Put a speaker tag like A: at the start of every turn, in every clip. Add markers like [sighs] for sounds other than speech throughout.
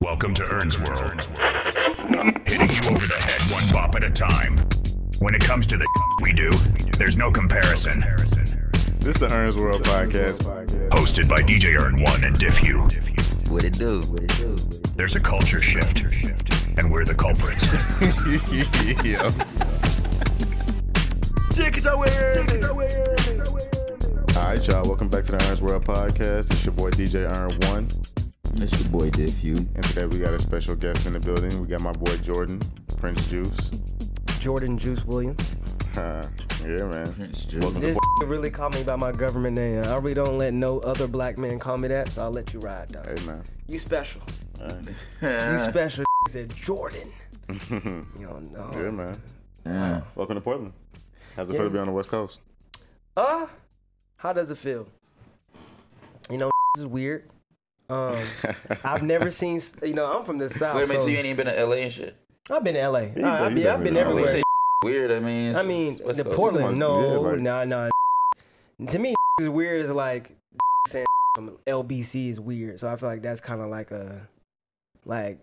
A: Welcome to Earn's World. Hitting you over the head one bop at a time. When it comes to the [laughs] we do, there's no comparison.
B: This is the Earnest World podcast.
A: Hosted by DJ Earn One and Diff Hugh.
C: What it do? What it do?
A: There's a culture shift, and we're the culprits.
B: Yo.
C: Tickets are
B: All right, y'all. Welcome back to the Earnest World podcast. It's your boy DJ Earn One,
C: It's your boy Diff you.
B: and today we got a special guest in the building. We got my boy Jordan Prince Juice. [laughs]
D: Jordan Juice Williams.
B: Huh. yeah, man. Welcome
D: This
B: to
D: really called me by my government name. I really don't let no other black man call me that, so I'll let you ride, dog.
B: hey, man.
D: You special.
C: [laughs]
D: You special. [laughs] said Jordan. you don't know.
B: Yeah, man.
C: Yeah.
B: Welcome to Portland. How's it feel to be on the West Coast?
D: Uh, how does it feel? You know, [laughs] this is weird.
C: [laughs]
D: Um, I've never seen. You know, I'm from the south.
C: Wait a minute,
D: so
C: so you ain't even been to LA and shit.
D: I've been to LA.
B: you
D: I- I've
B: definitely
D: been, I've been
B: been to LA.
C: When you say
D: everywhere.
C: [laughs] weird, I mean,
D: I mean,
C: West
D: the
C: Coast.
D: Portland.
B: Come on,
D: No,
B: yeah, like-
D: nah, nah. To me, [laughs] is weird is like [laughs] saying from LBC is weird. So I feel like that's kind of like a like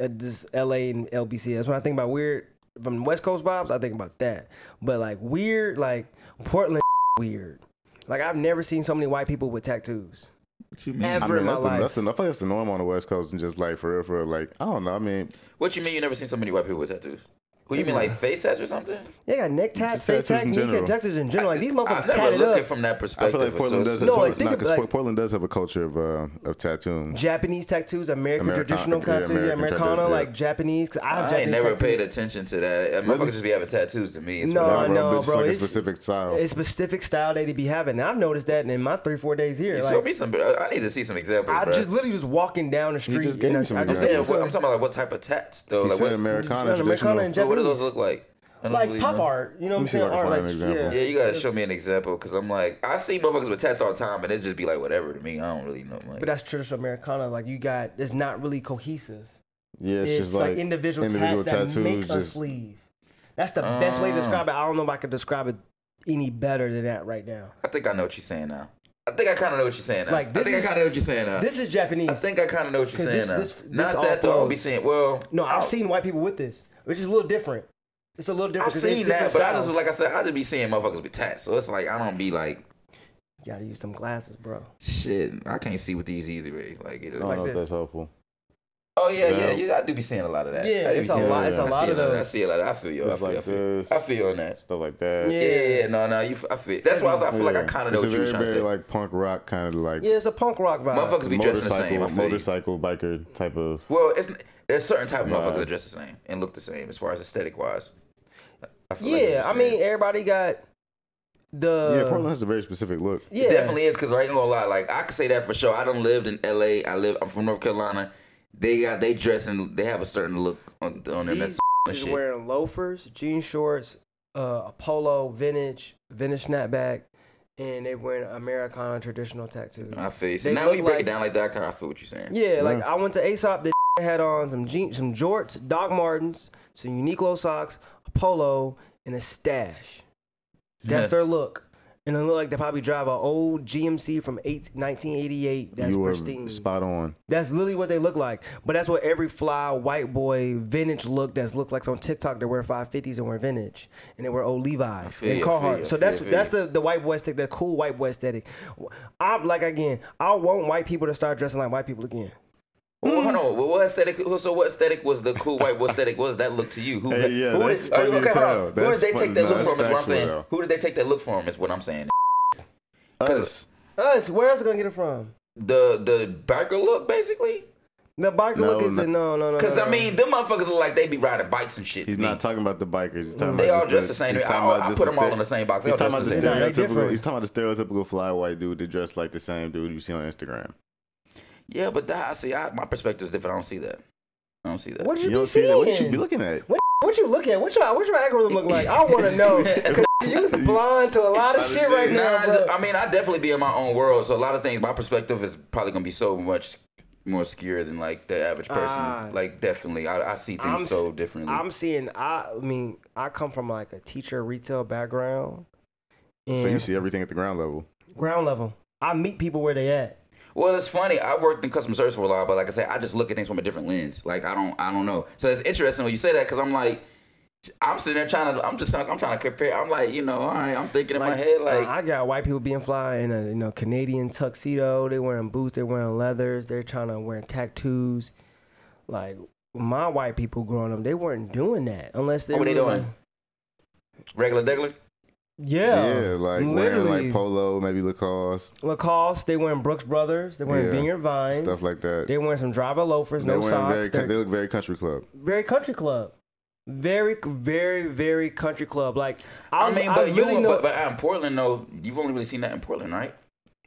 D: uh, just LA and LBC. That's when I think about weird from West Coast vibes. I think about that. But like weird, like Portland [laughs] weird. Like I've never seen so many white people with tattoos.
C: What you mean?
D: Ever.
B: I
D: Never
B: mean,
D: in my
B: that's the,
D: life.
B: that's the, I feel like that's the norm on the West Coast, and just like for real, for real, like I don't know. I mean,
C: What you mean you never seen so many white people with tattoos? Who you mean like face tats or something?
D: They got neck tats,
B: Just tattoos
D: face tats,
B: in
D: kneecap
B: general.
D: tattoos in general. Like these motherfuckers
C: I've never
D: tatted
C: looked at
D: up.
C: it from that perspective.
B: I feel like Portland
C: so
B: does.
C: it's-
D: No,
B: Portland,
D: like, think
B: nah,
D: of,
B: 'cause
D: like-
B: Por- Portland does have a culture of uh, of tattooing.
D: Japanese tattoos, American
B: Americana-
D: traditional
B: yeah,
D: tattoo, yeah,
B: American
D: Americana,
B: tattoo, yeah.
D: like Japanese. Cause I have
C: I ain't
D: Japanese
C: never
D: tattoos.
C: paid attention to that. Uh, Motherfuckers just be having tattoos to me. It's
D: No,
C: weird.
B: Nah, bro,
D: no,
B: bitch, it's
D: bro,
B: like a
D: it's-
B: specific style.
C: Oh.
D: It's specific style they be having. And I've noticed that in my three, four days here.
C: Show
D: Like,
C: me some. I I need to see some examples.
D: I
C: bro.
D: just literally just walking down the street.
B: just gave
D: and
B: me some
D: I, I just
C: Yeah,
B: examples.
D: said,
C: what, I'm talking about like what type of tats though.
B: He
C: like,
B: said
C: what,
B: Americana,
D: Americana
B: traditional.
D: and
C: what, do
D: Japanese.
C: those look like? I don't
D: Like
C: really
D: pop
C: know.
D: art, you know what I'm
B: Let me see if
D: saying?
B: I can
D: Art,
B: find
D: like,
B: an example.
D: yeah.
C: Yeah, you gotta show me an example because I'm like, I see motherfuckers with tats all the time, and it just be like whatever to me. I don't really know. Like,
D: But that's traditional Americana. Like, you got, it's not really cohesive.
B: yeah, it's,
D: It's,
B: just
D: like,
B: like,
D: individual, tats that make us leave. That's the best
C: Ah.
D: way to describe it. I don't know if I could describe it any better than that right now.
C: I think I know what you're saying now. I think I kind of know what you're saying now.
D: Like,
C: I
D: this
C: think
D: is-
C: I kind of know what you're saying now.
D: This is Japanese.
C: I think I kind of know what you're
D: 'Cause
C: saying
D: this-
C: now.
D: this- this
C: Not
D: all
C: that though. I'll be
D: flows.
C: saying, well,
D: no, I've
C: I'll-
D: seen white people with this, which is a little different. It's a little different.
C: I've
D: 'cause it's
C: seen that,
D: different
C: but I just
D: styles.
C: like I said, I just be seeing motherfuckers with tats, so it's like I don't be like,
D: You gotta use them glasses, bro.
C: shit, I can't see with these either way. Like, it,
B: I don't
C: like
B: know if
D: this.
B: that's helpful.
C: oh yeah, yeah,
B: Yeah.
C: yeah, I do be seeing a lot of that.
D: Yeah,
C: I do
D: it's
C: be
D: a
C: seeing
B: lot-
C: of
B: it's
C: that.
B: a
C: I
D: lot
C: see
D: of
C: that. I
D: those.
C: see a lot. of- I feel you. I
B: It's
C: feel, I
B: like
C: feel.
B: this.
C: I feel on that.
B: Stuff like that.
D: Yeah.
C: Yeah, yeah, yeah, no, no, you. f- I feel. That's why I, was, I feel like I kind of know
B: It's a
C: what you were
B: very,
C: trying to
B: very
C: say.
B: like punk rock kind of like
D: Yeah, it's a punk rock vibe.
C: Motherfuckers be dressing the same.
B: motorcycle,
C: I feel you.
B: motorcycle biker type of.
C: Well, it's there's certain type of motherfuckers
B: Right.
C: that dress the same and look the same as far as aesthetic wise. I feel like
D: Yeah,
C: that's
D: I
C: the same.
D: mean everybody got the
B: yeah, Portland has a very specific look.
D: Yeah,
C: it definitely is because I ain't gonna lie. Like I could say that for sure. I don't lived in L.A. I live. I'm from North Carolina. They got they dress and they have a certain look on, on them. That's
D: These
C: and
D: is
C: shit.
D: wearing loafers, jean shorts, uh, a polo, vintage, vintage snapback, and they wearing Americana traditional tattoos.
C: I feel. you. So
D: They
C: now we
D: look
C: break
D: like-
C: it down like that. I kind of feel what you're saying.
D: Yeah, like I went to Aesop. They [laughs] had on some jeans, some jorts, Doc Martens, some Uniqlo socks, a polo, and a stash. That's their look. And they look like they probably drive an old GMC from eight, 1988 that's
B: you
D: pristine.
B: are spot on.
D: That's literally what they look like. But that's what every fly white boy vintage look that's looked like on TikTok. They wear five fifties and wear vintage, and they wear old Levi's
C: feel
D: and
C: you, I feel you, I
D: Carhartt. So
C: feel
D: that's
C: you, I feel
D: that's the, the white boy aesthetic, the cool white boy aesthetic. I'm like again, I want white people to start dressing like white people again.
C: Well,
B: Mm.
C: hold on. Well, what aesthetic? So what aesthetic was the cool white? What aesthetic was that look to you? Who?
B: Hey, yeah,
C: who
B: that's
C: did,
B: funny
C: okay,
B: as
C: hold on.
B: hell.
C: Who
B: That's
C: did they
B: funny-
C: take that
B: no,
C: look
B: that's
C: from? Is what I'm
B: factual,
C: saying.
B: though.
C: Who did they take that look from? Is what I'm saying.
B: Us.
D: Us, where else are gonna get it from?
C: The the biker look basically.
D: The biker
B: No,
D: look is
B: no.
D: no, no, no. no,
C: Cause
D: no.
C: I mean, them motherfuckers look like they be riding bikes and shit.
B: Uh, He's
C: to me.
B: not talking about the bikers. He's talking
C: They
B: about
C: all
B: just
C: dressed the same.
B: he's
C: I-
B: talking
C: I-
B: about
C: I
B: just
C: put them all
B: ste-
C: in the same box. They
B: He's
C: all
B: talking about the
C: dressed
D: the same. Nah, they
B: stereotypical.
D: different.
B: He's talking about the stereotypical fly white dude that dressed like the same dude you see on Instagram.
C: yeah, but that, I see. I, my perspective's different. I don't see that. I don't see that.
D: what you,
B: You
D: be
B: don't see
D: seeing?
B: that. What you be looking at?
D: What, what you look at? What your what your algorithm look like? I want
C: [laughs]
D: to know. 'Cause you was blind to a lot of shit right
C: Nah,
D: now, bro.
C: it's- I mean, I definitely be in my own world, so a lot of things. My perspective is probably gonna be so much more obscure than like the average person.
D: Ah.
C: like, definitely, I, I see things
D: I'm s-
C: so differently.
D: I'm seeing. I, I mean, I come from like a teacher retail background, and Mm.
B: So you see everything at the ground level.
D: ground level. I meet people where they at.
C: Well, it's funny. I worked in customer service for a while, but like I said, I just look at things from a different lens. Like I don't, I don't know. So it's interesting when you say that because I'm like, I'm sitting there trying to, I'm just, I'm trying to compare. I'm like, you know, all right, I'm thinking in my head like,
D: uh, I got white people being fly in a you know Canadian tuxedo. They wearing boots. They wearing leathers. They're trying to wear tattoos. Like my white people growing up, they weren't doing that unless they.
C: Oh, what were they
D: were-
C: doing? regular degular.
D: Yeah,
B: yeah, like wearing like polo, maybe Lacoste,
D: Lacoste. They wearing Brooks Brothers. They wearing
B: Yeah.
D: Vineyard Vine.
B: stuff like that.
D: They wearing some driver loafers,
B: They
D: no
B: wearing
D: socks.
B: very,
D: They're
B: they look very country club.
D: very country club. Very, very, very country club. Like
C: I
D: I,
C: mean, but you,
D: really know.
C: but, but out in Portland though, you've only really seen that in Portland, right?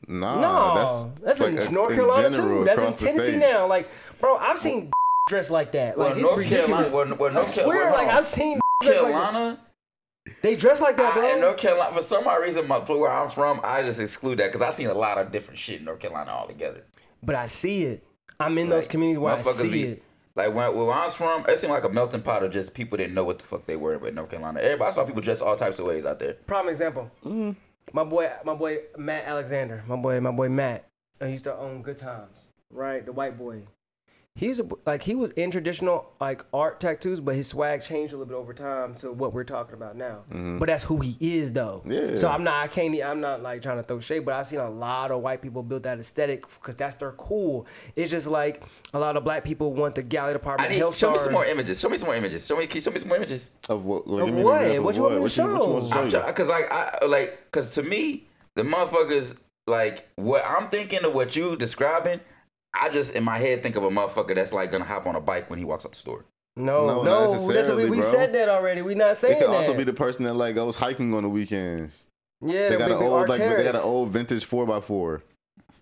B: Nah,
D: no,
B: Ah, that's
D: that's, in
B: like a-
D: North Carolina
B: general
D: too. That's in
B: across the
D: Tennessee
B: states.
D: now. Like, bro, I've seen [laughs] dressed like that.
C: Well,
D: Like, it's
C: North
D: ridiculous.
C: Carolina, well, well,
D: I
C: North Ca-
D: swear,
C: well,
D: like
C: no.
D: I've seen [laughs] dressed like that.
C: Carolina.
D: They dress like that, bro.
C: I, in North Carolina, for some odd reason, my where I'm from, I just exclude that because I seen a lot of different shit in North Carolina altogether.
D: but I see it. I'm in those
C: Like,
D: communities where I
C: motherfuckers
D: see
C: be-
D: it.
C: Like when, where I was from, it seemed like a melting pot of just people didn't know what the fuck they were. But North Carolina, everybody I saw people dressed all types of ways out there.
D: Prime example.
B: Mm-hmm.
D: My boy, my boy Matt Alexander. My boy, my boy Matt. uh, He used to own Good Times, right? The white boy. He's a, like he was in traditional like art tattoos, but his swag changed a little bit over time to what we're talking about now. But that's who he is, though.
B: Mm-hmm. Yeah.
D: So I'm not, I can't, e, I'm not like trying to throw shade, but I've seen a lot of white people build that aesthetic because that's their cool. It's just like a lot of black people want the galley
C: I
D: department.
C: need
D: Hellstar.
C: show me some more images. Show me some more images. Show me, can you show me some more images.
B: Of what? Like,
D: Of
B: give me an
D: what?
B: example
D: What
B: of
D: you want me to
B: What you, what you
D: show?
B: want to show? you?
C: Because like I like because to me the motherfuckers like what I'm thinking of what you describing. I just in my head think of a motherfucker that's like gonna hop on a bike when he walks out the store.
D: No,
B: No, not
D: no, that's what we,
B: necessarily,
D: we
B: bro.
D: said that already. We're not saying
B: It could
D: that.
B: also be the person that like goes hiking on the weekends.
D: yeah,
B: They
D: the
B: got
D: big,
B: an
D: big
B: old like they got an
D: Arc'teryx.
B: old vintage four x four.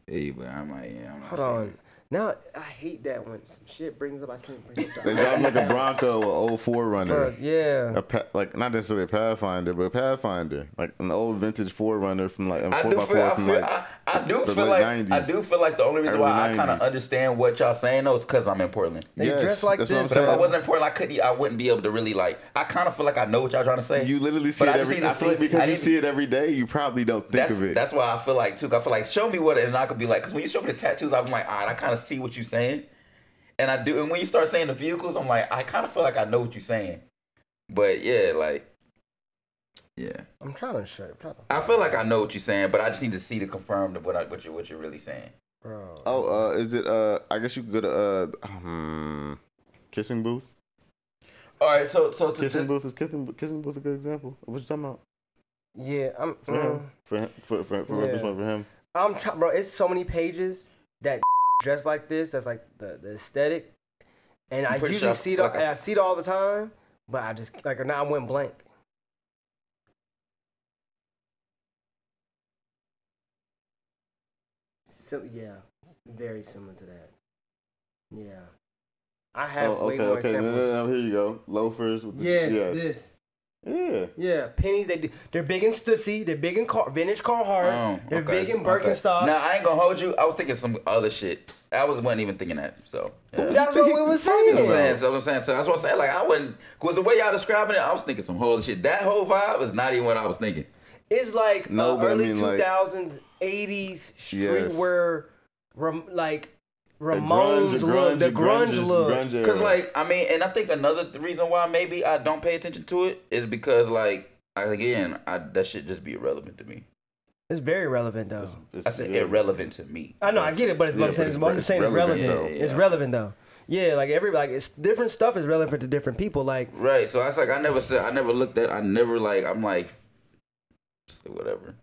C: Hey, but I'm like, yeah, I'm not
D: Hold
C: saying
D: on. Now I hate that when some shit brings up. I can't bring
B: They
D: it up.
B: drive like a Bronco, an old
D: Bro,
B: Forerunner,
D: yeah.
B: a pa- like not necessarily a Pathfinder, but a Pathfinder, like an old vintage Forerunner from like a
C: I
B: four
C: do
B: x
C: feel,
B: four
C: I,
B: from
C: feel
B: like
C: I, I do
B: the
C: feel
B: late
C: like
B: 90s,
C: I do feel like the only reason why
B: early
C: I kind of
B: 90s.
C: understand what y'all saying though is because I'm in Portland.
D: They
B: Yes,
D: dress like
B: that's what I'm
D: this.
C: But if I
B: saying.
C: wasn't in Portland, I couldn't. e, I wouldn't be able to really like. I kind of feel like I know what y'all trying to say.
B: You literally see
C: but
B: it
C: I just need
B: every.
C: to
B: I feel like
C: see- I
B: because you
C: need-
B: see it every day, you probably don't think
C: That's
B: of it.
C: that's why I feel like too. 'cause I feel like show me what, it- and I could be like, because when you show me the tattoos, I'm like, all right, I kind of see what you're saying, and I do. And when you start saying the vehicles, I'm like, I kind of feel like I know what you're saying, but yeah, like, yeah,
D: I'm trying to show. I'm trying to,
C: I feel like I know what you're saying, but I just need to see to confirm that what I, what you what you're really saying.
D: bro.
B: Oh, uh, is it? Uh, I guess you could go to uh, hmm, kissing booth.
C: All right, so so to,
B: Kissing
C: to,
B: booth is kissing. Kissing booth is a good example. What you talking about?
D: Yeah, I'm.
B: For
C: Uh,
D: mm,
B: him, for him, for for, for which
D: Yeah.
B: one for him?
D: I'm try- bro. It's so many pages that [laughs] dress like this. That's like the, the aesthetic, and
C: I'm
D: I
C: pretty
D: usually
C: sure I
D: see it.
C: feel
D: all-
C: like I-
D: and I see it all the time, but I just like now I went blank. So yeah, very similar to that. Yeah, I have
B: Oh,
D: way
B: okay,
D: more
B: okay. No,
D: examples.
B: no, no, Here you go. Loafers. With the,
D: Yes,
B: yes.
D: this.
B: Yeah.
D: Yeah, pennies. They do, they're big in Stussy. They're big in car, vintage Carhartt.
C: Oh,
D: they're
C: okay,
D: big in
C: okay.
D: Birkenstocks.
C: Now I ain't gonna hold you. I was thinking some other shit. I was wasn't even thinking that. So yeah.
D: [laughs] That's what we were saying.
C: I'm saying, so I'm saying, so that's what I'm saying. Like I wouldn't, cause the way y'all describing it, I was thinking some whole shit. That whole vibe is not even what I was thinking.
D: It's like
B: No,
D: uh,
B: but I
D: early
B: mean, like-
D: 2000s, 80s
B: Yes.
D: streetwear, rem, like
B: The
D: Ramones
B: grunge,
D: look, the grunge,
B: grunge,
D: look.
B: grunge era.
C: Cause like I mean, and I think another th- reason why maybe I don't pay attention to it is because like I- again, I, that shit just be irrelevant to me.
D: It's very relevant though.
B: It's-
C: I said
B: yeah.
C: irrelevant to me.
D: I know, I get it, but it's,
B: Yeah,
D: but I'm
B: but
D: saying,
B: it's
D: it's, I'm
B: re-
D: just saying it's relevant.
B: relevant,
C: though.
D: It's
C: Yeah.
D: relevant though. Yeah, like every like it's different stuff is relevant to different people. Like
C: Right. So I was like, I never said, I never looked at, I never like, I'm like, just whatever.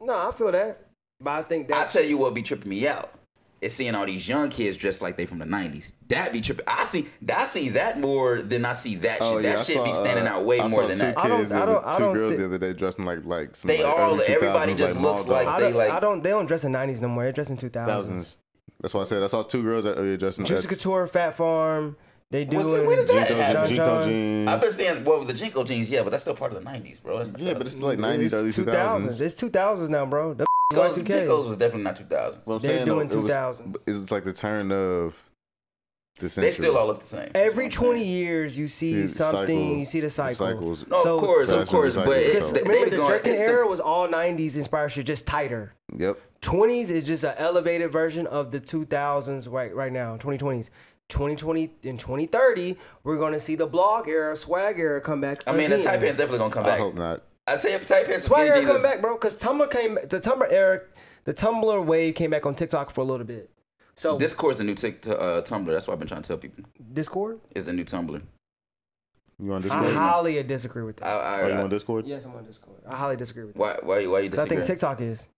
D: no, I feel that, but I think
C: I
D: that's
C: tell you what be tripping me out is seeing all these young kids dressed like they from the '90s. That be tripping. I see, I see that more than I see that shit.
B: Oh, yeah,
C: that
B: I
C: shit
B: saw,
C: be standing
B: uh,
C: out way
B: I
C: more
B: saw
C: than
B: two
C: that.
D: I don't-
B: Kids the
D: I don't-
B: other-
D: I
B: two
D: don't
B: girls
D: thi-
B: the other day dressing like like some
C: They
B: like,
C: all-
B: early
C: everybody
B: 2000s,
C: just
B: like,
C: looks
B: mall
C: like
D: I
B: dolls.
C: they,
D: don't,
C: like-
D: I don't they don't dress in nineties no more. They dress in two thousands.
B: thousands. That's why I said I saw two girls uh, that earlier dressing
D: Juicy
B: like
D: Couture, Fat Farm. They do.
C: Was it- when is that?
B: Junko
C: John
B: Junko jeans.
C: I've been seeing well with the Jinko jeans, yeah, but that's still part of the '90s, bro. That's
B: Yeah, but it's like
D: It's
B: nineties, early two
D: 2000s.
B: thousands.
D: It's two thousands now, bro. The
C: Jinkos,
D: Y2K.
C: Jinkos was definitely not 2000.
B: What I'm
D: They're
B: saying, though,
D: doing
B: it was-
D: 2000s.
B: It's like the turn of The
C: They
B: century.
C: still all look the same.
D: Every 20 years, you see
B: The
D: something,
B: cycle-
D: you see the cycle.
B: cycles.
C: No,
D: So-
C: of course, of
B: Fashion
C: course,
B: design
C: but
B: is
C: it's
B: so-
C: they,
D: Remember,
C: they've
D: the
C: gone-
D: Drake
C: it's the-
D: era was all 90s inspired shit, just tighter.
B: Yep.
D: 20s is just an elevated version of the 2000s right right now 2020s 2020 and 2030 we're going to see the blog era swag era come back
C: I mean, the
D: again.
C: tight pants definitely gonna come
B: I
C: back.
B: hope not.
C: I tell you, tight pants.
D: swag
C: skinny
D: era
C: jeans
D: come
C: is-
D: back bro because tumblr came the tumblr era the tumblr wave came back on tiktok for a little bit so
C: Discord's the new tick, uh, Tumblr. That's what I've been trying to tell people.
D: discord
C: Is the new Tumblr.
B: You on
D: i
B: Discord?
D: highly disagree with
C: I,
D: that
C: I,
B: Are Oh, you
C: I-
B: on Discord?
D: yes i'm on discord i highly disagree with that
C: why, why, why you
D: because i
C: disagree?
D: think tiktok is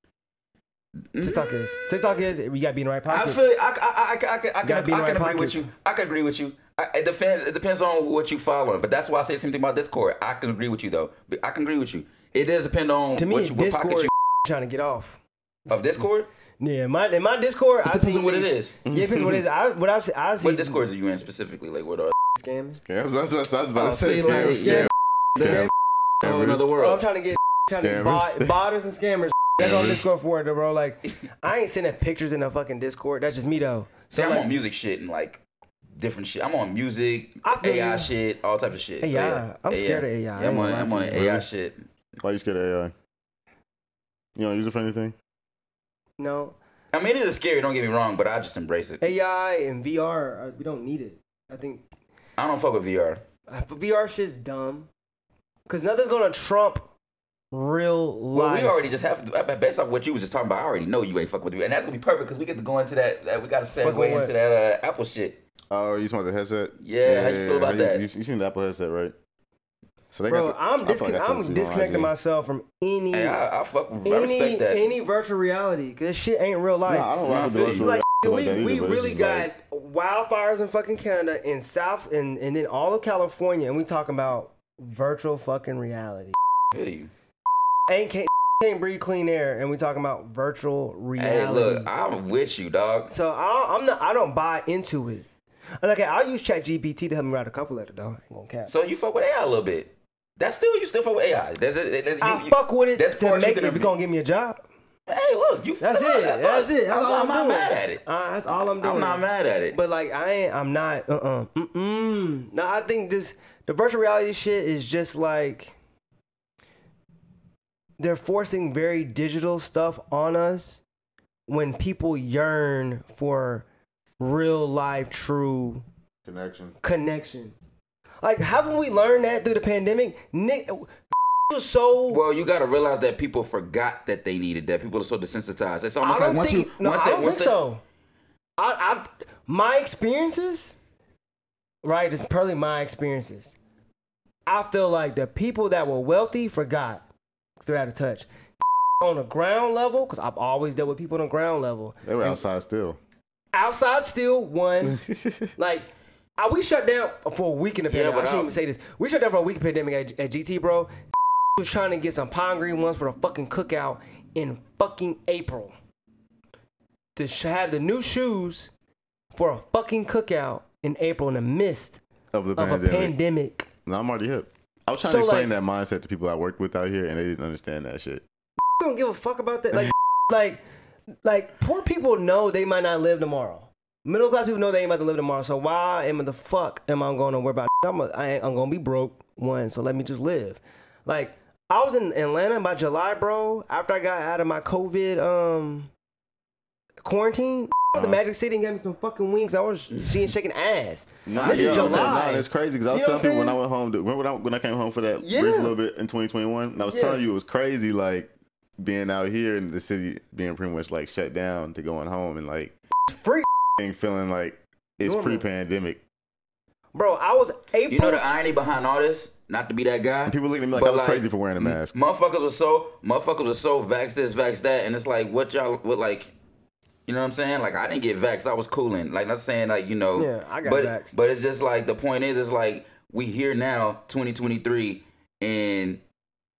C: Mm.
D: tiktok is tiktok is we gotta be in the right
C: I
D: pockets
C: feel. I, I, I, I, I can. I can,
D: Gotta be in
C: I
D: the
C: can
D: right
C: agree with
D: pockets.
C: you. I can agree with you. I, it depends. It depends on what you following. But that's why I say the same thing about Discord. I can agree with you though. But I can agree with you. It does depend on
D: to me
C: what, you, what pocket
D: discord
C: you
D: trying to get off
C: of Discord.
D: Yeah, my in my Discord, I
C: depends
D: see
C: on what it is.
D: Yeah, depends what it is. I what I've seen, I see
C: What Discords are you in specifically? Like what are?
D: scams.
B: Yeah, that's what that's what I was about to
C: Oh,
B: say.
C: see, like,
B: Scam,
D: yeah,
B: scam,
D: scam-
B: scam.
C: Whole another
D: Bro, I'm
C: world.
D: trying to get trying to get bot,
B: Scammers.
D: botters and scammers. That's on Discord for it, bro. Like, I ain't sending pictures in the fucking Discord. That's just me though.
C: See,
D: So
C: I'm
D: like,
C: on music shit and like different shit. I'm on music,
D: I feel
C: AI
D: you.
C: shit, all type of shit. So,
D: AI.
C: yeah.
D: I'm scared of AI. I
C: Yeah,
D: ain't
C: I'm on,
D: gonna lie
C: I'm
D: to
C: on
D: you,
C: AI shit.
B: Why you scared of AI? You don't use it for anything?
D: no
C: I mean, it is scary. Don't get me wrong, but I just embrace it.
D: AI and VR. are- We don't need it. I think
C: I don't fuck with VR.
D: uh, VR shit's dumb because nothing's gonna trump real
C: Well,
D: life.
C: we already just have based off what you was just talking about. I already know you ain't fucking with you, and that's gonna be perfect because we get to go into that. that we got to
D: Fucking
C: segue
D: what?
C: into that uh, Apple shit.
B: Oh, you talking about the headset?
C: Yeah, how you feel about that?
B: You, you seen the Apple headset, right? So they
D: bro.
B: got the- I
D: I'm,
B: feel like I
D: discon-
B: sent it to
D: I'm
B: you on
D: disconnecting
B: IG.
D: myself from any
C: Hey, I, I fuck. with I
D: any
C: respect that.
D: any virtual reality because shit ain't real life.
B: No, I don't
C: Nah, I
B: like with the
C: feel you.
B: virtual
D: like
B: like
D: we,
B: that either,
D: we
B: but it's
D: really
B: just
D: got
B: like-
D: wildfires in fucking Canada in South and and then all of California and we talking about virtual fucking reality.
C: I feel you.
D: Ain't can't, can't breathe clean air and we talking about virtual reality.
C: Hey, look, I'm with you, dog.
D: so I, I'm not I don't buy into it. And okay, I'll use ChatGPT to help me write a cover letter though. I ain't gonna cap.
C: So you fuck with AI a little bit. That's still you still fuck with AI. That's it. That's,
D: I
C: you,
D: fuck with it
C: that's
D: to
C: parts you
D: make it.
C: can
D: If you gonna give me a job,
C: Hey, look, you.
D: that's
C: look, [laughs]
D: it.
C: look,
D: That's it. That's
C: I'm,
D: all I'm,
C: I'm not
D: doing.
C: mad at it.
D: Uh, that's all I'm doing.
C: I'm not mad at it.
D: But like I ain't, I'm not. Uh. uh Mm. Mm. No, I think just the virtual reality shit is just like they're forcing very digital stuff on us when people yearn for real life, true
B: connection.
D: connection. Like, haven't we learned that through the pandemic? Nick [laughs] was so.
C: Well, you got to realize that people forgot that they needed that. People are so desensitized. It's
D: I
C: almost
D: don't
C: like once
D: think.
C: you
D: no,
C: once
D: I
C: they,
D: don't
C: once they,
D: think so. I, I, my experiences, right? It's purely my experiences. I feel like the people that were wealthy forgot, they're out of touch. [laughs] On the ground level, because I've always dealt with people on the ground level.
B: They were outside still.
D: Outside still
B: [laughs]
D: one, like. I, we shut down for a week in the
C: Yeah,
D: pandemic. I
C: but
D: shouldn't
C: I-
D: even say this. We shut down for a week in the pandemic at, at GT, bro. [laughs] was trying to get some pond green ones for the fucking cookout in fucking April. To sh- have the new shoes for a fucking cookout in April in the midst
B: Of the
D: of
B: pandemic.
D: a pandemic.
B: No, I'm already hip. I was trying
D: So,
B: to explain
D: like-
B: that mindset to people I worked with out here, and they didn't understand that shit.
D: don't give a fuck about that.
B: [laughs]
D: Like, like, like poor people know they might not live tomorrow. Middle class people know they ain't about to live tomorrow. So why am I the fuck am I going to worry about? I'm a, I ain't, I'm gonna be broke one. So let me just live. Like I was in Atlanta by July, bro. After I got out of my COVID um quarantine, [laughs]
B: Uh-huh.
D: the Magic City and gave me some fucking wings. I was she ain't shaking ass.
B: Nah,
D: this
B: yo,
D: is July.
B: Nah, it's crazy because I was
D: You know
B: telling people
D: what I'm
B: when I went home. To, remember when I, when I came home for that
D: Yeah.
B: brief little bit in 2021? And I was
D: Yeah.
B: telling you it was crazy, like being out here and the city being pretty much like shut down to going home and like
D: free.
B: thing feeling like it's
D: Normal.
B: pre-pandemic.
D: Bro, I was April.
C: You know the irony behind all this? Not to be that guy.
B: And people looking at me like
C: but
B: I was crazy for wearing a mask.
C: Motherfuckers were so motherfuckers were so vax this, vax that, and it's like what y'all what like you know what I'm saying? Like I didn't get vaxxed, I was cooling. Like not saying like, you know
D: Yeah, I got
C: but,
D: vaxxed.
C: But it's just like the point is it's like we here now, twenty twenty three, and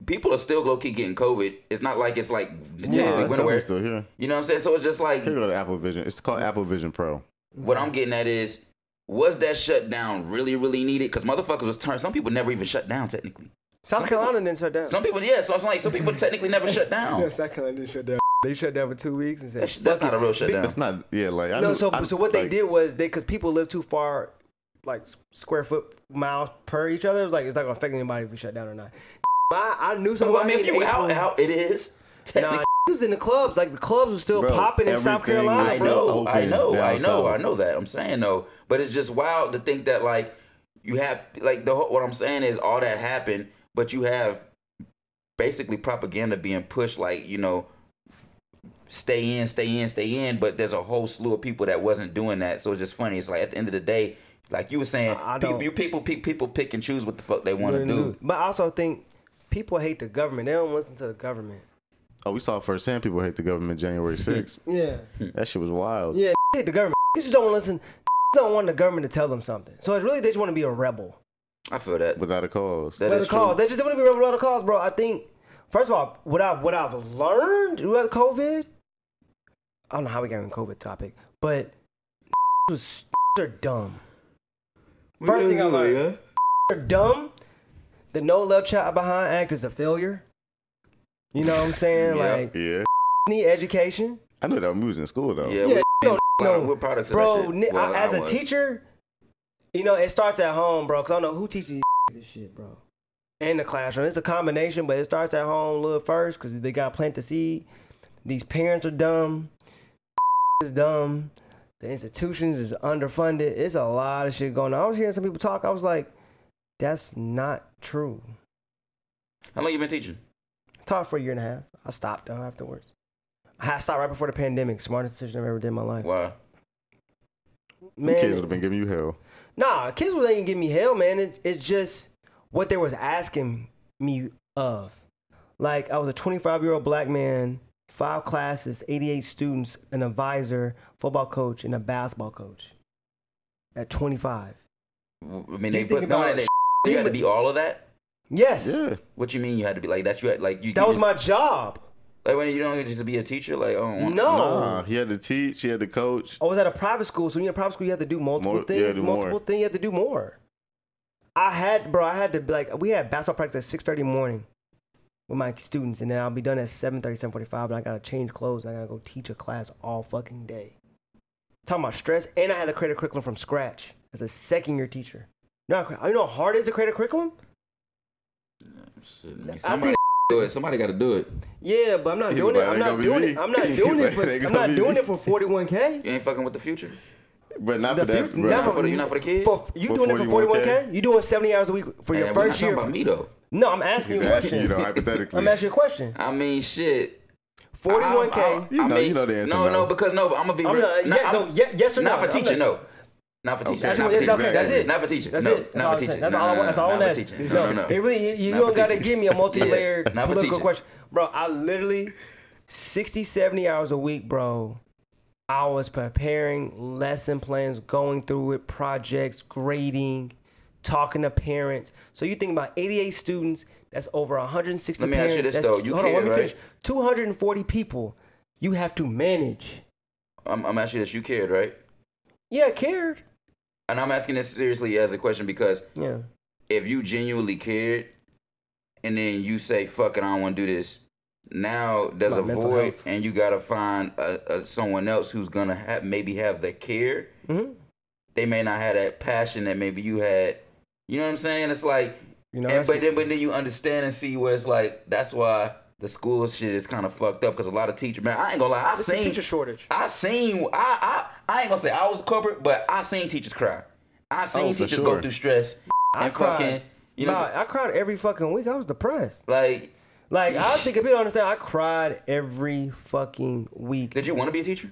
C: people are still low key getting COVID. It's not like it's like
B: Nah,
C: technically
B: that's
C: winter wear.
B: definitely still here.
C: You know what I'm saying? So it's just like
B: Here we go to Apple Vision. It's called Apple Vision Pro.
C: what I'm getting at is, was that shutdown really, really needed? Because motherfuckers was turned. Some people never even shut down technically.
D: South Carolina didn't shut down.
C: Some people, yeah. So I'm like, some people technically never shut down.
D: South Carolina didn't shut down. They shut down for two weeks and said
C: That's, that's not a real shutdown.
B: It's not. Yeah, like I
D: no.
B: knew-
D: So
B: I-
D: so what they
B: like,
D: did was they because people live too far, like s- square foot miles per each other. It was like it's not gonna affect anybody if we shut down or not. [laughs] I, I knew
C: So,
D: somebody.
C: I mean, if
D: in
C: you out,
D: April-
C: out, it is.
D: [laughs] Nah, was in the clubs. Like the clubs were still
B: Bro,
D: popping in South
B: everything
D: Carolina,
B: was
C: I
B: still
D: bro.
C: know, I
B: open
C: know,
B: down
C: I know,
B: south.
C: I know that. I'm saying though, but it's just wild to think that like you have like the whole, what I'm saying is all that happened, but you have basically propaganda being pushed, like you know, stay in, stay in, stay in. But there's a whole slew of people that wasn't doing that, so it's just funny. It's like at the end of the day, like you were saying,
D: I- I
C: people,
D: don't-
C: you people pick people pick and choose what the fuck they want to do.
D: But I also think people hate the government. They don't listen to the government.
B: Oh, we saw firsthand people hate the government January
D: [laughs]
B: 6th.
D: Yeah,
B: that shit was wild.
D: yeah. [laughs] Hate the government. They just don't listen. [laughs] Don't want the government to tell them something. So it's really they just want to be a rebel.
C: I feel that.
B: Without a cause.
C: That
D: Without
C: is
D: a cause.
C: true.
D: They just want to be rebel without a cause, bro. I think first of all, what I what I've learned with COVID. I don't know how we got on COVID topic, but [laughs] was [laughs] are dumb. First thing I learned. are dumb, the No Love Child Behind Act is a failure. You know what I'm saying?
C: [laughs] Yeah.
D: Like, [laughs]
B: yeah.
D: need education.
B: I knew that we was in school though.
C: Yeah,
D: Yeah,
C: we-
D: don't
C: Well,
D: know.
C: we're products of that
D: Bro,
C: shit.
D: ni-
C: Well,
D: I, as
C: I
D: a
C: was.
D: teacher, you know, it starts at home, bro, because I don't know who teaches these this shit, bro. In the classroom. It's a combination, but it starts at home a little first because they got to plant the seed. These parents are dumb. [laughs] is dumb. The institutions is underfunded. It's a lot of shit going on. I was hearing some people talk. I was like, that's not true.
C: How long you been teaching?
D: taught for a year and a half. I stopped though afterwards. I stopped right before the pandemic. Smartest decision I've ever did in my life.
C: Wow.
B: Them
D: Man,
B: kids would have been giving you hell.
D: nah, kids wasn't even giving me hell, man. It, it's just what they was asking me of. Like I was a 25 year old black man, five classes, 88 students, an advisor, football coach, and a basketball coach. At 25.
C: I mean, they
D: You think
C: put no,
D: about
C: they,
D: it.
C: you had to be all of that.
D: Yes,
B: Yeah.
C: What you mean you had to be like that? You had like you.
D: that
C: you
D: was
C: just-
D: my job.
C: like when you don't get to be a teacher. Like oh
D: No,
B: Nah, he had to teach. He had to coach.
D: I was at a private school, so when you're at private school, you have to do multiple
B: More-
D: things.
B: yeah, do
D: multiple
B: more.
D: things, you have to do more. I had, bro, I had to be like, we had basketball practice at six thirty morning with my students, and then I'll be done at 730, 745, and I gotta change clothes, and I gotta go teach a class all fucking day. Talking about stress, and I had to create a curriculum from scratch as a second year teacher. You know, how- you know how hard it is to create a curriculum?
C: Shit, man, somebody do it. Somebody got to do it.
D: Yeah, but I'm not
B: He
D: doing
B: was like,
D: it. I'm
B: "They
D: not
B: gonna be
D: doing
B: me."
D: it. I'm
B: [laughs]
D: not
B: He
D: doing
B: was
D: it.
B: like,
D: For,
B: "They
D: I'm
B: gonna
D: not
B: be
D: doing
B: me."
D: it for 41k.
C: You ain't fucking with the future.
B: But not
D: The
B: for that.
D: fu-
B: bro.
D: never-
C: Not for the, you're not for the kids.
D: For, you
B: For
D: doing it for
B: 41K?
D: 41k? You doing 70 hours a week for your
C: Hey, we're not
D: first
C: talking
D: year?
C: about me though.
D: No, I'm asking
B: He's
D: you a
B: asking
D: question.
B: you though, hypothetically.
D: I'm asking you a question.
C: I mean, shit.
D: Forty-one
C: I- I-
D: k.
B: You
C: I
B: know-
C: mean,
B: you know the answer,
C: No,
B: man.
C: no, because no. But I'm gonna be.
D: I'm
C: real.
D: not- Oh, yeah, no, ye- yes or
C: Not
D: no.
C: for
D: I'm
C: teacher.
D: like-
C: No. Not for teacher.
B: That's
C: not
B: what-
C: for
B: that's
C: teacher.
B: okay,
C: That's
B: that's
C: it.
B: it.
C: Not for teacher.
D: That's
C: no,
D: it. That's all
C: Not
D: I'm
C: for teacher.
D: saying. That's
C: no,
D: all. I
C: no,
D: want- That's
C: no,
D: all
C: not
D: I'm
C: for
D: asking.
C: teacher.
D: No,
C: No, no.
D: It really, you, you
C: Not for
D: don't gotta
C: teacher.
D: give me a multi-layered
C: Not for
D: political
C: teacher.
D: question, bro. I literally 60, 70 hours a week, bro. I was preparing lesson plans, going through it, projects, grading, talking to parents. So you think about 88 students, that's over 160
C: Let me ask
D: parents.
C: you this,
D: that's,
C: though. You
D: hold on,
C: care,
D: let me
C: right?
D: finish. 240 people you have to manage.
C: I'm, I'm asking this. You cared, right?
D: Yeah, cared.
C: And I'm asking this seriously as a question because
D: Yeah.
C: if you genuinely cared and then you say fuck it i don't want to do this now there's
D: about
C: a
D: mental
C: void
D: health.
C: and you gotta find a, a, someone else who's gonna have maybe have the care
D: Mhm.
C: they may not have that passion that maybe you had you know what i'm saying it's like
D: You know,
C: and,
D: that's-
C: but then but then you understand and see where it's like that's why the school shit is kind of fucked up because a lot of teachers man i ain't gonna lie i
D: It's a
C: seen
D: teacher shortage.
C: I seen I, I I ain't gonna say I was corporate, but I seen teachers cry. I seen
B: Oh, for
C: teachers go
B: sure.
C: through stress
D: I
C: and
D: cried.
C: fucking you know
D: Nah, I cried every fucking week. I was depressed.
C: like
D: Like I
C: [laughs]
D: don't think if people understand, I cried every fucking week.
C: did you want to be a teacher?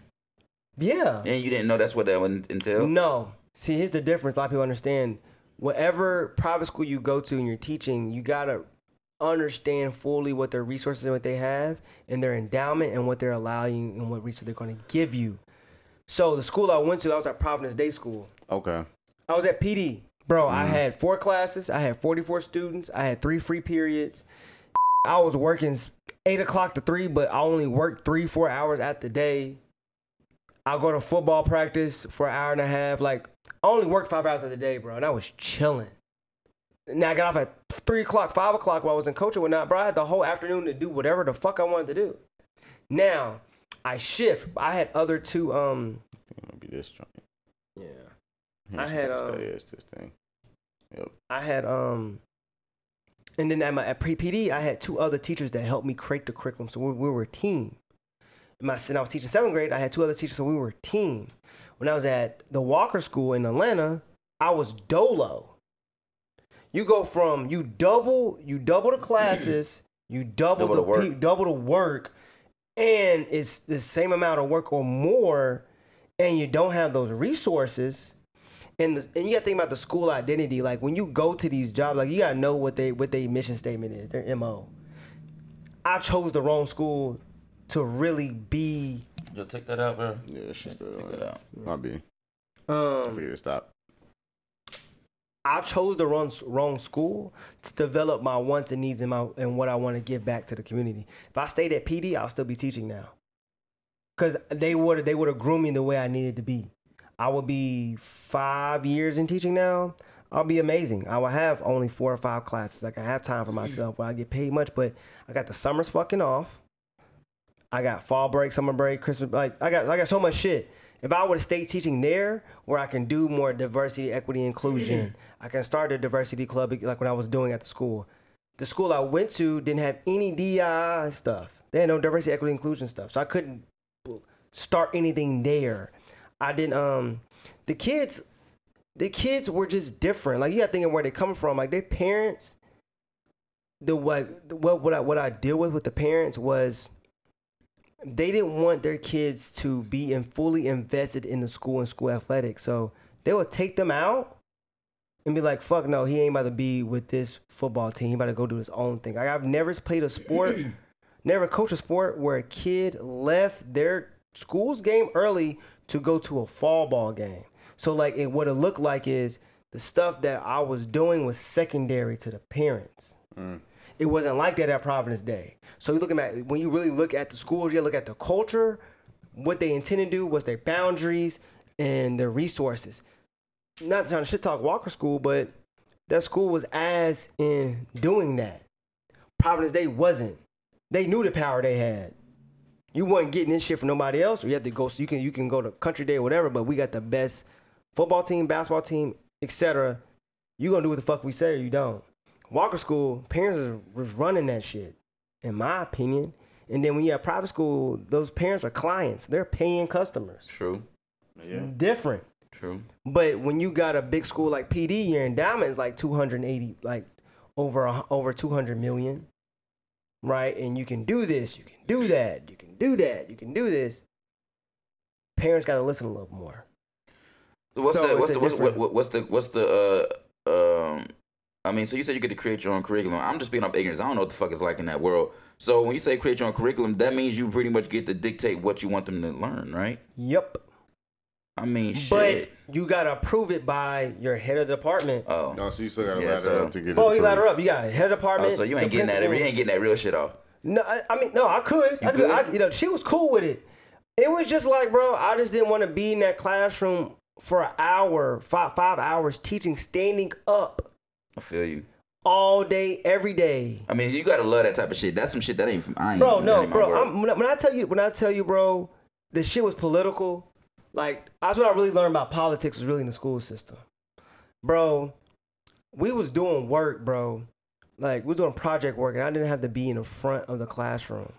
D: Yeah.
C: And you didn't know that's what that would entail.
D: No. See, here's the difference. A lot of people understand. Whatever private school you go to and you're teaching, you gotta understand fully what their resources and what they have and their endowment and what they're allowing and what resource they're gonna give you. So the school I went to, I was at Providence Day School.
B: okay.
D: I was at PD. Bro, I had four classes. I had 44 students. I had three free periods. [laughs] I was working s- eight o'clock to three, but I only worked three, four hours at the day. I go to football practice for an hour and a half. Like, I only worked five hours at the day, bro, and I was chilling. Now I got off at three o'clock, five o'clock while I was in coaching and whatnot, bro. I had the whole afternoon to do whatever the fuck I wanted to do. Now I shift. I had other two. Um,
B: It might be this joint.
D: yeah,
B: Hmm,
D: I had,
B: it's
D: um,
B: that- yeah, it's this thing.
D: I had um, and then at my at pre PD, I had two other teachers that helped me create the curriculum. So we, we were a team. My and I was teaching seventh grade. I had two other teachers, so we were a team. When I was at the Walker School in Atlanta, I was dolo. You go from you double you double
E: [clears throat]
D: the classes, you double,
E: Double
D: the,
E: the work.
D: pe- double the work, and it's the same amount of work or more, and you don't have those resources. And, the, and you gotta think about the school identity. Like when you go to these jobs, like you gotta know what they what their mission statement is, their mo. I chose the wrong school to really be.
E: Yo, take that out, bro.
B: Yeah, it's just
E: Take that
B: that.
E: out.
B: Might be. I
D: Um,
B: figured to stop.
D: I chose the wrong wrong school to develop my wants and needs and my and what I want to give back to the community. If I stayed at PD, I'll still be teaching now, because they would they would have groomed me the way I needed to be. I would be five years in teaching now. I'll be amazing. I will have only four or five classes. Like I have time for myself where I get paid much, but I got the summers fucking off. I got fall break, summer break, Christmas. Like I got, I got so much shit. If I would have stayed teaching there, where I can do more diversity, equity, inclusion, I can start a diversity club like when I was doing at the school. The school I went to didn't have any DI stuff. They had no diversity, equity, inclusion stuff, so I couldn't start anything there. I didn't. Um, the kids, the kids were just different. Like you got to think of where they come from. Like their parents, the what, what, what I, what I deal with with the parents was they didn't want their kids to be in fully invested in the school and school athletics. So they would take them out and be like, fuck no, he ain't about to be with this football team. He about to go do his own thing. Like I've never played a sport, [clears throat] never coached a sport where a kid left their school's game early to go to a fall ball game. So like it what it looked like is the stuff that I was doing was secondary to the parents it wasn't like that at Providence Day. So you're looking at when you really look at the schools, you look at the culture, what they intend to do, what's their boundaries and their resources. Not trying to shit talk Walker School, but that school was as in doing that. Providence Day wasn't. They knew the power they had. You wasn't getting this shit from nobody else. Or you had to go. So you can you can go to Country Day, or whatever. But we got the best football team, basketball team, etc. You gonna do what the fuck we say, or you don't. Walker School parents was, was running that shit, in my opinion. And then when you have private school, those parents are clients. They're paying customers.
E: True.
B: Yeah.
D: Different.
E: True.
D: But when you got a big school like PD, your endowment is like 280, like over a, over 200 million, right? And you can do this, you can do that, you can do that, you can do this. Parents got to listen a little more.
E: What's
D: So
E: the
D: it's
E: what's
D: a
E: the what's,
D: different-
E: what, what's the what's the uh um I mean, so you said you get to create your own curriculum. I'm just being up ignorance. I don't know what the fuck it's like in that world. So when you say create your own curriculum, that means you pretty much get to dictate what you want them to learn, right?
D: Yep.
E: I mean, shit.
D: But you got to approve it by your head of the department.
E: oh,
B: No, so you still gotta
E: Yeah,
B: ladder
E: so-
B: up to get it.
D: Oh, you ladder
B: approved.
D: up. You got head of department.
E: oh, so you
D: the
E: ain't getting that.
D: principal.
E: You ain't getting that real shit off.
D: No, I, I mean, no, I could. I could.
E: could?
D: I, you know, she was cool with it. It was just like, bro, I just didn't want to be in that classroom for an hour, five five hours teaching, standing up
E: I feel you.
D: all day, every day.
E: I mean, you gotta love that type of shit. That's some shit that ain't from I ain't.
D: Bro,
E: that
D: no,
E: ain't my
D: bro.
E: world.
D: I'm, when, I, when I tell you, when I tell you, bro, this shit was political. Like that's what I really learned about politics was really in the school system, bro. We was doing work, bro. Like we was doing project work, and I didn't have to be in the front of the classroom.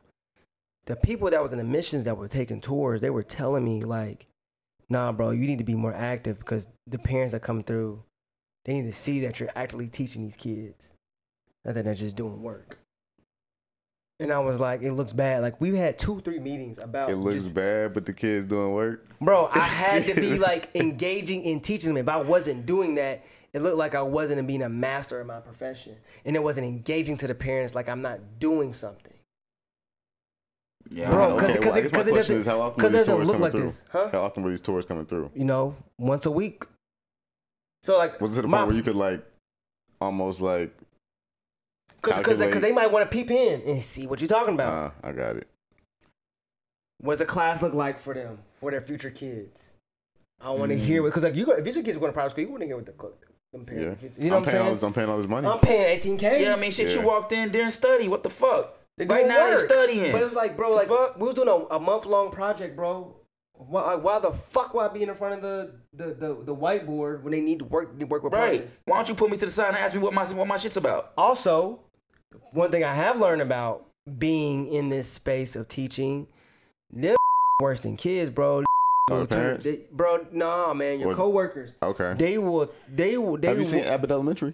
D: The people that was in the missions that were taking tours, they were telling me like, "Nah, bro, you need to be more active because the parents that come through, they need to see that you're actively teaching these kids, not that they're just doing work." And I was like, "It looks bad." Like we had two, three meetings about
B: It looks
D: just-
B: bad, but the kids doing work.
D: Bro,
B: [laughs]
D: I had to be like engaging in teaching them. If I wasn't doing that, it looked like I wasn't being a master of my profession. And it wasn't engaging to the parents like I'm not doing something.
E: yeah,
D: bro,
E: I know.
D: cause-
B: okay, well, I guess my
D: it
B: question
D: doesn't-
B: is how often
D: 'cause
B: were these
D: it doesn't
B: tours
D: look
B: coming
D: like
B: through?
D: this, huh?
B: How often were these tours coming through?
D: You know, once a week. So like
B: Was it to the
D: my-
B: point where you could like almost like
D: cause, cause, they-
B: calculate-
D: cause they might want to peep in and see what you're talking about.
B: uh, I got it.
D: what does the class look like for them, for their future kids? I want to hear what because like you go, if your kids are going to private school, you want to hear what the cl- them
B: Mm. Yeah.
D: parents. You know
B: I'm
D: what
B: paying all
D: I'm
B: this
D: saying?
B: I'm paying all this money.
D: I'm paying 18k.
E: yeah, I mean, shit.
B: Yeah.
E: You walked in during study. What the fuck?
D: They're
E: Right
D: doing
E: now they're
D: work.
E: studying.
D: But it was like, bro, like
E: Fuck.
D: we was doing a, a month long project, bro. Why, like, why the fuck would I be in front of the the, the, the whiteboard when they need to work to work with
E: Right.
D: projects?
E: Why don't you put me to the side and ask me what my what my shit's about?
D: Also, one thing I have learned about being in this space of teaching, they're [laughs] worse than kids, bro.
B: Our
D: Will turn-
B: parents?
D: [laughs] they- bro, nah, man, your
B: Or-
D: coworkers.
B: Okay.
D: They will, they will, they
B: Have you
D: will,
B: seen Abbott Elementary?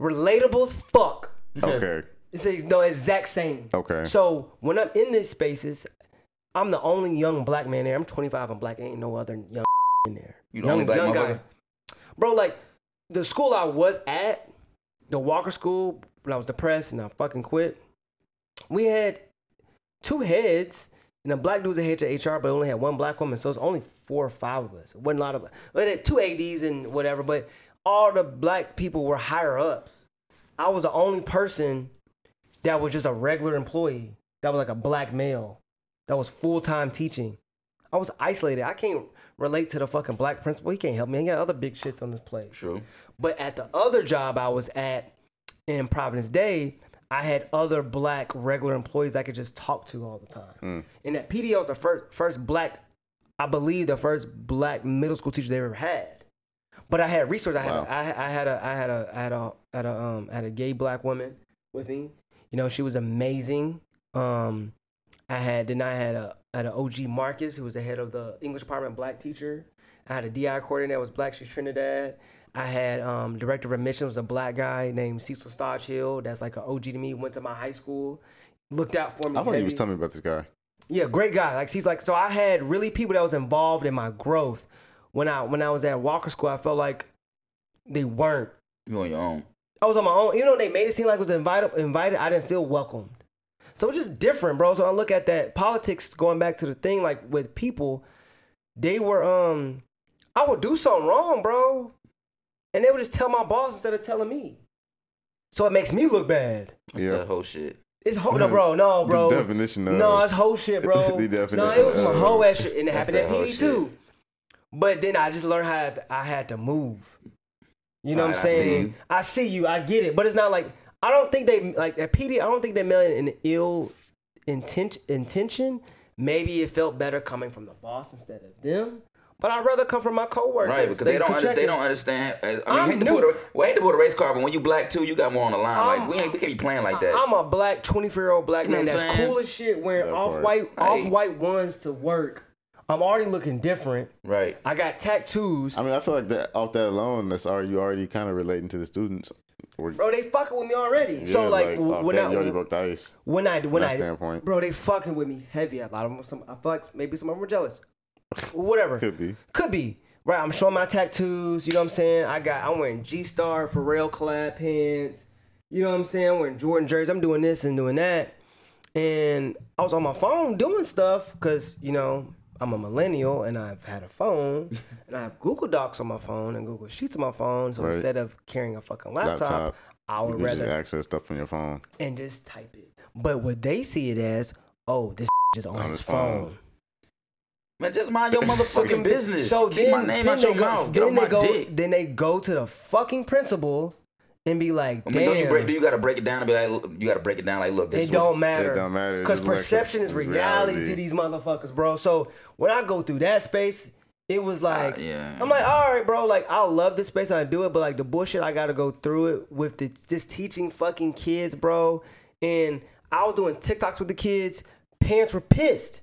D: relatable as fuck.
B: Okay.
D: It's the the exact same.
B: Okay.
D: So when I'm in these spaces, I'm the only young black man there. I'm 25 and black. Ain't no other young [laughs] in there.
E: You the
D: young
E: only black
D: young
E: motherfucker?
D: guy, bro. Like the school I was at, the Walker School, when I was depressed and I fucking quit. We had two heads. And a black dude was a head to HR, but only had one black woman, so it's only four or five of us. It wasn't a lot of, but had two ADs and whatever. But all the black people were higher ups. I was the only person that was just a regular employee that was like a black male that was full-time teaching i was isolated i can't relate to the fucking black principal he can't help me i got other big shits on this plate
E: True.
D: but at the other job i was at in providence day i had other black regular employees i could just talk to all the time and that pd I was the first first black i believe the first black middle school teacher they ever had but i had resources i had
B: Wow.
D: a, I, I had a i had a i had a had a um had a gay black woman with me you know, she was amazing. Um, I had then I had a had an OG Marcus who was the head of the English department, black teacher. I had a DI coordinator that was black. She's Trinidad. I had um, director of admissions was a black guy named Cecil Starchill. That's like an OG to me. Went to my high school, looked out for me.
B: I thought you was
D: heavy.
B: telling me about this guy.
D: Yeah, great guy. Like she's like so I had really people that was involved in my growth. When I when I was at Walker School, I felt like they weren't.
E: You on your own.
D: I was on my own. Even though they made it seem like I was invited, invited, I didn't feel welcomed. So it's just different, bro. So I look at that politics going back to the thing, like with people, they were um, I would do something wrong, bro, and they would just tell my boss instead of telling me. So it makes me look bad.
E: That's
B: Yeah.
E: that whole shit.
D: It's ho- no, bro, no,
B: The
D: bro.
B: definition of-
D: no, it's whole
E: [laughs]
D: shit, bro.
B: The
D: no,
B: definition
D: it was my
B: of-
D: whole ass shit, and it
E: That's
D: happened
E: that
D: at
E: whole
D: PD too. But then I just learned how I had to- I had to move. You know what I'm
E: Alright, I see
D: saying?
E: you.
D: I see you. I get it. But it's not like I don't think they like at PD. I don't think they meant an ill intention. Intention. Maybe it felt better coming from the boss instead of them. But I'd rather come from my coworkers.
E: Right, because they, don't under, they don't understand. I mean, I
D: I'm
E: hate to
D: new.
E: put a, well, I hate to put a race car, but when you black too, you got more on the line.
D: I'm-
E: like we ain't, we can't be playing like that.
D: I'm a black 24 year old black
E: You know
D: man
E: what I'm
D: that's
E: saying?
D: cool as shit wearing
B: That
D: off
B: part.
D: white
E: Right.
D: off white ones to work. I'm already looking different.
E: right.
D: I got tattoos.
B: I mean, I feel like that off that alone, that's already you already kind of relating to the students. Or-
D: Bro, they fucking with me already.
B: yeah,
D: so like, w-
B: off
D: when,
B: that,
D: I,
B: you already broke the ice.
D: when I when
B: that
D: I
B: standpoint.
D: bro, they fucking with me heavy. A lot of them, some I feel like maybe some of them
B: [laughs]
D: were jealous. Whatever,
B: Could be.
D: could be. Right, I'm showing my tattoos. You know what I'm saying? I got I'm wearing G Star Pharrell collab pants. You know what I'm saying? I'm wearing Jordan jerseys. I'm doing this and doing that. And I was on my phone doing stuff because you know I'm a millennial and I've had
B: [laughs]
D: a phone and I have Google Docs on my phone and Google Sheets on my phone. So
B: Right.
D: instead of carrying a fucking laptop,
B: Laptop.
D: I
B: You
D: would
B: can just
D: rather
B: access stuff from your phone.
D: and just type it. But what they see it as, oh, this [laughs] is on, his
B: his
D: phone.
B: phone.
E: Man, just mind
D: [laughs]
E: your motherfucking business.
D: So
E: Keep
D: then,
E: my name
D: then
E: out
D: they
E: your
D: go,
E: mouth. Get
D: then
E: on
D: they
E: my
D: go,
E: dick.
D: then they go to the fucking principal and be like,
E: I
D: damn,
E: mean, don't Oh you break? Do you gotta break it down and be like, look, you gotta break it down? Like, look, this
D: it
E: was-
D: don't matter.
B: It don't matter. It's
D: Because
B: just like-
D: perception is
B: it's
D: reality,
B: reality.
D: to these motherfuckers, bro. So when I go through that space, it was
B: Ah,
D: like,
E: yeah.
D: I'm like, all right, bro. Like, I love this space. I do it, but like the bullshit, I got to go through it with the, just teaching fucking kids, bro. And I was doing TikToks with the kids. Parents were pissed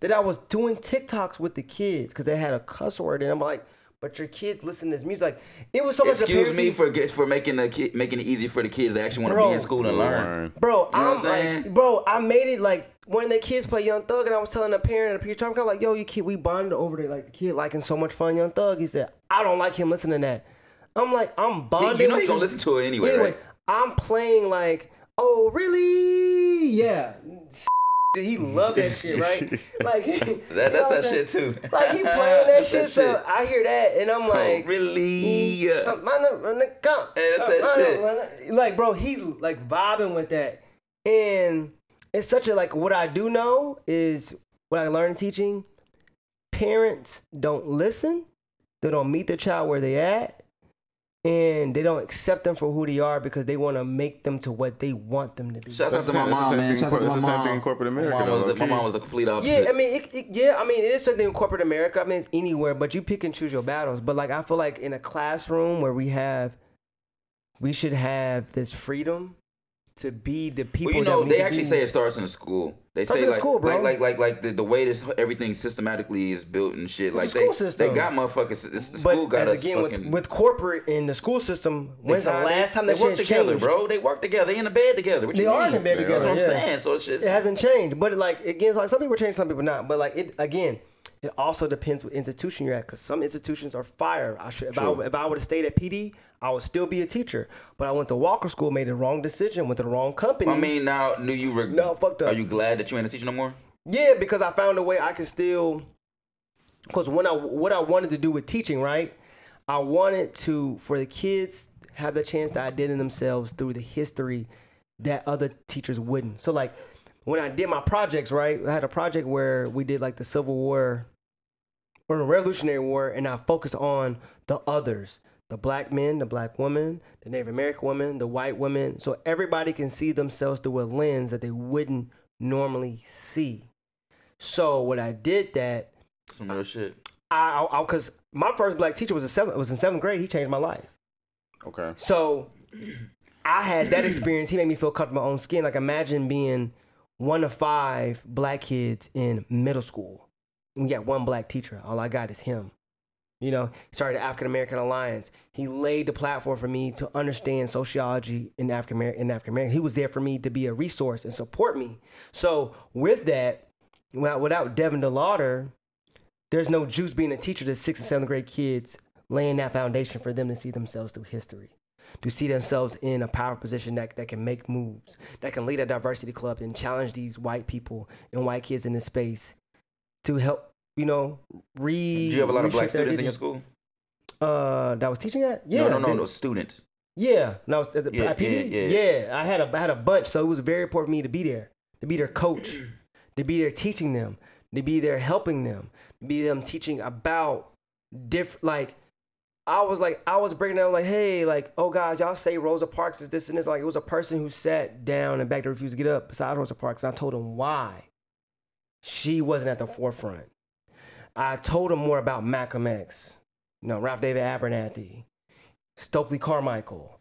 D: that I was doing TikToks with the kids because they had a cuss word. And I'm like, but your kids listen to this music. Like, it was so much.
E: Excuse me
D: appearance-
E: for get- for making the kid, making it easy for the kids that actually want to
D: Bro.
E: be in school and learn.
B: Learn.
D: Bro,
E: You know
D: I'm
E: what I'm saying?
D: like, bro, I made it like when the kids play Young Thug, and I was telling a parent at a peer I'm like, yo, you kid, we bonded over there, like the kid liking so much fun Young Thug. He said, I don't like him listening to that. I'm like, I'm
E: You-
D: bonding.
E: you know
D: with
E: you gonna listen to it anyway,
D: Anyway,
E: right?
D: I'm playing like, oh really? Yeah. [laughs] He loved that
E: [laughs]
D: shit, right? Like [laughs]
E: That, that's that shit
D: shit
E: too. [laughs]
D: Like he playing that
E: That's
D: shit, so I hear that and I'm like,
E: oh, really?
D: uh, my name- my name counts.
E: Hey, that's that
D: Uh, my
E: shit.
D: name- my name- Like, bro, he's like vibing with that, and it's such a like. What I do know is what I learned in teaching. Parents don't listen. They don't meet their child where they at. and they don't accept them for who they are because they want to make them to what they want them to be.
E: Shouts out
B: That's
E: to
B: the
E: my
B: same- that's
E: mom,
B: the same
E: man.
B: thing
E: Shouts out to
B: in cor-
E: my
B: that's the same
E: mom.
B: thing in corporate
E: My
B: America,
E: mom was the-
B: though,
E: My
B: low-key.
E: mom was the complete
D: Yeah,
E: opposite.
D: I mean, it, it, yeah, I mean, it is something in corporate America. I mean, it's anywhere, but you pick and choose your battles. But like, I feel like in a classroom where we have, we should have this freedom to be the people.
E: Well, you know,
D: that we
E: they
D: need to
E: actually
D: be.
E: say it starts in the school. They
D: Starts
E: say
D: in the
E: like,
D: school, bro.
E: like, like, like, like the, the way this everything systematically is built and shit. like
D: a
E: they,
D: school system.
E: they got motherfuckers. It's, the school
D: But
E: got
D: as
E: us
D: again with,
E: fucking-
D: with corporate and the school system, when's the
E: Nah, they-
D: last time
E: they
D: that
E: work
D: shit has
E: together,
D: changed,
E: bro? They work together. They in the bed together. What
D: They
E: you
D: are in
E: mean?
D: the bed
B: They
D: together.
B: are.
E: That's what I'm
D: yeah.
E: saying. So it's just
D: it hasn't changed. But like again, it's like some people change, some people not. But like it again, it also depends what institution you're at. Because some institutions are fire. I should if I, if I would have stayed at PD, I would still be a teacher. But I went to Walker School, made the wrong decision, went to the wrong company.
E: I mean, now do you? Reg-
D: No, fucked up.
E: Are you glad that you ain't a teacher no more?
D: yeah, because I found a way I could still. Because when I what I wanted to do with teaching, right? I wanted to for the kids have the chance to identify themselves through the history that other teachers wouldn't. So like when I did my projects, right? I had a project where we did like the Civil War or the Revolutionary War, and I focused on the others. The black men, the black woman, the Native American woman, the white woman, so everybody can see themselves through a lens that they wouldn't normally see. So when I did that,
E: Some real shit.
D: I because my first black teacher was a seventh was in seventh grade. He changed my life.
B: Okay.
D: So I had that experience. He made me feel comfortable in my own skin. Like imagine being one of five black kids in middle school. And we got one black teacher. All I got is him. You know, he started the African American Alliance. He laid the platform for me to understand sociology in African American in African American. He was there for me to be a resource and support me. So with that, without, without Devin DeLauder, there's no juice being a teacher to sixth and seventh grade kids laying that foundation for them to see themselves through history to see themselves in a power position that, that can make moves that can lead a diversity club and challenge these white people and white kids in this space to help you know
E: Do
D: read
E: you have a lot of black students in your school?
D: uh that was teaching at yeah
E: no, no, no,
D: they-
E: no. Students.
D: yeah no it's at the,
E: Yeah,
D: at PD.
E: yeah,
D: Yeah,
E: yeah.
D: I had a I had a bunch so it was very important for me to be there to be their coach [clears throat] to be there teaching them to be there helping them to be them teaching about different like I was like, I was breaking down like, hey, like, oh guys, y'all say Rosa Parks is this and this. Like, it was a person who sat down and back to refuse to get up beside Rosa Parks, and I told him why she wasn't at the forefront. I told him more about Malcolm X, you know, Ralph David Abernathy, Stokely Carmichael,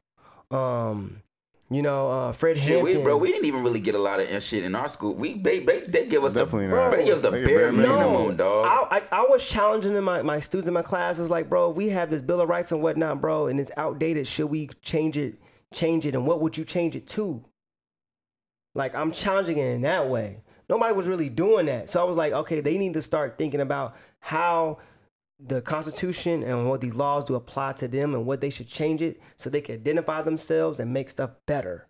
D: um, you know, uh, Fred
E: Shit, we,
D: Hampton.
E: bro, we didn't even really get a lot of shit in our school. We they, they, they give us
B: Definitely
E: the
B: not.
E: they give us the
B: They give
E: bare
B: bare minimum.
E: minimum, dog.
D: I, I, I was challenging them, my, my students in my class. I was like, bro, if we have this Bill of Rights and whatnot, bro, and it's outdated, should we change it? Change it, and what would you change it to? Like, I'm challenging it in that way. Nobody was really doing that. So I was like, okay, they need to start thinking about how the Constitution and what these laws do apply to them and what they should change it so they can identify themselves and make stuff better.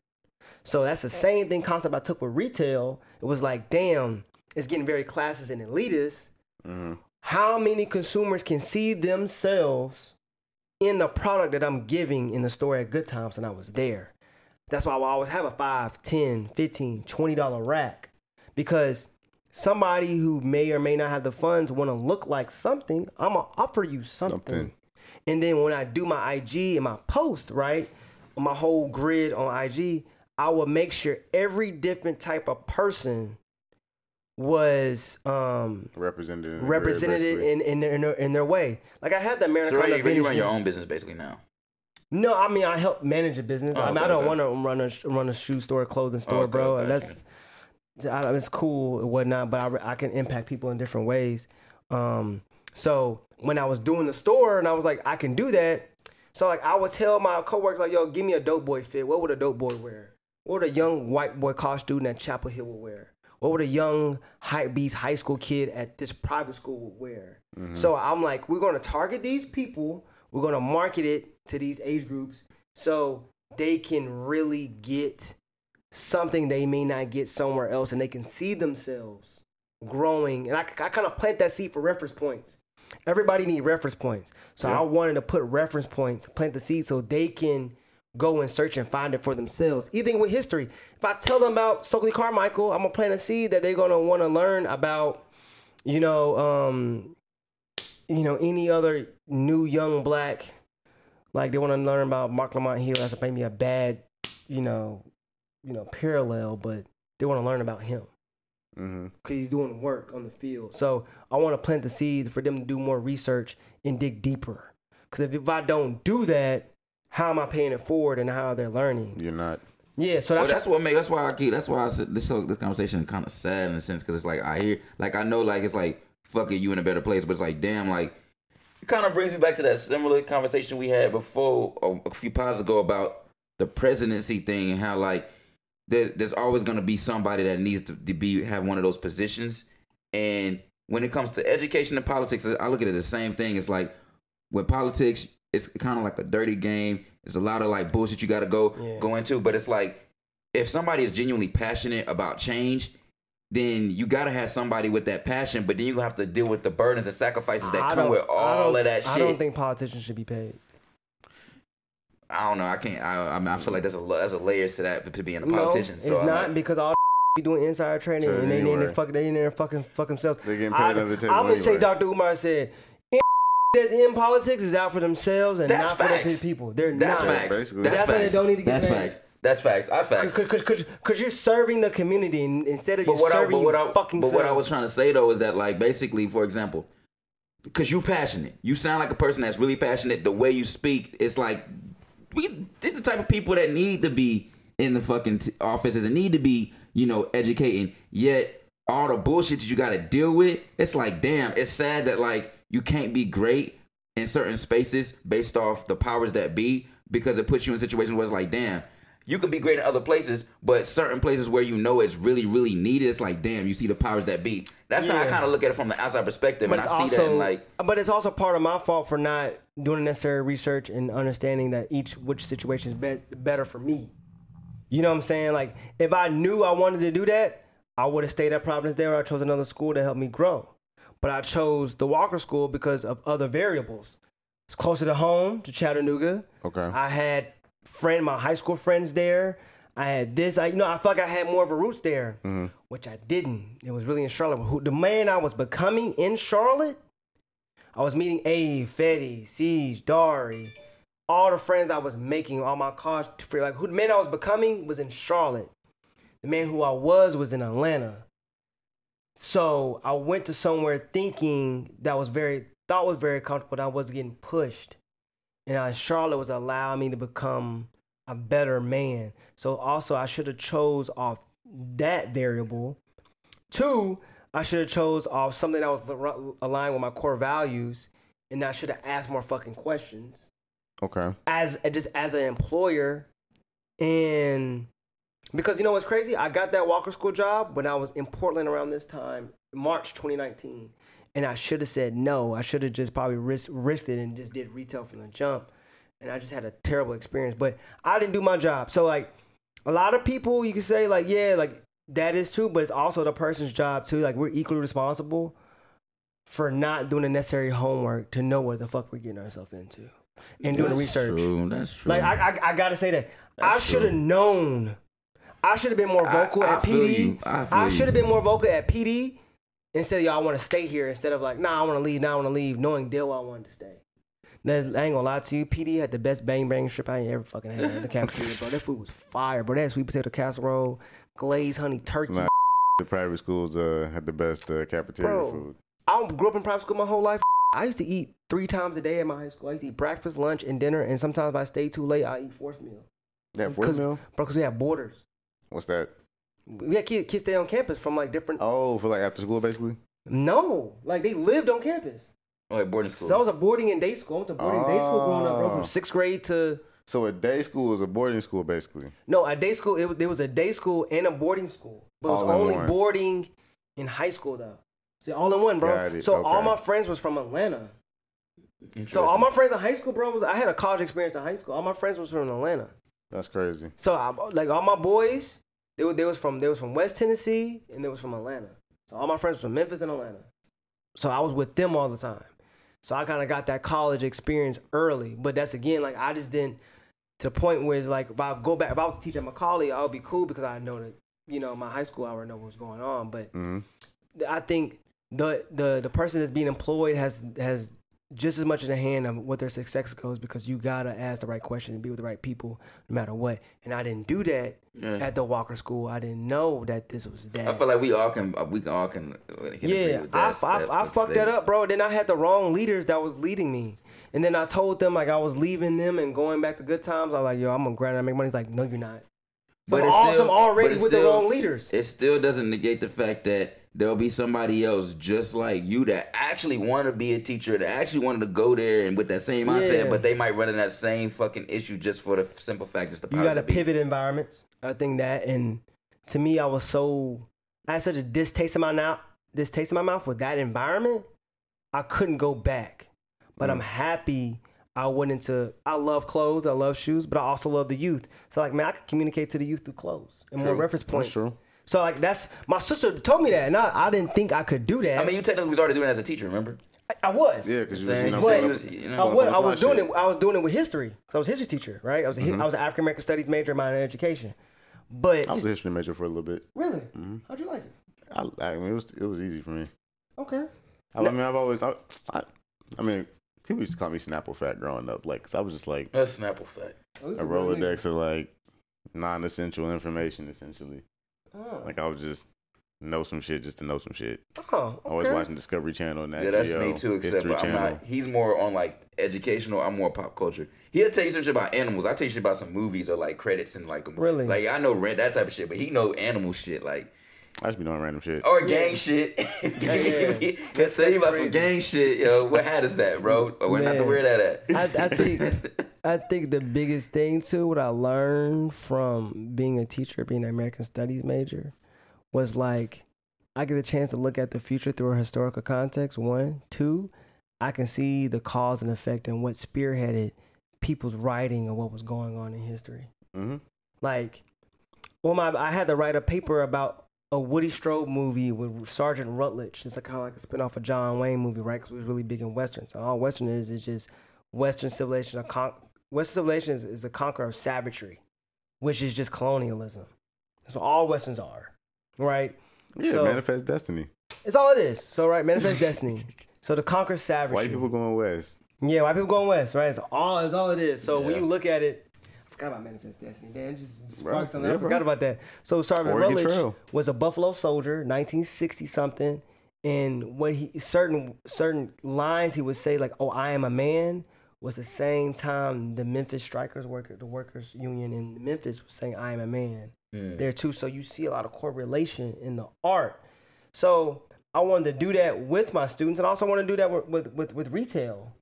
D: So that's the same thing concept I took with retail. It was like, damn, it's getting very classist and elitist how many consumers can see themselves in the product that I'm giving in the store at Good Times and I was there. That's why I will always have a 5, 10, 15, 20 dollar rack because somebody who may or may not have the funds want to look like something, I'm going to offer you something.
B: Something.
D: And then when I do my IG and my post, right, my whole grid on IG, I will make sure every different type of person was um,
B: Represented. in the grid,
D: represented
B: basically.
D: in in their, in their in their way. Like I had the
E: so
D: Americana
E: right, you, you
D: business.
E: run your own business basically now.
D: No, I mean I help manage a business.
E: Oh,
D: I mean I
E: okay, okay.
D: don't want to run a sh- run a shoe store, clothing store,
E: Okay,
D: bro.
E: okay,
D: That's I don't- it's cool and whatnot, but I re- I can impact people in different ways. Um, so when I was doing the store and I was like I can do that. So like I would tell my coworkers like, yo, give me a dope boy fit. What would a dope boy wear? What would a young white boy college student at Chapel Hill would wear? What would a young hype beast high school kid at this private school would wear?
E: Mm-hmm.
D: So I'm like, we're gonna target these people. We're gonna market it to these age groups so they can really get something they may not get somewhere else, and they can see themselves growing. And I, I kind of plant that seed for reference points. Everybody need reference points, so I wanted to put reference points, plant the seed, so they can go and search and find it for themselves. Even with history, if I tell them about Stokely Carmichael, I'm gonna plant a seed that they're gonna want to learn about, you know, um, you know, any other new young black Like they want to learn about Mark Lamont Hill. That's maybe a bad, you know, you know, parallel, but they want to learn about him
B: Mm-hmm.
D: because he's doing work on the field. So I want to plant the seed for them to do more research and dig deeper. Because if, if I don't do that, how am I paying it forward and how they're learning?
B: You're not.
D: Yeah, so
C: Well,
D: that's,
C: that's what make. That's why I keep. That's why I said this. This conversation kind of sad in a sense because it's like I hear, like I know, like it's like fuck it, you in a better place, but it's like damn, like it kind of brings me back to that similar conversation we had before a, a few pods ago about the presidency thing and how like there, there's always gonna be somebody that needs to, to be have one of those positions, and when it comes to education and politics, I look at it the same thing. It's like with politics, it's kind of like a dirty game. It's a lot of like bullshit you got to go
D: Yeah.
C: go into, but it's like if somebody is genuinely passionate about change, then you gotta have somebody with that passion. But then you gonna have to deal with the burdens and sacrifices that
D: I
C: come
D: don't-
C: with
D: I
C: all
D: don't-
C: of that shit.
D: I don't think politicians should be paid.
C: I don't know. I can't. I, I, mean, I feel like there's a lo- there's a layers to that to being a
D: No,
C: politician. so
D: it's
C: I'm
D: not
C: like-
D: because all [laughs] be doing insider trading
B: Trading
D: and they, they,
B: anywhere.
D: they, fuck, they in there fucking fuck themselves.
B: They getting paid
D: I,
B: under the table
D: I would say
B: anyway.
D: Dr. Umar said, "Any [laughs] that's in politics is out for themselves and
C: That's
D: not for
C: facts.
D: the people. They're
C: that's
D: not.
C: facts.
B: basically.
C: That's,
D: That's why
C: facts.
D: they don't need to get
C: That's
D: paid.
C: facts. That's facts. I facts.
D: Because you're serving the community and instead of
C: But
D: you
C: what I,
D: serving
C: but what
D: your
C: I,
D: fucking
C: but what I
D: self.
C: was trying to say though is that like basically, for example, because you passionate, you sound like a person that's really passionate. The way you speak, it's like we. This the type of people that need to be in the fucking t- offices and need to be, you know, educating. Yet all the bullshit that you got to deal with, it's like damn, it's sad that like you can't be great in certain spaces based off the powers that be because it puts you in situations where it's like damn. You could be great in other places, but certain places where you know it's really, really needed, it's like, damn, you see the powers that be. That's how I
D: Yeah.
C: kind of look at it from the outside perspective,
D: but
C: and I
D: it's
C: see
D: also
C: that in like
D: but it's also part of my fault for not doing the necessary research and understanding that each which situation is best better for me. You know what I'm saying? Like if I knew I wanted to do that, I would have stayed at Providence there. Or I chose another school to help me grow, but I chose the Walker School because of other variables. It's closer to home to Chattanooga.
B: Okay.
D: I had friend my high school friends there. I had this. I you know I felt like I had more of a roots there, which I didn't. It was really in Charlotte. Who the man I was becoming in Charlotte? I was meeting A, Fetty, Siege, Dari, all the friends I was making, all my college friends. Like who the man I was becoming was in Charlotte. The man who I was was in Atlanta. So I went to somewhere thinking that was very thought was very comfortable. That I was getting pushed and uh, Charlotte was allowing me to become a better man. So also I should have chose off that variable. Two, I should have chose off something that was al- aligned with my core values, and I should have asked more fucking questions
B: Okay.
D: as just as an employer, and because you know what's crazy, I got that Walker School job when I was in Portland around this time, March 2019, and I should have said no. I should have just probably risked, risked it and just did retail from the jump, and I just had a terrible experience. But I didn't do my job, so like a lot of people, you can say like yeah, like that is true, but it's also the person's job too. Like we're equally responsible for not doing the necessary homework to know what the fuck we're getting ourselves into and doing the research.
C: True, that's true.
D: Like I, I, I gotta say that I
C: That's
D: should have
C: true.
D: known. I should have been more
C: I-
D: vocal
C: I
D: at
C: feel
D: PD.
C: you. I feel you.
D: should have been more vocal at PD instead of y'all want to stay here instead of like nah I want to leave nah I want to leave knowing deal I wanted to stay. Now, I ain't gonna lie to you, PD had the best bang bang strip I ain't ever fucking had
C: [laughs]
D: in the cafeteria, bro. That food was fire, bro. That sweet potato casserole, glazed honey turkey.
B: Nah. The private schools uh, had the best uh, cafeteria
D: Bro.
B: food.
D: I grew up in private school my whole life. I used to eat three times a day at my high school. I used to eat breakfast, lunch, and dinner, and sometimes if I stay too late, I eat fourth meal.
B: That
D: Cause-
B: fourth meal?
D: bro, because we have borders.
B: What's that?
D: We had kids, kids stay on campus from like different.
B: Oh, for like after school, basically.
D: No, like they lived on campus.
C: like boarding
D: So I
C: school.
D: was a boarding and day school. I went to boarding and day school growing up, bro,
B: Oh.
D: from sixth grade to.
B: So a day school is a boarding school, basically.
D: No, a day school. It was, there was a day school and a boarding school, but it was
B: All in
D: only
B: one.
D: boarding in high school though. So all in one, bro.
B: Got it,
D: So all
B: okay.
D: my friends was from Atlanta. So
C: Interesting.
D: all my friends in high school, bro, was I had a college experience in high school. All my friends was from Atlanta.
B: That's crazy.
D: So I, like all my boys, they were they was from they was from West Tennessee and they was from Atlanta. So all my friends was from Memphis and Atlanta. So I was with them all the time. So I kind of got that college experience early, but that's again like I just didn't to the point where it's like if I go back if I was to teach at Macaulay, I would be cool because I know that you know my high school I would know what was going on. But
B: hmm
D: I think the the the person that's being employed has has just as much in the hand of what their success goes because you gotta ask the right question and be with the right people no matter what. And I didn't do that
E: Yeah.
D: at the Walker School. I didn't know that this was that.
E: I feel like we all can, we can all can. uh, can agree
D: Yeah,
E: with
D: I,
E: that-
D: I, I
E: with
D: fucked that
E: statement.
D: up, bro. Then I had the wrong leaders that was leading me. And then I told them like I was leaving them and going back to good times. I was like, yo, I'm gonna grind and make money. He's like, no, you're not.
E: But
D: But I'm
E: it's
D: awesome
E: still-
D: already
E: but it's
D: with the
E: still-
D: wrong leaders.
E: It still doesn't negate the fact that there'll be somebody else just like you that actually want to be a teacher, that actually wanted to go there and with that same mindset,
D: Yeah.
E: but they might run into that same fucking issue just for the f- simple fact, just the
D: You
E: powers
D: gotta
E: that be.
D: pivot environments. I think that and to me I was so I had such a distaste in my mouth distaste in my mouth with that environment. I couldn't go back. But
B: Mm.
D: I'm happy I went into I love clothes, I love shoes, but I also love the youth. So like man, I could communicate to the youth through clothes and more reference points.
B: true.
D: So like that's my sister told me that and I, I didn't think I could do that.
E: I mean, you technically was already doing it as a teacher, remember?
D: I, I was.
B: Yeah, because you
E: Saying-
B: was,
E: But-
B: you know,
E: was- you know,
D: I was,
B: up
D: I
B: with
D: was
B: my
D: doing
B: shit. Mm-hmm.
D: it. I was doing it with history. 'cause I was a history teacher, right? I was a, hi- I was an African American Studies major in minor in education. But
B: I was a history major for a little bit.
D: really,
B: Mm-hmm.
D: how'd you like it?
B: I, I mean, it was it was easy for me.
D: Okay.
B: I, I mean, I've always, I, I, I mean, people used to call me Snapple Fat growing up. Like, 'cause I was just like
E: That's Snapple fact.
D: Oh,
B: a Rolodex of like non-essential information, essentially.
D: Oh,
B: Like, I was just know some shit just to know some shit.
D: Oh, okay.
B: Always watching Discovery Channel and that.
E: Yeah, that's
B: yo,
E: me too. Except
B: uh, History
E: I'm
B: Channel.
E: not. He's more on like educational. I'm more pop culture. He'll tell you some shit about animals. I tell you shit about some movies or like credits and like
D: Really?
E: like I know rent that type of shit, but he know animal shit like
B: I just be doing random
D: Oh.
B: shit.
E: or gang shit. [laughs]
D: yeah. [laughs]
E: He'll tell you about
D: crazy.
E: some gang shit, yo. What hat is that, bro? Or where not to
D: Man.
E: wear that at?
D: I, I
E: [laughs]
D: think I think the biggest thing too, what I learned from being a teacher, being an American Studies major, was like I get a chance to look at the future through a historical context. One, two, I can see the cause and effect and what spearheaded people's writing of what was going on in history.
B: Mm-hmm.
D: Like, well, my I had to write a paper about a Woody Strode movie with Sergeant Rutledge. It's like kind of like a spin-off of John Wayne movie, right? Because it was really big in westerns. So all western is is just Western civilization. A con- Western civilization is, is a conquer of savagery, which is just colonialism. That's what all westerns are, right?
B: Yeah,
D: So-
B: manifest destiny.
D: It's all it is. So right,
B: [laughs]
D: manifest destiny. So to conquer savagery.
B: White people going west.
D: Yeah, white people going west, right? It's all it's all it is. So when
E: Yeah.
D: you look at it, I forgot about Manifest Destiny. Damn, it just sparked
B: Right.
D: something. I
B: Yeah,
D: forgot
B: bro.
D: about that. So Sergeant
B: Oregon
D: Rutledge
B: Trail.
D: was a Buffalo soldier, 1960 something, and what he certain certain lines he would say like, "Oh, I am a man." Was the same time the Memphis Strikers worker, the workers union in Memphis was saying, "I am a man." There too, so you see a lot of correlation in the art. So I wanted to do that with my students, and I also want to do that with- with with, with retail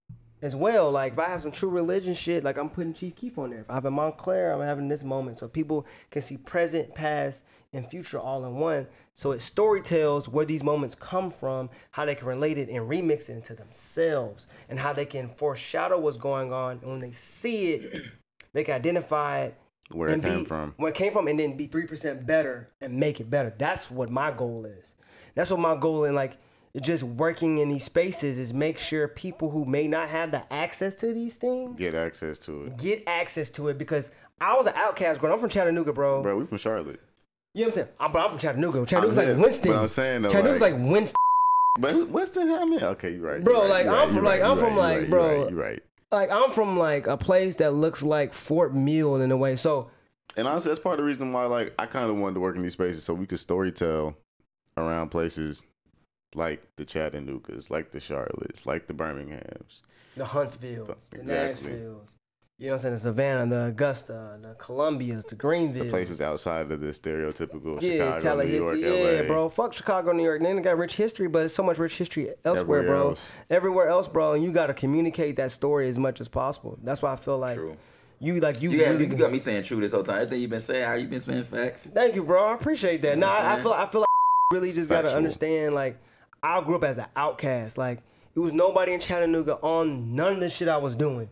D: as well. Like if I have some true religion shit, like I'm putting Chief Keef on there. If I have a Montclair, I'm having this moment so people can see present, past, and future all in one. So it story tells where these moments come from, how they can relate it and remix it into themselves, and how they can foreshadow what's going on. And when they see it, they can identify it
B: Where it
D: and
B: came
D: be-
B: from.
D: Where it came from, and then be three percent better and make it better. That's what my goal is. That's what my goal in like just working in these spaces is make sure people who may not have the access to these things
B: Get access to it.
D: get access to it because I was an outcast growing. up. I'm from Chattanooga, bro.
B: Bro, we from Charlotte.
D: You know what I'm saying? I'm, but I'm from Chattanooga. Chattanooga's
B: I'm
D: like
B: here,
D: Winston.
B: but I'm saying though,
D: Chattanooga's like,
B: like-
D: Winston.
B: But Weston, I mean, okay, you're right. you're
D: Bro,
B: right,
D: like,
B: you're
D: I'm
B: right,
D: from,
B: you're
D: like,
B: right,
D: I'm
B: you're right,
D: from, like,
B: you're
D: bro-
B: right, You're right.
D: Like I'm from like a place that looks like Fort Mill in a way. So
B: And honestly, that's part of the reason why, like, I kind of wanted to work in these spaces so we could story tell around places like the Chattanoogas, like the Charlottes, like the Birminghams.
D: the Huntsvilles, the
B: Exactly.
D: Nashvilles. You know what I'm saying? The Savannah, the Augusta, the Columbias, the Greenville.
B: The places outside of the stereotypical
D: Yeah,
B: Chicago, New
D: Tallahassee.
B: York,
D: yeah,
B: LA.
D: bro. Fuck Chicago, New York. Then they got rich history, but it's so much rich history elsewhere,
B: Everywhere
D: bro.
B: else.
D: Everywhere else, bro. And you gotta communicate that story as much as possible. That's why I feel like
E: True.
D: you like you
E: You, got,
D: really.
E: you got me saying true this whole time. Everything you've been saying, how you been saying facts.
D: Thank you, bro. I appreciate that. No,
E: what I'm
D: I, I
E: saying?
D: feel I feel like really just gotta
B: Factual.
D: understand. Like I grew up as an outcast. Like it was nobody in Chattanooga on none of the shit I was doing.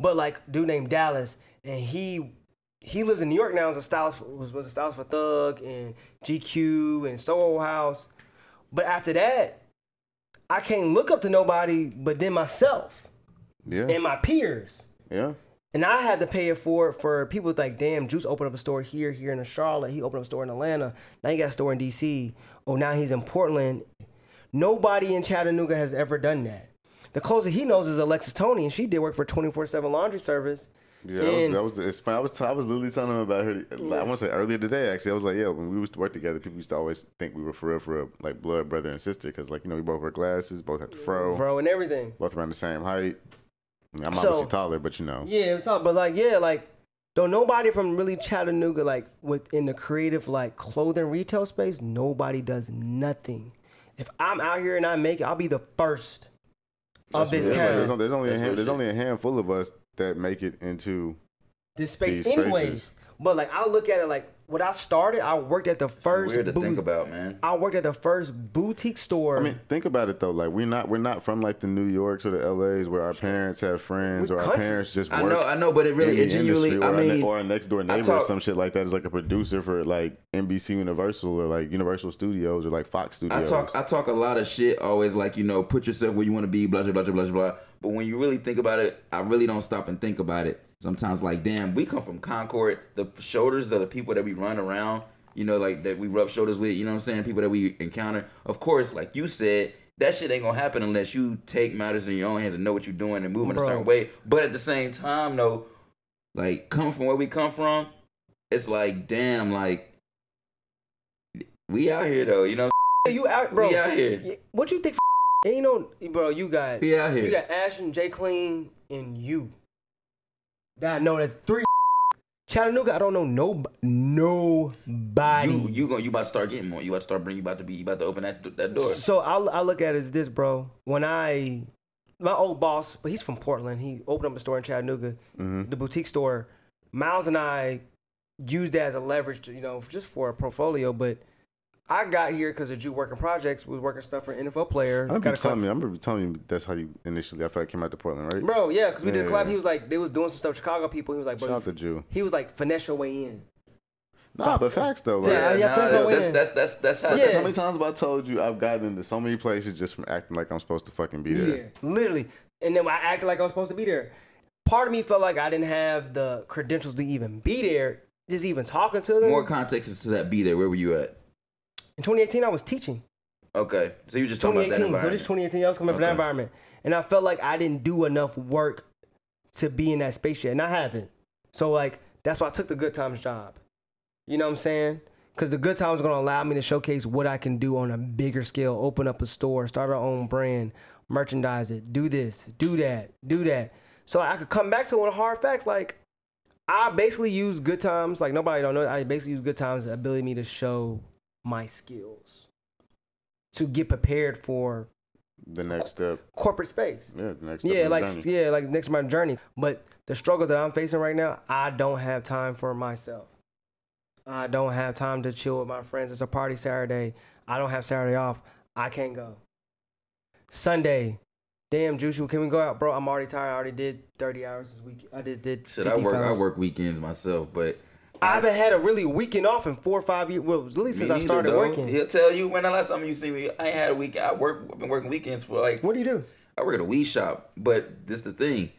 D: But like dude named Dallas, and he he lives in New York now. Is a stylist was, was a stylist for Thug and GQ and Soul House. But after that, I can't look up to nobody but then myself
B: Yeah,
D: and my peers.
B: yeah.
D: And I had to pay it forward for people with like, damn, Juice opened up a store here, here in Charlotte. He opened up a store in Atlanta. Now he got a store in DC. Oh, now he's in Portland. Nobody in Chattanooga has ever done that. The closest he knows is Alexis Tony, and she did work for 24 7 laundry service.
B: Yeah, that was,
D: And-
B: that was it's funny. I was I was literally telling him about her. I want to say earlier today. Actually, I was like, yeah, when we used to work together, people used to always think we were for real, for real, like blood brother and sister, because like you know we both wear glasses, both had the fro,
D: Bro, and everything.
B: both around the same height. I mean, I'm
D: So-
B: obviously taller, but you know,
D: Yeah, it's all, but like, yeah, like, don't nobody from really Chattanooga, like, within the creative, like, clothing retail space, nobody does nothing. If I'm out here and I make it, I'll be the first of
C: That's
D: this
B: There's,
C: real.
B: like-
D: kind,
B: there's, on- there's only a
C: That's
B: hand,
C: real
B: there's
C: shit.
B: only a handful of us that make it into.
D: this space,
B: these
D: anyways.
B: spaces.
D: But like, I look at it like when I started, I worked at the first.
C: Weird to
D: boot-
C: think about, man.
D: I worked at the first boutique store.
B: I mean, think about it though. Like we're not we're not from like the New Yorks or the LAs where our parents have friends
D: We
B: or our
D: country.
B: parents just work.
C: I know, I know, but it really,
B: in
C: it
B: the
C: genuinely,
B: industry,
C: I
B: or our ne-
C: mean,
B: or our next door neighbor
C: talk-
B: or some shit like that is like a producer for like NBC Universal or like Universal Studios or like Fox
C: I
B: Studios.
C: talk, I talk a lot of shit. Always like you know, put yourself where you want to be. Blah blah blah blah blah. But when you really think about it, I really don't stop and think about it. Sometimes like, damn, we come from Concord. The shoulders of the people that we run around, you know, like that we rub shoulders with. You know what I'm saying? People that we encounter. Of course, like you said, that shit ain't gonna happen unless you take matters in your own hands and know what you're doing and move in a
D: Bro.
C: certain way. But at the same time, though, like coming from where we come from, it's like, damn, like. We out here though, you know. what
D: you out, bro?
C: we out here.
D: y- What you think? Ain't no, bro. You got,
C: I'm saying? We out here.
D: you got Ashton, Jay Clean, and you. That I know that's three. Chattanooga, I don't know no nobody.
C: You you going you about to start getting more. You about to start bringing. You about to be. You about to open that that door.
D: So I, I look at it as this, bro. When I, my old boss, but he's from Portland. He opened up a store in Chattanooga,
B: Mm-hmm.
D: the boutique store. Miles and I used that as a leverage, to, you know, just for a portfolio. But I got here because of Jew working projects, was working stuff for NFL player.
B: I'm gonna
D: got a
B: be telling
D: collab-
B: you, I'm gonna be telling you that's how you initially. I feel like came out to Portland, right?
D: Bro, yeah, because we did a
B: Yeah,
D: collab.
B: yeah.
D: He was like, they was doing some stuff. with Chicago people. He was like,
B: Shout
D: bro,
B: out to Jew.
D: he was like, finesse your way in.
B: Nah, but facts though. Like,
D: Yeah, yeah,
C: nah,
D: Chris
C: that's,
D: don't
C: that's,
D: win.
C: that's that's that's how.
D: Yeah.
B: How many times have I told you I've gotten into so many places just from acting like I'm supposed to fucking be there?
D: Literally. And then I acted like I was supposed to be there. Part of me felt like I didn't have the credentials to even be there, just even talking to them.
C: More context is to that. Be there. Where were you at?
D: In 2018, I was teaching.
C: Okay, so you just talking about that
D: 2018. So this
C: environment.
D: 2018, I was coming from that
C: Okay.
D: environment. And I felt like I didn't do enough work to be in that space yet. And I haven't. So, like, that's why I took the Good Times job. You know what I'm saying? Because the Good Times is going to allow me to showcase what I can do on a bigger scale, open up a store, start our own brand, merchandise it, do this, do that, do that. So I could come back to one hard facts like, I basically use good times, like nobody don't know. I basically use good times to ability me to show my skills to get prepared for
B: The next step,
D: corporate space.
B: yeah, the next step.
D: Yeah,
B: in the
D: like
B: journey.
D: yeah, like next to my journey. But the struggle that I'm facing right now, I don't have time for myself. I don't have time to chill with my friends. It's a party Saturday. I don't have Saturday off. I can't go. Sunday. Damn, Juicy, can we go out, bro? I'm already tired. I already did 30 hours this week. I just did.
C: Should I work?
D: 55.
C: I work weekends myself, but
D: I haven't had a really weekend off in four or five years. Well, at least
C: me
D: since I
C: neither,
D: started
C: though.
D: working.
C: He'll tell you when the last time you see me. I ain't had a week. I work. I've been working weekends for like
D: What do you do?
C: I work at a weed shop, but this the thing.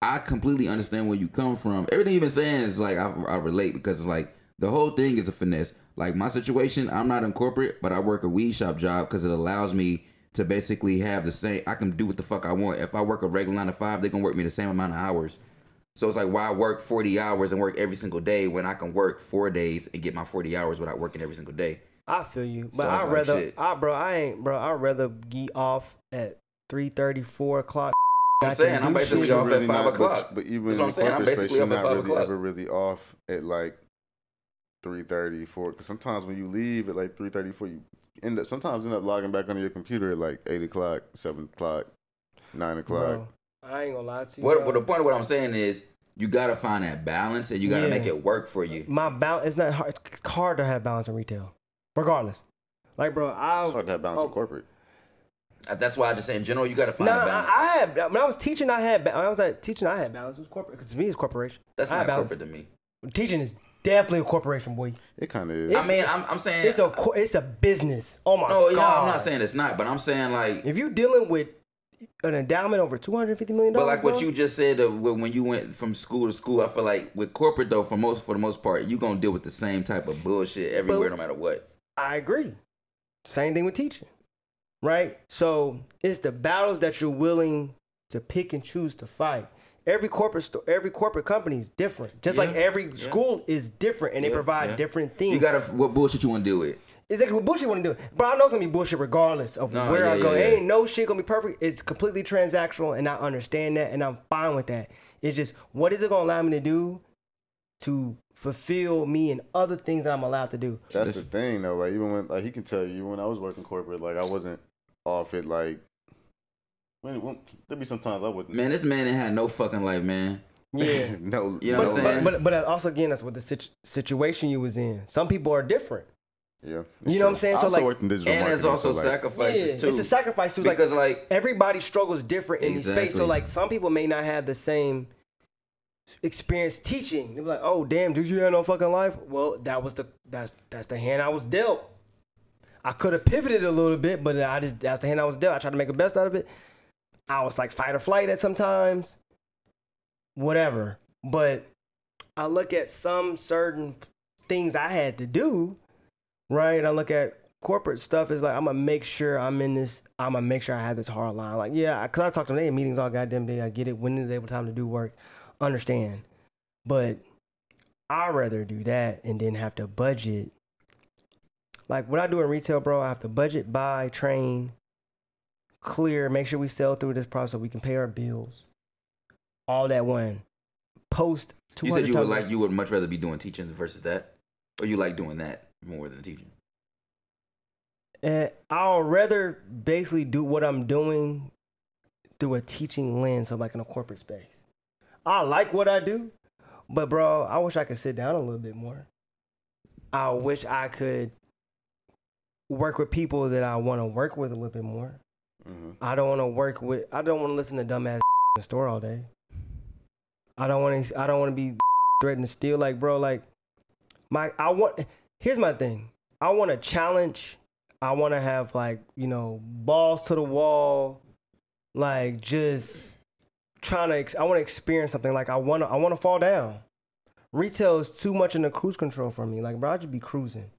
C: I completely understand where you come from. Everything you've been saying is like I, I relate because it's like the whole thing is a finesse. Like my situation, I'm not in corporate, but I work a weed shop job because it allows me to basically have the same. I can do what the fuck I want. If I work a regular nine to five, they can work me the same amount of hours. So it's like why work 40 hours and work every single day when I can work four days and get my 40 hours without working every single day.
D: I feel you, but
C: Sounds
D: I'd
C: like
D: rather,
C: shit.
D: I bro, I ain't, bro, I'd rather get off at 3.30, 4 o'clock.
C: I'm
D: I can
C: saying, I'm
D: do
C: basically
D: shit.
C: off at five
B: not- but-
C: o'clock.
B: But, even
C: That's
B: in the
C: what I'm saying. I'm
B: corporate space,
C: basically
B: you're
C: up at
B: not
C: five
B: really
C: o'clock.
B: ever really off at like three thirty, four. Because sometimes when you leave at like three thirty, four, you end up sometimes end up logging back onto your computer at like eight o'clock, seven o'clock, nine o'clock.
D: Bro, I ain't gonna lie to you.
C: What,
D: bro.
C: what the point of what I'm saying is you gotta find that balance and you gotta
D: Yeah.
C: make it work for you.
D: My balance, it's not hard, it's hard to have balance in retail, regardless. Like, bro, I,
B: It's hard to have balance
D: Oh.
B: in corporate.
C: Uh, That's why I just say in general, you gotta
D: no,
C: find a
D: I,
C: balance.
D: I had, when I was teaching, I had, ba- when I was at teaching, I had balance. It was corporate, because to me, it's corporation.
C: That's
D: I
C: not
D: had balance.
C: corporate to me.
D: Teaching is definitely a corporation, boy.
B: It kind of is.
D: It's-
C: I mean, I'm, I'm saying.
D: It's a, cor- it's a business. Oh my
C: no,
D: God.
C: yeah, I'm not saying it's not, but I'm saying like,
D: If you're dealing with an endowment over two hundred fifty million
C: but
D: dollars,
C: like what you just said uh, when when you went from school to school, I feel like with corporate though, for most for the most part, you gonna deal with the same type of bullshit everywhere,
D: But-
C: no matter what.
D: I agree. Same thing with teaching. right? So it's the battles that you're willing to pick and choose to fight. Every corporate sto- every corporate company is different. Just like
E: Yeah,
D: every school is different, and they
E: Yeah,
D: provide
E: yeah.
D: different
E: You
D: things.
E: gotta what bullshit you wanna deal with.
D: exactly what bullshit want to do, but I know it's gonna be bullshit regardless of
E: No,
D: where
E: yeah,
D: I go.
E: yeah, yeah.
D: Ain't no shit gonna be perfect. It's completely transactional, and I understand that, and I'm fine with that. It's just what is it gonna allow me to do to fulfill me and other things that I'm allowed
E: [laughs]
D: to do.
B: That's the thing though. Like even when like he can tell you when I was working corporate, like I wasn't off it. Like when, when there be sometimes I wouldn't.
E: Man, this man ain't had no fucking life, man.
D: Yeah.
B: [laughs] no,
E: You know
B: no
E: what I'm
B: lie.
E: saying?
D: But but also again, that's what the situ- situation you was in. Some people are different.
B: Yeah, it's
D: You know
B: true.
D: what I'm saying?
B: I
D: So,
B: also
D: like-
B: worked in digital
E: And there's
B: marketing,
E: also
B: so, like,
E: sacrifices too.
D: It's a sacrifice too. Like,
E: Because like
D: everybody struggles different in this space. So
E: Exactly.
D: like some people may not have the same experience teaching. They're like, oh damn, did you have no fucking life? Well, that was the that's that's the hand I was dealt. I could have pivoted a little bit, but I just that's the hand I was dealt. I tried to make the best out of it. I was like fight or flight at sometimes. Whatever. But I look at some certain things I had to do, right? I look at corporate stuff is like I'm gonna make sure I'm in this. I'm gonna make sure I have this hard line. Like yeah, because I talk to them. They in meetings all goddamn day. I get it. When is able time to do work? Understand, but I would rather do that and then have to budget. Like what I do in retail, bro. I have to budget, buy, train, clear, make sure we sell through this process. We can pay our bills. All that one. Post two
E: you said
D: hundred.
E: you would like you would much rather be doing teaching versus that, or you like doing that more than teaching.
D: And Eh, I'll rather basically do what I'm doing through a teaching lens, so like in a corporate space. I like what I do, but bro, I wish I could sit down a little bit more. I wish I could work with people that I want to work with a little bit more.
B: mhm.
D: I don't want to work with. I don't want to listen to dumbass in the store all day. I don't want to. I don't want to be [laughs] threatened to steal. Like, bro, like my. I want. Here's my thing. I want to challenge. I want to have like you know balls to the wall, like just trying to. Ex- I want to experience something. Like I want to. I want to fall down. Retail is too much in the cruise control for me. Like, bro, I just be cruising.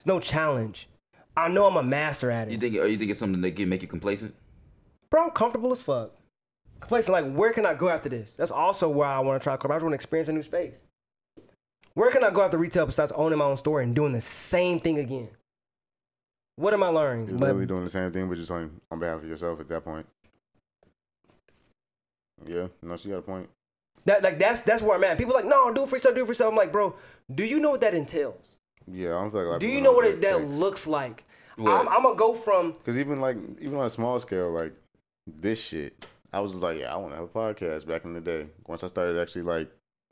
D: There's no challenge. I know I'm a master at it
E: You think or you think it's something that can make you complacent?
D: bro, I'm comfortable as fuck. Complacent, like, where can I go after this? That's also where I want to try corporate. I just want to experience a new space. Where can I go after retail besides owning my own store and doing the same thing again? What am I learning?
B: You're
D: But
B: literally doing the same thing, but just on on behalf of yourself at that point. Yeah, no, she got a point.
D: that, like, that's that's where I'm at. People are like, no, do it for yourself, do it for yourself. I'm like, bro, do you know what that entails?
B: Yeah, I don't feel like.
D: Do you know what it, that looks like? I'm, I'm gonna go from
B: Because even like even on a small scale, like this shit, I was just like, yeah, I want to have a podcast. Back in the day, once I started actually like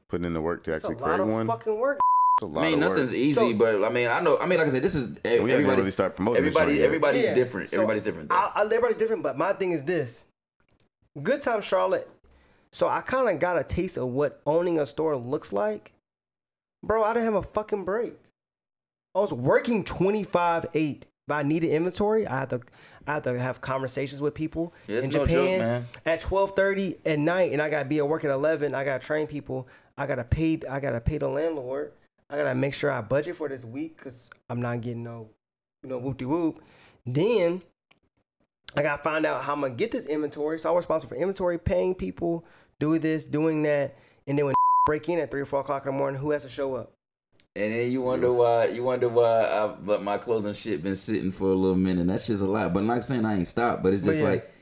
B: putting in the work to
D: it's a
B: actually
D: lot
B: create
D: of
B: one, it's
D: fucking work.
B: a lot
E: I mean,
B: of work.
E: nothing's e- easy,
D: So-
E: but I mean, I know. I mean, like I said, this is e,
B: we haven't
E: everybody.
B: really started promoting this joint
E: Everybody,
B: yet.
E: everybody's
D: Yeah.
E: different.
D: So,
E: everybody's different. though.
D: I, I, everybody's different, but my thing is this: Good Time Charlotte. So I kind of got a taste of what owning a store looks like, bro. I didn't have a fucking break. I was working twenty five eight. If I needed inventory, I had to, I had to have conversations with people
E: Yeah, it's
D: in
E: no joke,
D: Japan
E: man.
D: at twelve thirty at night, and I got to be at work at eleven. I got to train people. I got to pay. I got to pay the landlord. I got to make sure I budget for this week because I'm not getting no, you know, whoop de whoop. Then I gotta find out how I'm gonna get this inventory. So I was responsible for inventory, paying people, doing this, doing that, and then when break in at three or four o'clock in the morning, who has to show up?
E: and then you wonder why you wonder why I, but my clothing shit been sitting for a little minute. That shit's a lot. But I'm not saying I ain't stopped. But it's
D: But
E: just
D: yeah.
E: like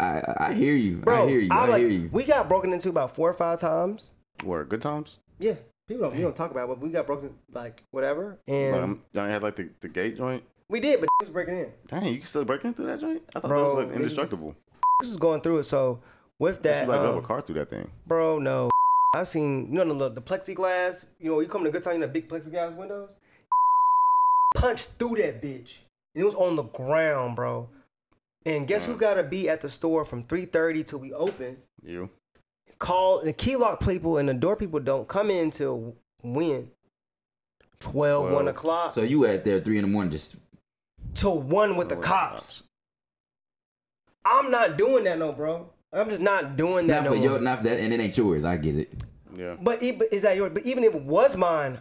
E: I I I hear you.
D: Bro,
E: I hear you. I,
D: I'm like,
E: hear you.
D: we got broken into about four or five times.
B: Work, good times.
D: Yeah, people don't we don't talk about, it, but we got broken like whatever, and
B: Like, I'm- y'all ain't had like the, the gate joint.
D: we did, but was breaking in.
B: Dang, you can still break into that joint? I thought
D: Bro,
B: that was like
D: niggas-
B: indestructible.
D: This was going through it. So with
B: That,
D: that,
B: you like
D: um,
B: drove a car through that thing.
D: Bro, no. I've seen you know the, the plexiglass. You know, you come to good time in the big plexiglass windows. [laughs] Punched through that bitch, and it was on the ground, bro. And guess who gotta be at the store from three thirty till we open?
B: You.
D: Call the key lock people and the door people don't come in till when 12, 1
B: Twelve.
D: o'clock
E: So you at there three in the morning just
D: till one with the cops. I'm not doing that, no, bro. I'm just not doing that.
E: not
D: no
E: for
D: more.
E: your not for that, and it ain't yours. I get it.
B: Yeah.
D: But e- but is that yours? But even if it was mine,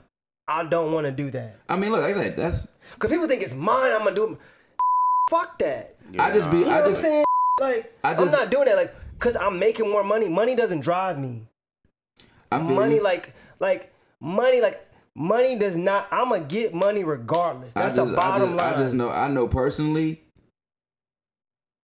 D: I don't want to do that
E: I mean, look, like I said, that's
D: because people think it's mine. I'm gonna do. it. [laughs] fuck that.
B: Yeah,
C: I just be-
B: nah.
D: You know
C: I
D: what I'm
C: just-
D: saying? Like,
C: I
D: I'm
C: just-
D: not doing that. Like, cause I'm making more money. Money doesn't drive me.
C: I feel
D: money
C: you.
D: like like money like money does not i'ma get money regardless that's
C: I just,
D: the bottom
C: I just,
D: line
C: I just know. I know personally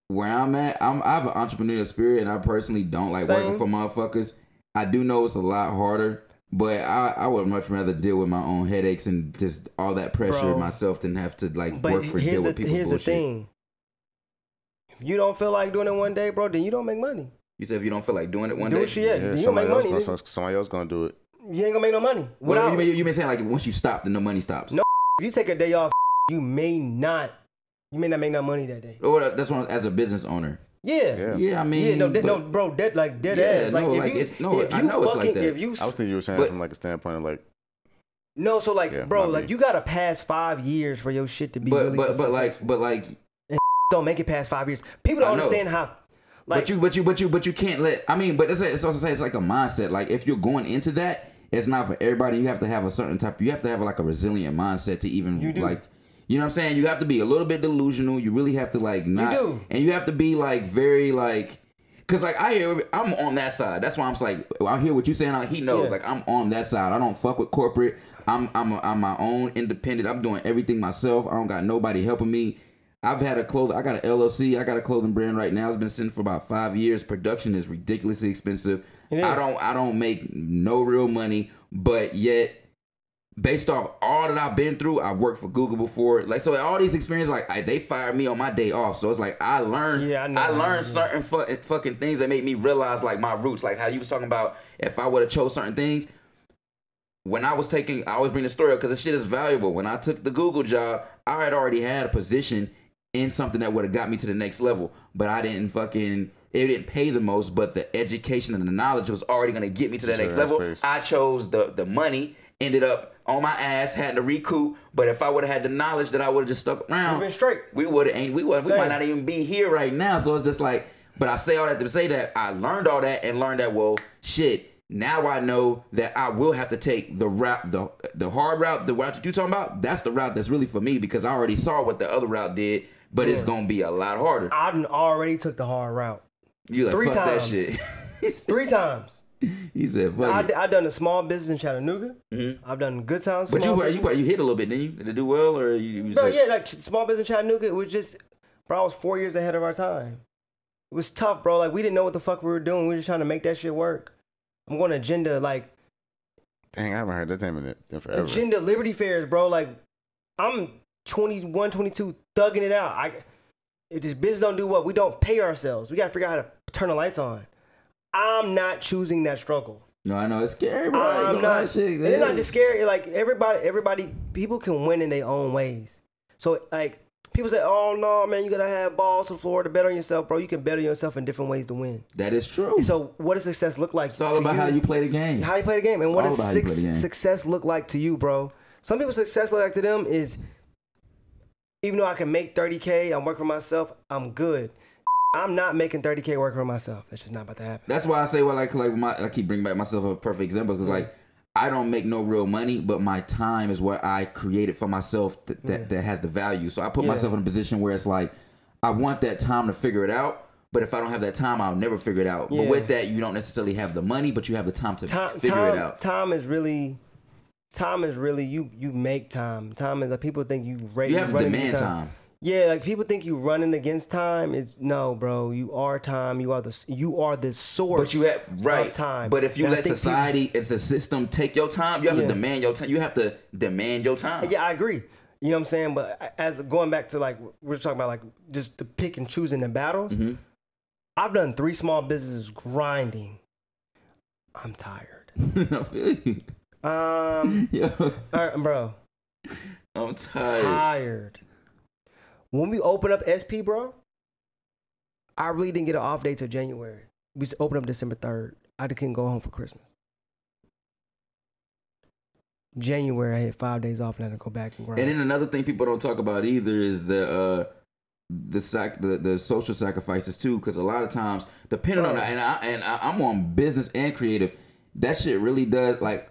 C: where I'm at. I'm I have an entrepreneurial spirit, and I personally don't like working
D: Same.
C: for motherfuckers. I do know it's a lot harder, but I, I would much rather deal with my own headaches and just all that pressure
D: Bro.
C: myself than have to like
D: but
C: work for deal
D: here's, the,
C: with people's
D: here's the
C: bullshit.
D: thing if you don't feel like doing it one day bro then you don't make money
C: You said if you don't feel like doing it one
D: do
C: day,
D: shit yeah, you don't
B: somebody,
D: make
B: else
D: money
B: gonna,
D: nigga.
B: some- somebody else gonna do it.
D: you ain't gonna make no money
C: What
D: without
C: you mean? You been saying like once you stop, then the money stops.
D: No. if you take a day off you may not you may not make no money that day
C: Or that's one as a business owner.
D: yeah yeah,
B: Yeah.
C: Yeah, I mean,
D: no, that,
C: but-
D: no, bro, dead like dead
C: Yeah,
D: ass. Like,
C: no,
D: if
C: like,
D: you,
C: it's- no,
D: if
C: I
D: you
C: know it's like
D: fucking,
C: that.
D: if you,
B: I was thinking you were saying
C: But-
B: from like a standpoint of like
D: no, so like,
B: Yeah,
D: bro,
B: my
D: like
B: bad.
D: you gotta pass five years for your shit to be
C: but
D: really
C: but but like
D: successful.
C: but like
D: don't make it past five years. People don't
C: I know.
D: understand how. Like,
C: but you but you but you but you can't let I mean, but it's, it's also saying it's like a mindset. Like if you're going into that, it's not for everybody. You have to have a certain type. You have to have like a resilient mindset to even
D: You do.
C: like. You know what I'm saying? You have to be a little bit delusional. You really have to like not,
D: do.
C: and you have to be like very like, cause like I hear I'm on that side. That's why I'm just like I hear what you saying. Like, he knows
D: Yeah.
C: like I'm on that side. I don't fuck with corporate. I'm I'm I'm my own independent. I'm doing everything myself. I don't got nobody helping me. I've had a clothing. I got an LLC. I got a clothing brand right now. It's been sitting for about five years. Production is ridiculously expensive.
D: It is.
C: I don't. I don't make no real money. But yet, based off all that I've been through, I worked for Google before. Like so, all these experiences. Like I, they fired me on my day off. So it's like I learned.
D: Yeah, I know.
C: learned certain fu- fucking things that made me realize like my roots. Like how you was talking about if I would have chose certain things, when I was taking, I always bring the story up because this shit is valuable. When I took the Google job, I had already had a position in something that would have got me to the next level, but I didn't fucking. It didn't pay the most, but the education and the knowledge was already gonna get me to the
B: your
C: next
B: ass
C: level.
B: pace.
C: I chose the the money, ended up on my ass, had to recoup. But if I would have had the knowledge that I would have just stuck around,
D: Would've been straight.
C: We would have ain't we would we
D: Same.
C: might not even be here right now. So it's just like, but I say all that to say that I learned all that and learned that well, shit. Now I know that I will have to take the route, the the hard route, the route that you talking about. That's the route that's really for me because I already saw what the other route did, but it's gonna be a lot harder.
D: I done already took the hard route
C: You like
D: Three
C: fuck
D: times.
C: that shit. [laughs]
D: three times.
C: he said,
D: I,
C: "Fuck it."
D: I done a small business in Chattanooga. I've done good times.
C: Mm-hmm. But you
D: small
C: were you were you hit a little bit, didn't you? Did it do well or you? you was
D: bro,
C: like-
D: yeah, like small business in Chattanooga. It was just, bro, I was four years ahead of our time. It was tough, bro. Like we didn't know what the fuck we were doing. We were just trying to make that shit work. I'm going to agenda like
B: dang, I haven't heard that name in, in forever.
D: agenda liberty fairs, bro. Like I'm 21, 22, thugging it out. I if this business don't do what we don't pay ourselves. We gotta figure out how to turn the lights on. I'm not choosing that struggle.
C: No, I know it's scary, bro. I ain't
D: I'm
C: gonna lie,
D: not.
C: shit,
D: and
C: man.
D: it's not just scary. Like everybody, everybody, people can win in their own ways. So like people say, "Oh no, man, you gotta have balls to the floor to bet on yourself, bro. You can bet on yourself in different ways to win."
C: That is true.
D: So what does success look like?
C: It's all about how you play the game.
D: how you play the game, and
C: It's
D: what
C: all
D: does
C: about how you play the game.
D: suc- success look like to you, bro? Some people's success look like to them is, even though I can make 30k, I'm working for myself, I'm good. I'm not making 30k working for myself. That's just not about to happen.
C: That's why I say, well, like, like my, I keep bringing back myself a perfect example because,
D: Mm-hmm.
C: like, I don't make no real money, but my time is what I created for myself that
D: Mm-hmm.
C: that, that has the value. So I put myself in a position where it's like, I want that time to figure it out. But if I don't have that time, I'll never figure it out. But
D: Yeah.
C: with that, you don't necessarily have the money, but you have the time to
D: Time,
C: figure
D: time,
C: it out.
D: time is really, time is really you. You make time. Time is like people think you. Ra-
C: You have to
D: running
C: demand
D: against
C: time.
D: Yeah, like people think you running against time. It's no, bro. You are time. You are the s- you are the source.
C: But you have right
D: of time.
C: But if you
D: And I
C: let
D: think people-
C: society and the system take your time, you have to
D: Yeah.
C: demand your time. You have to demand your time.
D: Yeah, I agree. You know what I'm saying? But as going back to like we're talking about like just the pick and choosing the battles.
C: Mm-hmm.
D: I've done three small businesses grinding. I'm tired.
C: [laughs] I feel you. [laughs]
D: Um,
C: Yo,
D: uh, bro,
C: I'm tired.
D: tired. When we open up SP, bro, I really didn't get an off day till January. We s- opened up December third. I d- couldn't go home for Christmas. January, I had five days off and I had to go back and grind.
C: And then another thing people don't talk about either is the uh, the sac the, the social sacrifices too, because a lot of times depending on and I and I, I'm on business and creative, that shit really does like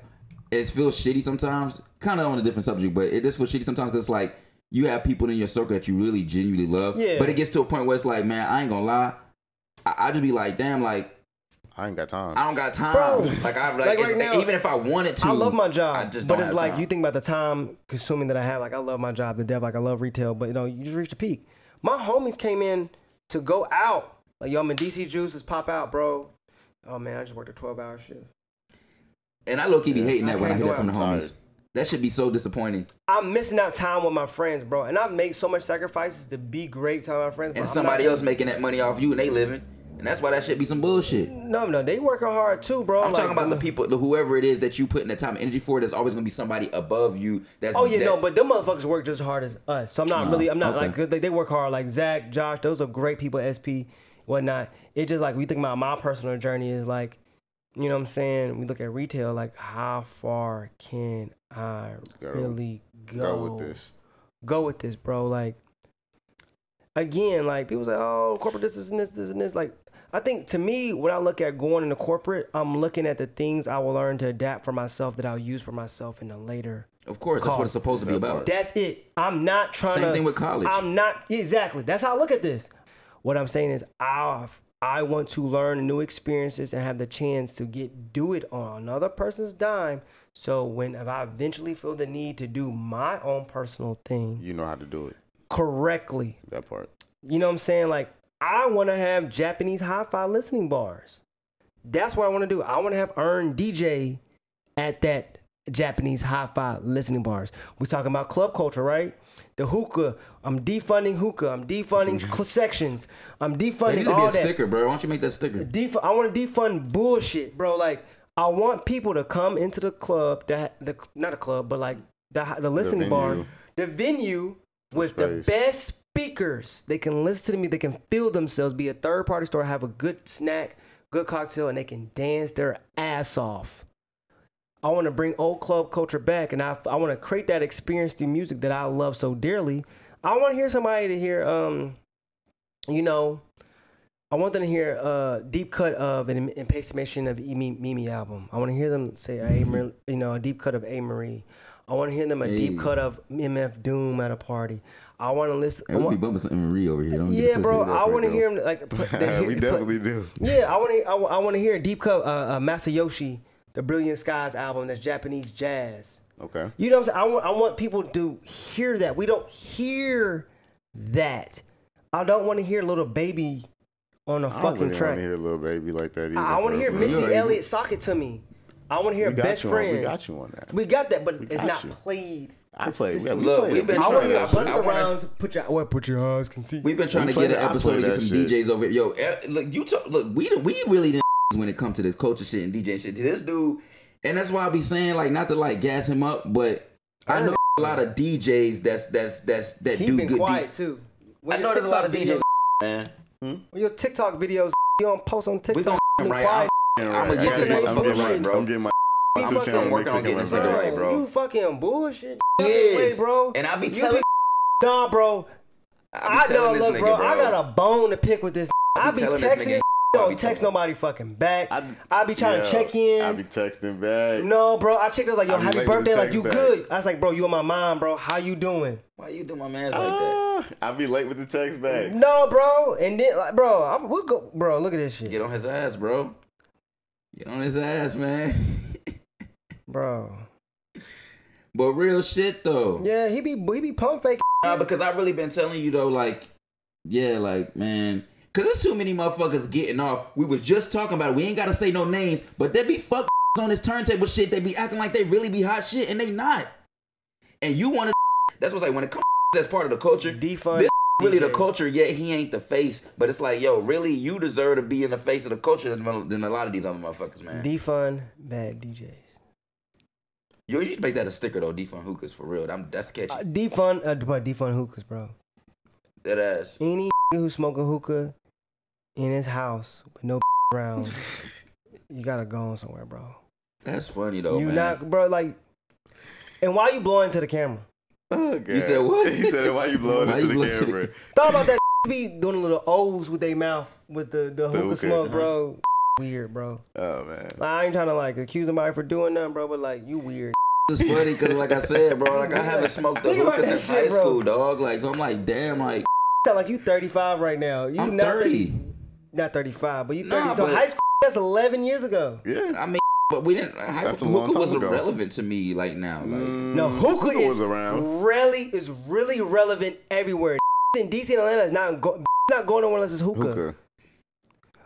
C: it feels shitty sometimes. Kind of on a different subject, but it just feels shitty sometimes because like you have people in your circle that you really genuinely love.
D: Yeah.
C: But it gets to a point where it's like, man, I ain't gonna lie. I, I just be like, damn, like
B: I ain't got time.
C: I don't got time.
D: Bro.
C: Like
D: [laughs]
C: I like,
D: Like,
C: it's-
D: right now,
C: even if I wanted to,
D: I love my
C: I
D: job,
C: just
D: but
C: don't
D: it's
C: have
D: like
C: time.
D: you think about the time consuming that I have. Like I love my job to death. Like I love retail, but you know you just reach the peak. My homies came in to go out. Like yo, I'm in DC Juice. Let's pop out, bro. Oh man, I just worked a 12 hour shift.
C: and I low key be hating
D: I
C: that when I
D: can't
C: hear
D: go
C: that from the
D: out.
C: homies.
B: Tired.
C: That should be so disappointing.
D: I'm missing out time with my friends, bro. And I make so much sacrifices to be great time with my friends. but
C: And
D: I'm
C: somebody
D: not-
C: else making that money off you and they living. And that's why that should be some bullshit.
D: No, no, they working hard too, bro.
C: I'm
D: Like, mm.
C: talking about the people, the whoever it is that you put in the time and energy for. There's always gonna be somebody above you. That's
D: Oh yeah,
C: that,
D: no, but them motherfuckers work just as hard as us. So I'm not really, I'm not
C: okay.
D: like good- they, they work hard. Like Zach, Josh, those are great people. SP, whatnot. It just like we think about my personal journey is like, you know what I'm saying. We look at retail like how far can I
B: Go.
D: really go,
B: Go with this.
D: Go with this, bro. Like again, like people say, oh, corporate this, this, and this, this, and this. Like, I think to me, when I look at going into corporate, I'm looking at the things I will learn to adapt for myself that I'll use for myself in the later.
C: of course, that's what it's supposed to be about.
D: That's it. I'm not trying
C: Same
D: to.
C: thing with college.
D: I'm not exactly. That's how I look at this. What I'm saying is, I I want to learn new experiences and have the chance to get do it on another person's dime. So when if I eventually feel the need to do my own personal thing
B: You know how to do it.
D: correctly,
B: That part.
D: you know what I'm saying? Like I want to have Japanese hi-fi listening bars. That's what I want to do. I want to have earned DJ at that Japanese hi-fi listening bars. We're talking about club culture, right? The hookah. I'm defunding hookah. I'm defunding cl- sections. I'm
C: They need to
D: defunding
C: be
D: all
C: a
D: that.
C: sticker, bro. Why don't you make that sticker?
D: Def- I want to defund bullshit, bro. Like I want people to come into the club that the not a club, but like the the listening bar,
B: venue.
D: the venue with the
B: space.
D: best speakers. They can listen to me. They can feel themselves. Be a third party store. Have a good snack, good cocktail, and they can dance their ass off. I want to bring old club culture back, and I, I want to create that experience through music that I love so dearly. I want to hear somebody to hear, um, you know, I want them to hear uh, deep cut of an impastation of E Mi- Mimi album. I want to hear them say, a Mar- you know, a deep cut of A Marie. I want to hear them a deep
C: Hey.
D: cut of MF Doom at a party. I want to listen. I
C: Hey, we
D: wa-
C: be bumping something Marie over here. Don't get it
D: yeah, bro,
C: twisted.
D: I want to
B: though.
D: hear them
B: [laughs]
D: like. Put, they
B: we
D: put-
B: definitely do.
D: yeah, I want to. I, want to hear a deep cut. Uh, uh, Masayoshi, the Brilliant Skies album. That's Japanese jazz.
B: Okay.
D: You know what I'm saying? I want. I want people to hear that. We don't hear that. I don't want to hear little baby on a
B: I don't
D: fucking
B: really
D: track.
B: want to hear little baby like that. Either,
D: I, want to
B: for
D: hear
B: real.
D: Missy
C: Yeah, you-
D: Elliott "Sock It to Me." I want to hear
B: We got
D: best
B: you on-
D: friend.
B: we got you on that.
D: We got that, but it's
B: got
D: not
B: you.
D: played.
B: I played. Yeah, we
C: Look,
B: played
C: we've
B: it.
C: been
B: We
D: I
C: trying
D: want
B: played
C: to-
D: to hear
B: it.
C: I wanna-
D: Busta Rhymes. Put your well, put your eyes can see.
C: We've been trying
B: We
C: to get
B: play
C: an
B: that- I
C: episode
B: play
C: to get
B: that
C: some
B: shit.
C: DJs over. Yo, eh, look, you talk, look, we done- we really did [laughs] when it comes to this culture shit and DJ shit. This dude, and that's why I be saying like not to like gas him up, but I know a lot of DJs that's that's that's that
D: He
C: do
D: been
C: good.
D: quiet
C: D-
D: too.
C: I
D: When your
C: know there's a lot of
D: TikTok
C: DJs,
D: videos-
C: [laughs] man.
D: When your TikTok videos, you don't post on TikTok.
C: We gonna
D: you
C: [laughs] right.
D: quiet.
C: I'm-
B: I'm
C: I'ma get
D: this motherfucker
B: getting
C: right,
B: my-
C: bro.
B: I'm getting my
D: We
B: I'm
D: fucking-
B: working
C: on getting this
B: Mexican
C: right,
D: Bro,
B: right,
C: bro.
D: You fucking bullshit.
C: Yes.
D: Wait, bro.
C: And I be
D: You
C: telling-
D: [laughs] nah, bro. I,
C: I be
D: don't
C: telling this
D: look,
C: nigga,
D: bro.
C: bro.
D: I got a bone to pick with this. [laughs] I be,
C: telling this
D: texting.
C: nigga, [laughs]
D: this
C: I
D: [laughs]
C: be
D: don't text
C: telling-
D: nobody fucking back. I, be trying
B: yeah,
D: to check in.
B: I be texting back.
D: no, bro. I checked. I was like, yo,
B: I be
D: happy
B: late with the
D: birthday. Like,
B: text
D: you
B: back.
D: good? I was like, bro, you on my mind, bro. How you doing?
C: Why you do my man's like that?
B: Ah, I be late with the text back.
D: No, bro. And then, like, bro, I, we'll go. Bro, look at this shit,
C: Get on his ass, bro. Get on his ass, man. [laughs]
D: bro.
C: but real shit though.
D: Yeah, he be he be pump fake. [laughs]
C: Nah, because I've really been telling you though, like, yeah, like, man, because there's too many motherfuckers getting off. We was just talking about it. We ain't gotta say no names, but they be fuck [laughs] on this turntable shit. They be acting like they really be hot shit, and they not. And you want to? [laughs] That's what's like when it [laughs] comes. That's part of the culture.
D: Defund
C: This really the
D: DJs.
C: culture. Yet he ain't the face. But it's like, yo, really, you deserve to be in the face of the culture than than a lot of these other motherfuckers, man.
D: Defund bad DJs.
C: Yo, you should make that a sticker though. Defund hookahs for real. I'm that's catchy.
D: Uh, defund, uh, but defund hookahs, bro.
C: that ass.
D: Any who smoke a hookah in his house with no [laughs] around, you gotta go on somewhere, bro.
C: That's funny though,
D: you
C: man.
D: not, bro. Like, and why you blowing to the camera?
B: Oh, God.
C: You said
B: [laughs]
C: what?
B: He said, "Why
D: [laughs]
B: you blowing
C: Why
B: it to
C: you
B: the
C: blowing to the
B: camera?"
D: Thought about that. [laughs] be doing a little O's with their mouth with the the hookah
B: hookah.
D: smoke,
C: Uh-huh.
D: bro. [laughs] Weird, bro.
B: Oh man,
D: [laughs] Like, I ain't trying to like accuse somebody for doing nothing, bro. But like, you weird. [laughs]
C: It's funny because, like I said, bro, like I haven't smoked the
D: Think about
C: hookah
D: that
C: since
D: shit,
C: high
D: bro.
C: school, dog. Like, so I'm like, damn, like
D: Sound like you 35 right now. You
C: I'm
D: not
C: 30.
D: Not 35, but you 30.
C: Nah,
D: so
C: but-
D: high school, that's 11 years ago.
B: Yeah.
C: I mean, but we didn't. High,
B: That's a long
C: hookah
B: time
C: wasn't
B: ago.
C: relevant to me like now. Like,
D: No, hookah,
B: Mm, Hookah
D: is
B: was around.
D: really is really relevant everywhere. In DC and Atlanta is not go, [laughs] not going nowhere unless it's hookah.
B: Hookah.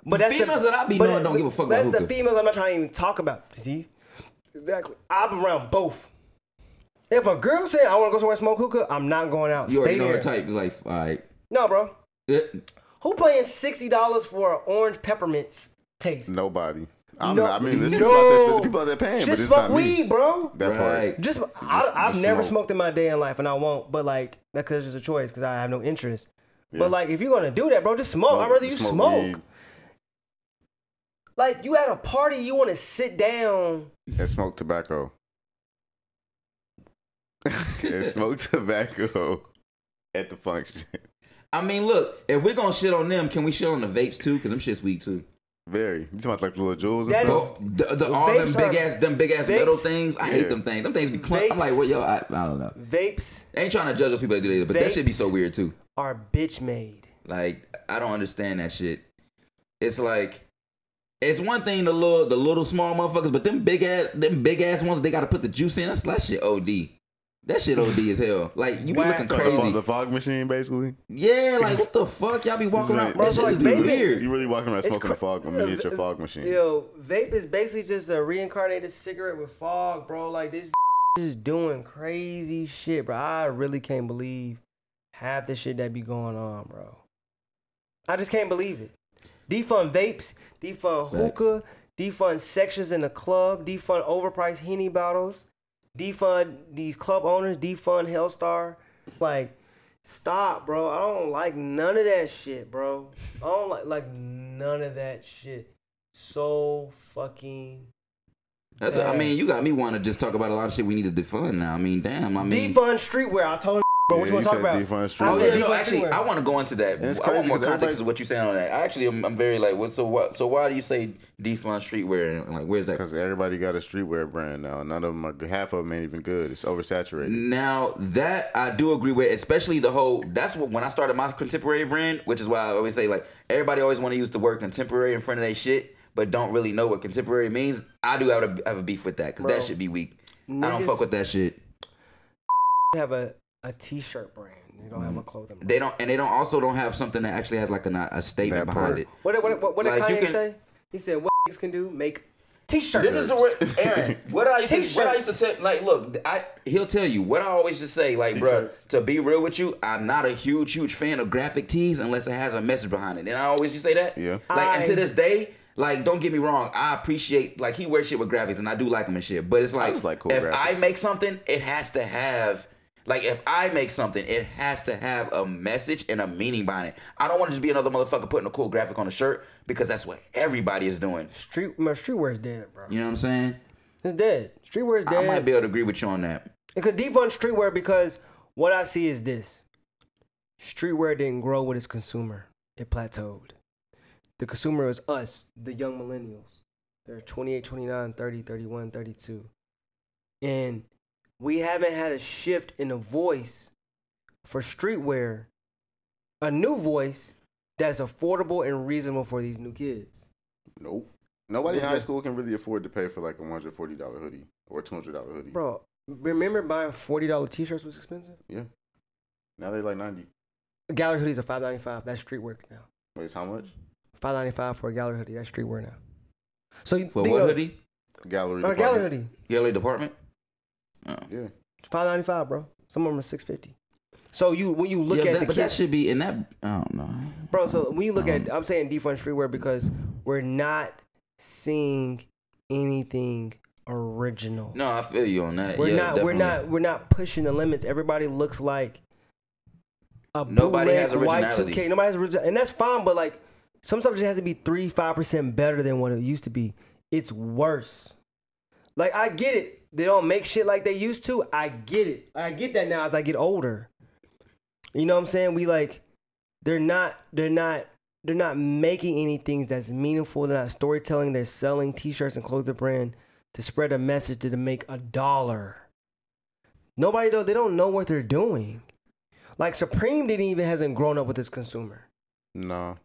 D: But
C: Females that I be
D: but
C: knowing don't give a fuck about
D: That's the
C: hookah.
D: females I'm not trying to even talk about. See, exactly. I'm around both. If a girl said I want to go somewhere and smoke hookah, I'm not going out.
C: you
D: Stay
C: already know
D: there.
C: her type. It's like, all right.
D: No, bro.
C: Yeah.
D: Who playing sixty dollars for an orange peppermint taste?
B: Nobody. I'm
D: No.
B: not, I mean, there's
D: No.
B: people out there. There's people out there paying, but
D: Just
B: it's
D: smoke
B: not
D: weed,
B: me.
D: bro.
B: That
C: Right.
B: part.
D: Just, I, I've
B: just
D: never
B: smoke.
D: smoked in my day in life, and I won't. But like, that's cause it's just a choice, cause I have no interest.
B: Yeah.
D: But like, if you're gonna do that, bro, just smoke. Oh, I'd rather you smoke. Like, you at a party, you want to sit down.
B: weed and smoke tobacco. [laughs] and smoke tobacco at the function.
C: I mean, look, if we're gonna shit on them, can we shit on the vapes too? Because them shit's weak too.
B: Very. You talking about like the little jewels and
D: That
B: stuff?
C: Oh, the, the, all them
D: Vapes
C: big
D: are-
C: ass, them big ass
D: vapes-
C: metal things. I
B: Yeah.
C: hate them things. Them things be clean. I'm
D: Vapes-
C: like, well, yo, I, I don't know.
D: Vapes
C: I ain't trying to judge those people that do that, either, but that should be
D: Vapes.
C: so weird too.
D: are bitch made.
C: Like I don't understand that shit. It's like it's one thing the little the little small motherfuckers, but them big ass them big ass ones they gotta put the juice in. That's that shit OD. That shit OD as hell. Like you be
D: Wow.
C: looking
B: Like
D: Like
B: the, fog,
C: crazy.
B: the fog machine, basically.
C: Yeah, like what the fuck? Y'all be walking around. That
D: Bro,
C: shit
D: like,
C: just be
D: baby-
C: weird.
B: You really walking around
D: It's
B: smoking
D: cra-
B: a fog, a
D: Yeah,
B: miniature
D: v-
B: fog machine.
D: Yo, vape is basically just a reincarnated cigarette with fog, bro. Like this [laughs] is doing crazy shit, bro. I really can't believe half the shit that be going on, bro. I just can't believe it. Defund vapes, defund hookah, defund sections in the club, defund overpriced henny bottles, defund these club owners, defund Hellstar. Like, stop, bro. I don't like none of that shit, bro. I don't like like none of that shit. So fucking
C: That's I mean, you got me wanting to just talk about a lot of shit we need to defund now. I mean, damn. I mean,
D: defund streetwear. I told him, bro, what
B: Yeah,
D: you want
B: you
D: to talk
B: said
D: about?
B: defund streetwear.
D: I
C: Oh,
D: said
C: yeah,
D: defund
C: no, actually,
D: streetwear.
C: I want to go into that.
B: And it's
C: I want
B: crazy
C: more
B: 'cause
C: context
B: everybody-
C: to what you're saying on that. Actually, I'm, I'm very like, what? So what? So why do you say defund streetwear? And like, where's that?
B: Because everybody got a streetwear brand now. None of them are, half of them ain't even good. It's oversaturated.
C: Now that I do agree with, especially the whole. That's what when I started my contemporary brand, which is why I always say like everybody always want to use the word contemporary in front of their shit, but don't really know what contemporary means. I do have a, have a beef with that because
D: Bro.
C: that should be weak. I don't
D: Niggas-
C: fuck with that shit.
D: have a, a t-shirt brand. They don't
B: Mm-hmm.
D: have a clothing brand.
C: They don't, and they don't also don't have something that actually has like an, a statement
B: That
C: behind
B: part.
C: it.
D: What did- what what, what
C: Like, you
D: did Kanye
C: can-
D: say? He said what niggas can do make t-shirts.
C: This is the word, Aaron. What I used to, what I used to
D: T-shirts.
C: tell, like, look, I he'll tell you what I always just say, like, bro.
B: T-shirts.
C: To be real with you, I'm not a huge, huge fan of graphic tees unless it has a message behind it, and I always just say that.
B: Yeah.
C: Like, and to
D: I-
C: this day, like, don't get me wrong, I appreciate like he wears shit with graphics, and I do like him and shit. But it's like,
B: just like cool
C: if I
B: graphics.
C: make something, it has to have. Like if I make something, it has to have a message and a meaning behind it. I don't want to just be another motherfucker putting a cool graphic on a shirt because that's what everybody is doing.
D: street my streetwear is dead, bro.
C: You know what I'm saying?
D: It's dead. Streetwear is
C: I might
D: dead.
C: be able to agree with you on that.
D: because defund streetwear because what I see is this. Streetwear didn't grow with its consumer. It plateaued. The consumer is us, the young millennials. They're 28, 29, 30, 31, 32. And we haven't had a shift in the voice for streetwear, a new voice that's affordable and reasonable for these new kids.
B: Nope. Nobody in
D: This
B: high
D: guy-
B: school can really afford to pay for like a one hundred forty dollar hoodie or a two hundred dollar hoodie.
D: Bro, remember buying $40 t shirts was expensive?
B: Yeah. Now they like ninety.
D: Gallery hoodies are five ninety five. That's street work now.
B: Wait, it's how much?
D: Five ninety five for a gallery hoodie. That's street wear now. So you
C: For
D: think
C: what
D: of-
C: hoodie?
B: Gallery.
D: Or a
B: department.
D: gallery hoodie.
C: Yellow department? Oh.
B: Yeah.
D: Five ninety five, bro. Some of them are six fifty. So you when you look
C: Yeah,
D: at
C: that,
D: the
C: but
D: kids,
C: that Mm-hmm. should be in that. I don't know.
D: bro. So when you look at, I'm saying defund streetwear because we're not seeing anything original.
C: No, I feel you on that.
D: we're
C: yeah,
D: not. We're
C: definitely.
D: not. We're not pushing the limits. Everybody looks like a
C: Nobody
D: bootleg
C: has originality.
D: Y2K. Nobody has original, and that's fine. But like, some stuff just has to be three, five percent better than what it used to be. It's worse. Like I get it. They don't make shit like they used to. I get it. I get that now as I get older. You know what I'm saying? We like they're not they're not they're not making any things that's meaningful. They're not storytelling. They're selling t-shirts and clothing brand to spread a message to, to make a dollar. Nobody don't they don't know what they're doing. Like Supreme didn't even hasn't grown up with its consumer.
B: No.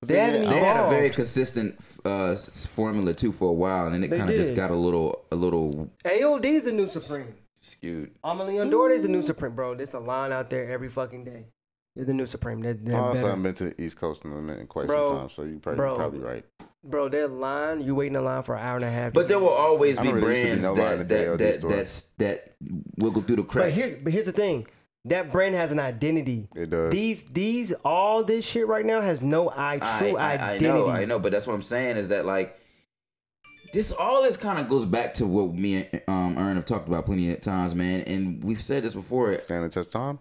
D: They haven't
C: They had a very
D: Evolved.
C: consistent uh, s- formula too for a while, and then it
D: They
C: kind of just
D: did.
C: got a little, a little
D: AOD's the new Supreme.
C: skewed.
D: Amelie Andore's the new Supreme, bro. There's a line out there every fucking day. They're the new Supreme. They're, they're
C: Oh,
B: also, I
D: better.
B: haven't been to the East Coast in a minute in quite
D: Bro.
B: some time, so you probably
D: Bro.
B: probably right.
D: Bro, their line, you waiting in line for an hour and a half. to
C: But
D: get
C: there will
D: in.
C: always
B: I
C: be
B: remember there used to be
C: brands
B: no line
C: that
B: at the
C: that
B: ALD
C: that,
B: store.
C: that's, that wiggle through the
D: But
C: cracks.
D: here's but here's the thing. That brand has an identity.
B: It does.
D: These these all this shit right now has no I true identity.
C: I know, I know, but that's what I'm saying is that like this all this kind of goes back to what me and um Ern have talked about plenty of times, man, and we've said this before.
B: Stand the test time.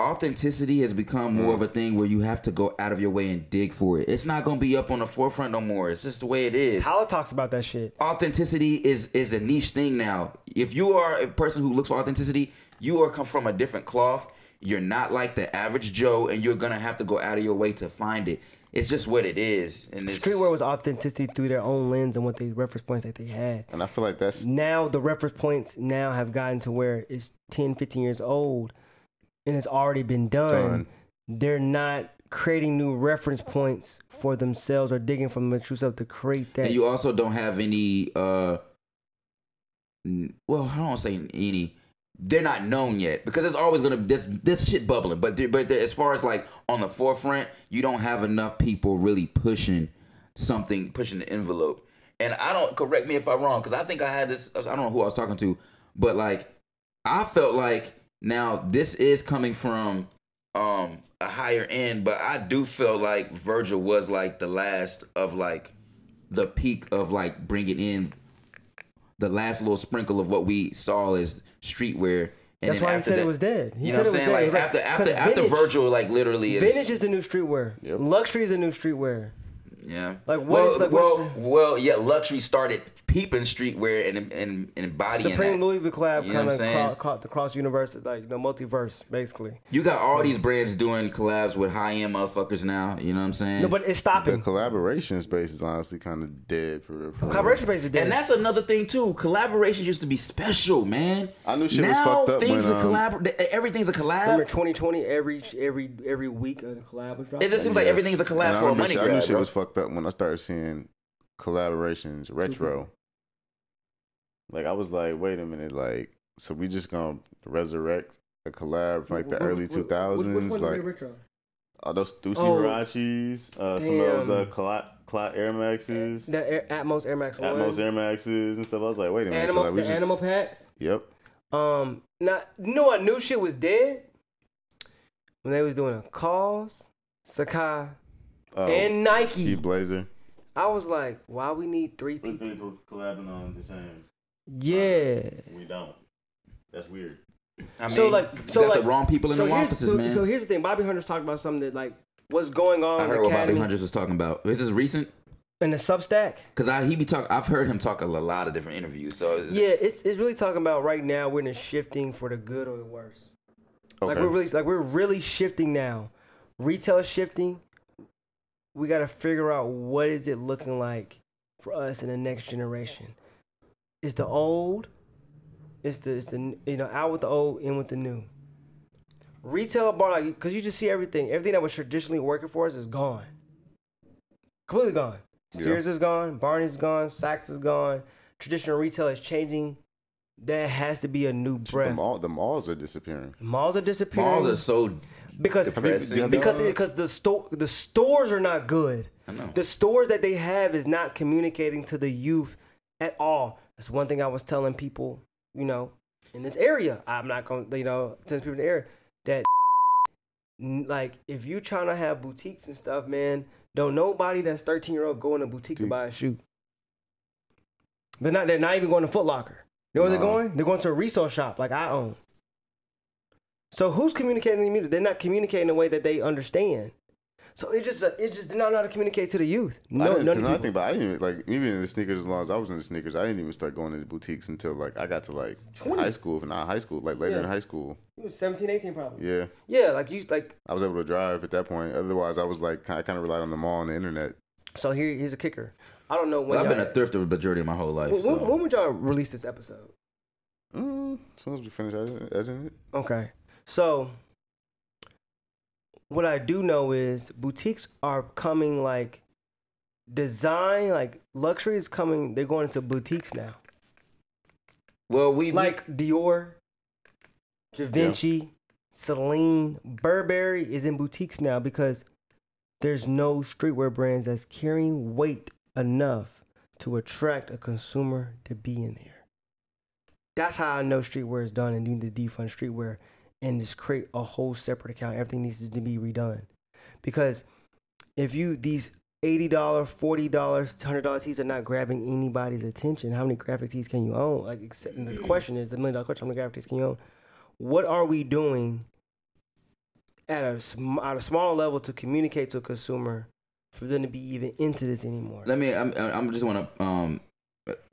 C: Authenticity has become more of a thing where you have to go out of your way and dig for it. It's not gonna be up on the forefront no more. It's just the way it is.
D: Tyler talks about that shit.
C: authenticity is is a niche thing now. If you are a person who looks for authenticity, you are come from a different cloth. You're not like the average Joe, and you're gonna have to go out of your way to find it. It's just what it is. And it's,
D: Streetwear was authenticity through their own lens and what they reference points that they had.
B: And I feel like that's
D: Now the reference points now have gotten to where it's 10, 15 years old and it's already been done.
B: Done.
D: They're not creating new reference points for themselves or digging from the true self to create that.
C: And you also don't have any. uh n- Well, I don't wanna say any. They're not known yet because it's always gonna this this shit bubbling. But there- but there- as far as like on the forefront, you don't have enough people really pushing something, pushing the envelope. And I don't correct me if I'm wrong because I think I had this. I don't know who I was talking to, but like I felt like now this is coming from um a higher end, but I do feel like Virgil was like the last of like the peak of like bringing in the last little sprinkle of what we saw as streetwear. And
D: That's
C: then
D: why he
C: after
D: said it
C: that-
D: was dead. He
C: you know what I'm
D: said it was
C: saying?
D: dead.
C: Like,
D: It was like-
C: after after
D: 'cause
C: after
D: vintage-
C: Virgil, like literally is
D: Vintage is the new streetwear.
B: Yep.
D: Luxury is the new streetwear.
C: yeah.
D: Like, what
C: well,
D: is- like,
C: well,
D: what is-
C: well, yeah. Luxury started peeping streetwear and and and bodying
D: Supreme
C: that.
D: Louis Vuitton collab
C: You know what I'm
D: kind of
C: saying?
D: cro- cro- the cross universe, like the multiverse, basically.
C: You got all these brands doing collabs with high end motherfuckers now. You know what I'm saying?
D: No, but it's
B: the
D: stopping.
B: collaboration space is honestly kind of dead for real. For real.
D: Collaboration space is dead.
C: And that's another thing too. Collaborations used to be special, man.
B: I knew shit was
C: now
B: fucked up
C: Things
B: when,
C: are
B: um,
C: collab. e, Everything's a collab.
D: Remember 2020, every every every week a collab was dropping.
C: It just seems like
B: Yes.
C: everything's a
B: And
C: collab
B: I
C: for a
B: remember
C: money
B: shit-
C: grab.
B: I knew shit
C: bro.
B: was fucked up when I started seeing collaborations retro. Like I was like, wait a minute, like so we just gonna resurrect a collab from like the early two thousands, like all those Stussy
D: Oh.
B: Hirachis, uh, some of those uh,
D: Damn.
B: Clot Clot Air Maxes,
D: the Air, Atmos Air Max One,
B: Atmos Air Maxes, and stuff. I was like, wait a minute, so,
D: animal,
B: like,
D: the
B: we just,
D: animal packs.
B: yep.
D: Um, not you know what new shit was dead when they was doing a calls Sakai
B: Oh,
D: and Nike.
B: Keith Blazer.
D: I was like, why we need three people?
B: people collabing on the same.
D: Yeah.
B: We don't. That's weird.
C: I
D: so, like-
C: you
D: so,
C: got the
D: like-
C: wrong people in
D: so
C: the
D: here's-
C: offices,
D: so,
C: man.
D: so here's the thing. Bobby Hunter's talking about something that like what's going on.
C: I
D: in
C: heard
D: the
C: what Bobby
D: academy
C: Hundreds was talking about. Is this recent?
D: and the Substack.
C: Because I he be talk. I've heard him talk a lot of different interviews. So
D: Yeah, it's it's really talking about right now we're in a shifting for the good or the worse.
B: Okay.
D: Like we're really like we're really shifting now. Retail shifting. We got to figure out what is it looking like for us in the next generation. It's the old. It's the it's the you know out with the old, in with the new. Retail bar like because you just see everything. Everything that was traditionally working for us is gone. Completely gone. Sears is gone. Barney's gone. Saks is gone. Traditional retail is changing. There has to be a new
B: the,
D: breath.
B: mall, the malls are disappearing.
D: Malls are disappearing
C: malls are so.
D: because
C: Depressing.
D: because because because the store the stores are not good.
C: I know.
D: The stores that they have is not communicating to the youth at all. That's one thing I was telling people, you know, in this area. I'm not going, to you know, telling people in the area that n- like if you trying to have boutiques and stuff, man, don't nobody that's 13 year old go in a boutique to
B: Dude.
D: buy a shoe. They're not. They're not even going to Foot Locker. You know where they're
B: No.
D: going? They're going to a resale shop like I own. So who's communicating to the youth? They're not communicating in a way that they understand. So it's just a, it's just they're not know how to communicate to the youth.
B: I
D: No,
B: didn't,
D: none
B: 'cause
D: of
B: another
D: people.
B: thing, but I didn't even, like even in the sneakers. As long as I was in the sneakers, I didn't even start going into boutiques until like I got to like
D: 20.
B: high school, if not high school, like later in
D: Yeah.
B: high school.
D: He was 17, 18 probably.
B: Yeah,
D: Yeah, like you like.
B: I was able to drive at that point. Otherwise, I was like I kind of relied on the mall and the internet.
D: So here here's a kicker. I don't know when.
C: Well, I've been
D: y'all-
C: a thrifter majority of my whole life.
D: when,
C: so.
D: when would y'all release this episode?
B: Mm, As soon as we finish editing it,
D: Okay. So what I do know is boutiques are coming like design, like luxury is coming. They're going into boutiques now.
C: Well, we
D: Like Dior, Da Vinci, Celine, Burberry is in boutiques now because there's no streetwear brands that's carrying weight enough to attract a consumer to be in there. That's how I know streetwear is done and you need to defund streetwear and just create a whole separate account. Everything needs to be redone. Because if you these $80, $40, $100 tees are not grabbing anybody's attention, how many graphic tees can you own? Like except,
C: Mm.
D: and the question is the million dollar question, how many graphic tees can you own? What are we doing at a sm- at a small level to communicate to a consumer for them to be even into this anymore?
C: let me. I'm, I'm just want to um,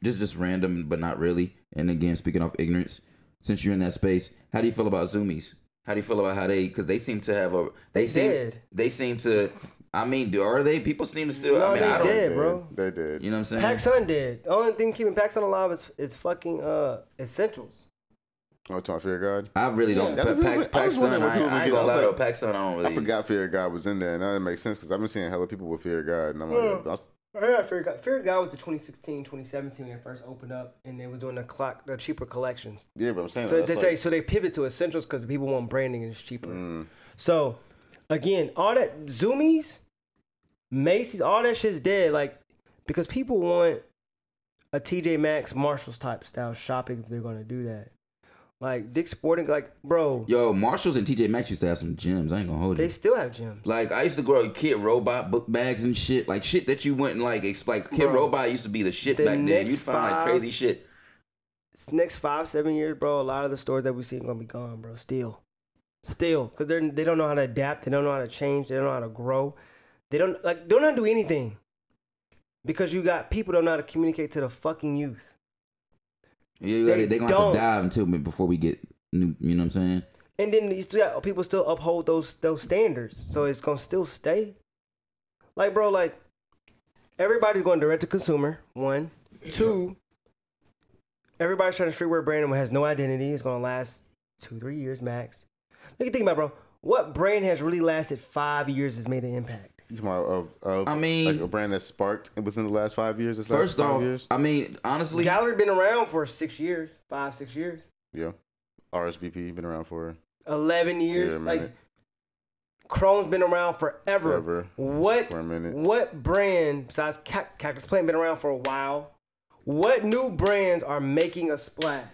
C: just just random, but not really. And again, speaking of ignorance, since you're in that space, how do you feel about Zoomies? How do you feel about how they? Because they seem to have a. They seem.
D: Dead.
C: They seem to. I mean, do are they? People seem to still.
D: No,
C: I mean,
D: they
C: I don't.
D: did. Yeah,
B: they-
D: bro.
B: they did.
C: You know what I'm saying?
D: Paxson did. The only thing keeping Paxson alive is is fucking uh essentials.
B: Oh, talking Fear God.
C: I really don't.
B: That's
C: Pa-
B: what
C: Pax,
B: people- I was
C: Paxson,
B: wondering
C: I,
B: what people
C: I
B: would
C: ain't
B: do. I
C: gonna
B: was
C: lie though.
B: like-
C: Paxson, I don't really.
B: I forgot Fear of God was in there. Now that makes sense because I've been seeing hella people with Fear of God, and I'm like, that's
D: I heard Fear God. Fear God was the 2016, 2017 when it first opened up, and they were doing the clock, the cheaper collections.
B: yeah, but I'm saying
D: So
B: that's
D: they
B: like, Mm.
D: say so they pivot to essentials because people want branding and it's cheaper. So again, all that Zoomies, Macy's, all that shit's dead. Like because people want a TJ Maxx, Marshalls type style shopping if they're gonna do that. Like Dick Sporting, like bro,
C: Yo, Marshalls and TJ Maxx used to have some gems. I ain't gonna hold
D: they
C: you.
D: still have gyms.
C: Like I used to grow kid robot book bags and shit, like shit that you wouldn't like. It's like kid
D: Bro,
C: robot used to be the shit
D: the
C: back then.
D: next
C: You find like
D: five-
C: crazy shit.
D: Next five seven years, bro, a lot of the stores that we see are gonna be gone, bro. Still, still, because they're they don't know how to adapt, they don't know how to change, they don't know how to grow, they don't like don't know how to do anything. Because you got people don't know how to communicate to the fucking youth.
C: Yeah,
D: They
C: they, they gonna have
D: don't.
C: to dive into it before we get new. You know what I'm saying?
D: And then you still got, people still uphold those those standards, so it's gonna still stay. Like bro, like everybody's going direct to consumer. One, two. Everybody's trying to streetwear brand and has no identity. It's gonna last two, three years max. Look at think about it, bro. What brand has really lasted five years has made an impact?
B: You talking about of, of
C: I mean-
B: like a brand that sparked within the last five years. This
C: First
B: last five
C: off,
B: years,
C: I mean, honestly,
D: Gallery been around for six years, five, six years,
B: yeah. RSVP been around for
D: eleven years.
B: Yeah, man.
D: like Crohn's been around forever.
B: Forever.
D: What
B: For a minute.
D: what brand besides Cac- Cactus Plant been around for a while? What new brands are making a splash?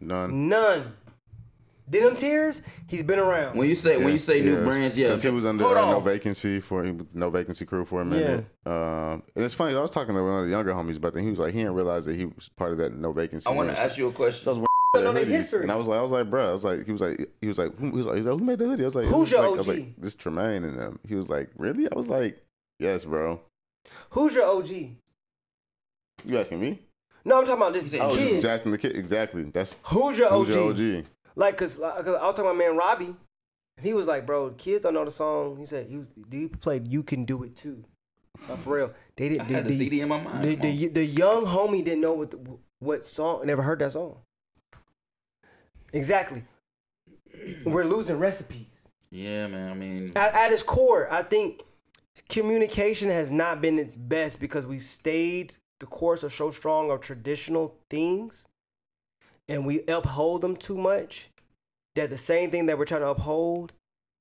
B: none.
D: None. Denim Tears, he's been around.
C: when you say when you say new brands, yeah,
B: because he was under
C: Hold
B: uh, no
C: on.
B: vacancy for no vacancy crew for a minute. Um, and it's funny. I was talking to one of the younger homies about that. He was like, he didn't realize that he was part of that no vacancy.
C: I want to
B: nation.
C: ask you a question.
B: Those
D: don't know
B: the
D: their
B: hoodies.
D: history.
B: And I was like, I was like, bro, I was like, he was like, he was like, who, he was like, he was like, who made the hoodie? I was like,
D: Who's
B: this is
D: your
B: like, I was
D: OG?
B: like, this Tremaine and them. He was like, really? I was like, yes, bro.
D: Who's your OG?
B: You asking me?
D: No, I'm talking about this
C: Oh,
B: Oh, this
D: kid.
B: is Jackson the kid. Exactly. That's
D: Who's your OG?
B: who's your OG.
D: Like, cause, like, 'cause I was talking about my man Robbie. He was like, bro, kids don't know the song. He said, you do you play You Can Do It Too? Like, for real. They
C: I
D: didn't
C: had
D: the,
C: the CD
D: the,
C: in my mind.
D: the,
C: Come on.
D: the, the young homie didn't know what the, what song never heard that song. Exactly. We're losing recipes.
C: yeah, man. I mean,
D: At, at its core, I think communication has not been its best because we've stayed the course of so strong of traditional things and we uphold them too much that the same thing that we're trying to uphold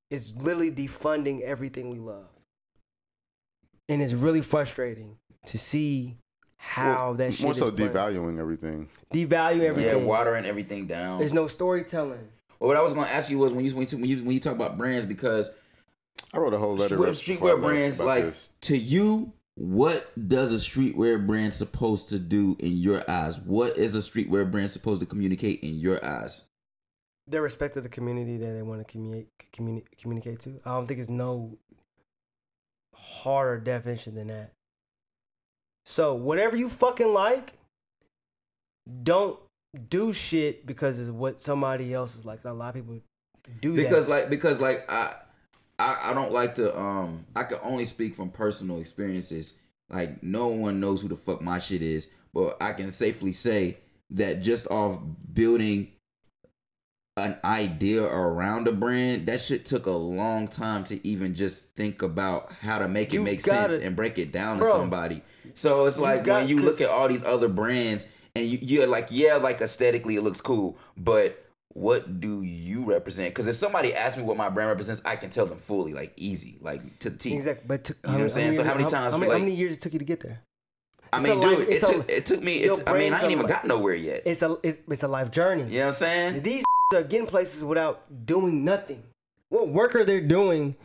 D: is literally defunding everything we love. And it's really frustrating to see how
B: Well,
D: that shit
B: more
D: is
B: so
D: playing.
B: devaluing everything.
D: devalue
C: yeah,
D: everything.
C: watering everything down.
D: There's no storytelling.
C: Well, what I was gonna ask you was when you when you when you, when you talk about brands because
B: I wrote a whole letter.
C: streetwear,
B: right before I
C: streetwear
B: left
C: brands
B: about
C: like
B: this.
C: to you what does a streetwear brand supposed to do in your eyes what is a streetwear brand supposed to communicate in your eyes
D: they're respect of the community that they want to communicate communi- communicate to. I don't think it's no harder definition than that. So whatever you fucking like, don't do shit because it's what somebody else is like. A lot of people do
C: because
D: that.
C: like because like I, I i don't like to um i can only speak from personal experiences like no one knows who the fuck my shit is but i can safely say that just off building an idea around a brand, that shit took a long time to even just think about how to make
D: You
C: it make
D: gotta-
C: sense and break it down
D: Bro.
C: to somebody. So it's like
D: got-
C: when you look
D: 'cause-
C: at all these other brands and you, you're like, yeah, like aesthetically it looks cool, but what do you represent? Because if somebody asks me what my brand represents, I can tell them fully, like easy, like to the T.
D: Exactly. But took,
C: You know what I'm saying? So how many times
D: How,
C: we,
D: many, how
C: like-
D: many years it took you to get there?
C: I
D: It's
C: mean,
D: a life-
C: dude,
D: it's
C: it,
D: a-
C: took, it took me.
D: your
C: It's, I mean, I
D: brain's
C: ain't
D: a
C: even
D: li-
C: got nowhere yet.
D: It's a it's, it's a life journey.
C: You know what I'm saying?
D: These [laughs] are getting places without doing nothing. What work are they doing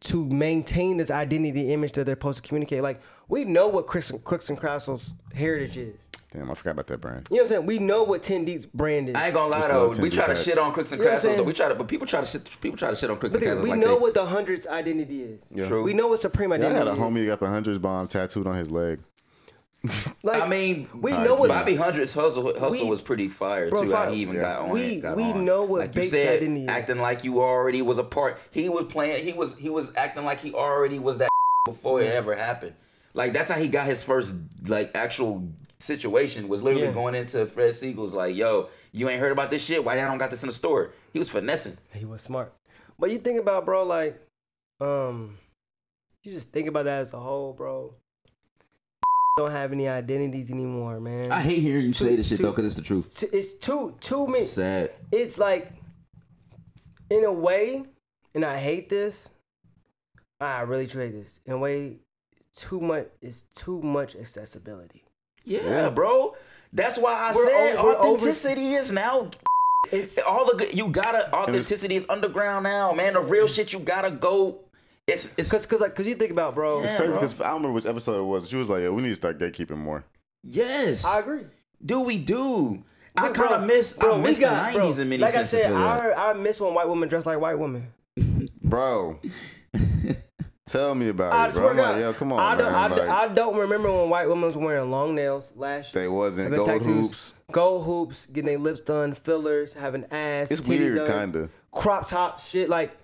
D: to maintain this identity image that they're supposed to communicate? Like we know what Crooks and, Crooks and Castle's heritage is.
B: Damn, I forgot about that brand.
D: You know what I'm saying? We know what Ten Deep's brand is.
C: I ain't gonna lie
B: Just
C: though,
B: love
C: we
B: Tinder
C: try to
B: cats.
C: shit on Cricks and
D: You know what I'm
C: Castles. Though
D: saying?
C: we try to, but people try to shit. People try to shit on Cricks
D: but
C: and
D: then,
C: Castles.
D: we
C: like
D: know
C: they,
D: what the hundreds identity is.
B: Yeah.
C: True.
D: We know what supreme
B: Yeah, I
D: identity
B: got a
D: is.
B: homie that got the hundreds bomb tattooed on his leg.
D: Like,
C: I mean,
D: we
C: Bobby-
D: know what
C: Bobby Hundred's hustle hustle
D: we-
C: was pretty fire
D: Bro,
C: too.
D: fire.
C: How he even
B: Yeah.
C: got on.
D: We-
C: it, got
D: we
C: on.
D: know what
C: like you
D: Bates
C: said,
D: identity is.
C: acting like you already was a part. He was playing. He was he was acting like he already was that [laughs] before it ever happened. Like that's how he got his first like actual situation was literally
D: Yeah.
C: going into Fred Siegel's like, yo, you ain't heard about this shit. Why y'all don't got this in the store? He was finessing.
D: He was smart. But you think about, bro, like, um, you just think about that as a whole, bro. [laughs] Don't have any identities anymore, man.
C: I hate hearing you say this shit
D: to-
C: though, because it's the truth.
D: T- It's too too many.
C: Sad.
D: It's like, in a way, and I hate this. I really hate this. In a way, too much. It's too much accessibility.
C: Yeah, bro. That's why I
D: We're
C: said
D: o- we're over-
C: authenticity is now.
D: It's
C: All the good you gotta authenticity is underground now, man. The real shit you gotta go. It's it's
D: cause cause like cause you think about, bro.
C: Yeah.
B: Crazy
C: bro.
B: because I don't remember which episode it was. She was like, "Yeah, we need to start gatekeeping more."
C: yes.
D: I agree.
C: Do we do? I
D: Bro,
C: kind of miss.
D: bro,
C: I
D: we
C: miss
D: got-
C: the
D: bro,
C: nineties in many
D: Like I
C: senses.
D: said,
C: for that.
D: I I miss when white women dress like white women. [laughs]
B: Bro, tell me about
D: I
B: it,
D: swear
B: bro.
D: to
B: I'm
D: God,
B: like, yo, come on,
D: I don't,
B: man.
D: I,
B: Like,
D: I don't remember when white women was wearing long nails, lashes.
B: They wasn't.
D: having
B: Gold hoops.
D: gold hoops, getting their lips done, fillers, having ass.
B: It's
D: titties
B: weird,
D: done,
B: kinda.
D: Crop top shit. Like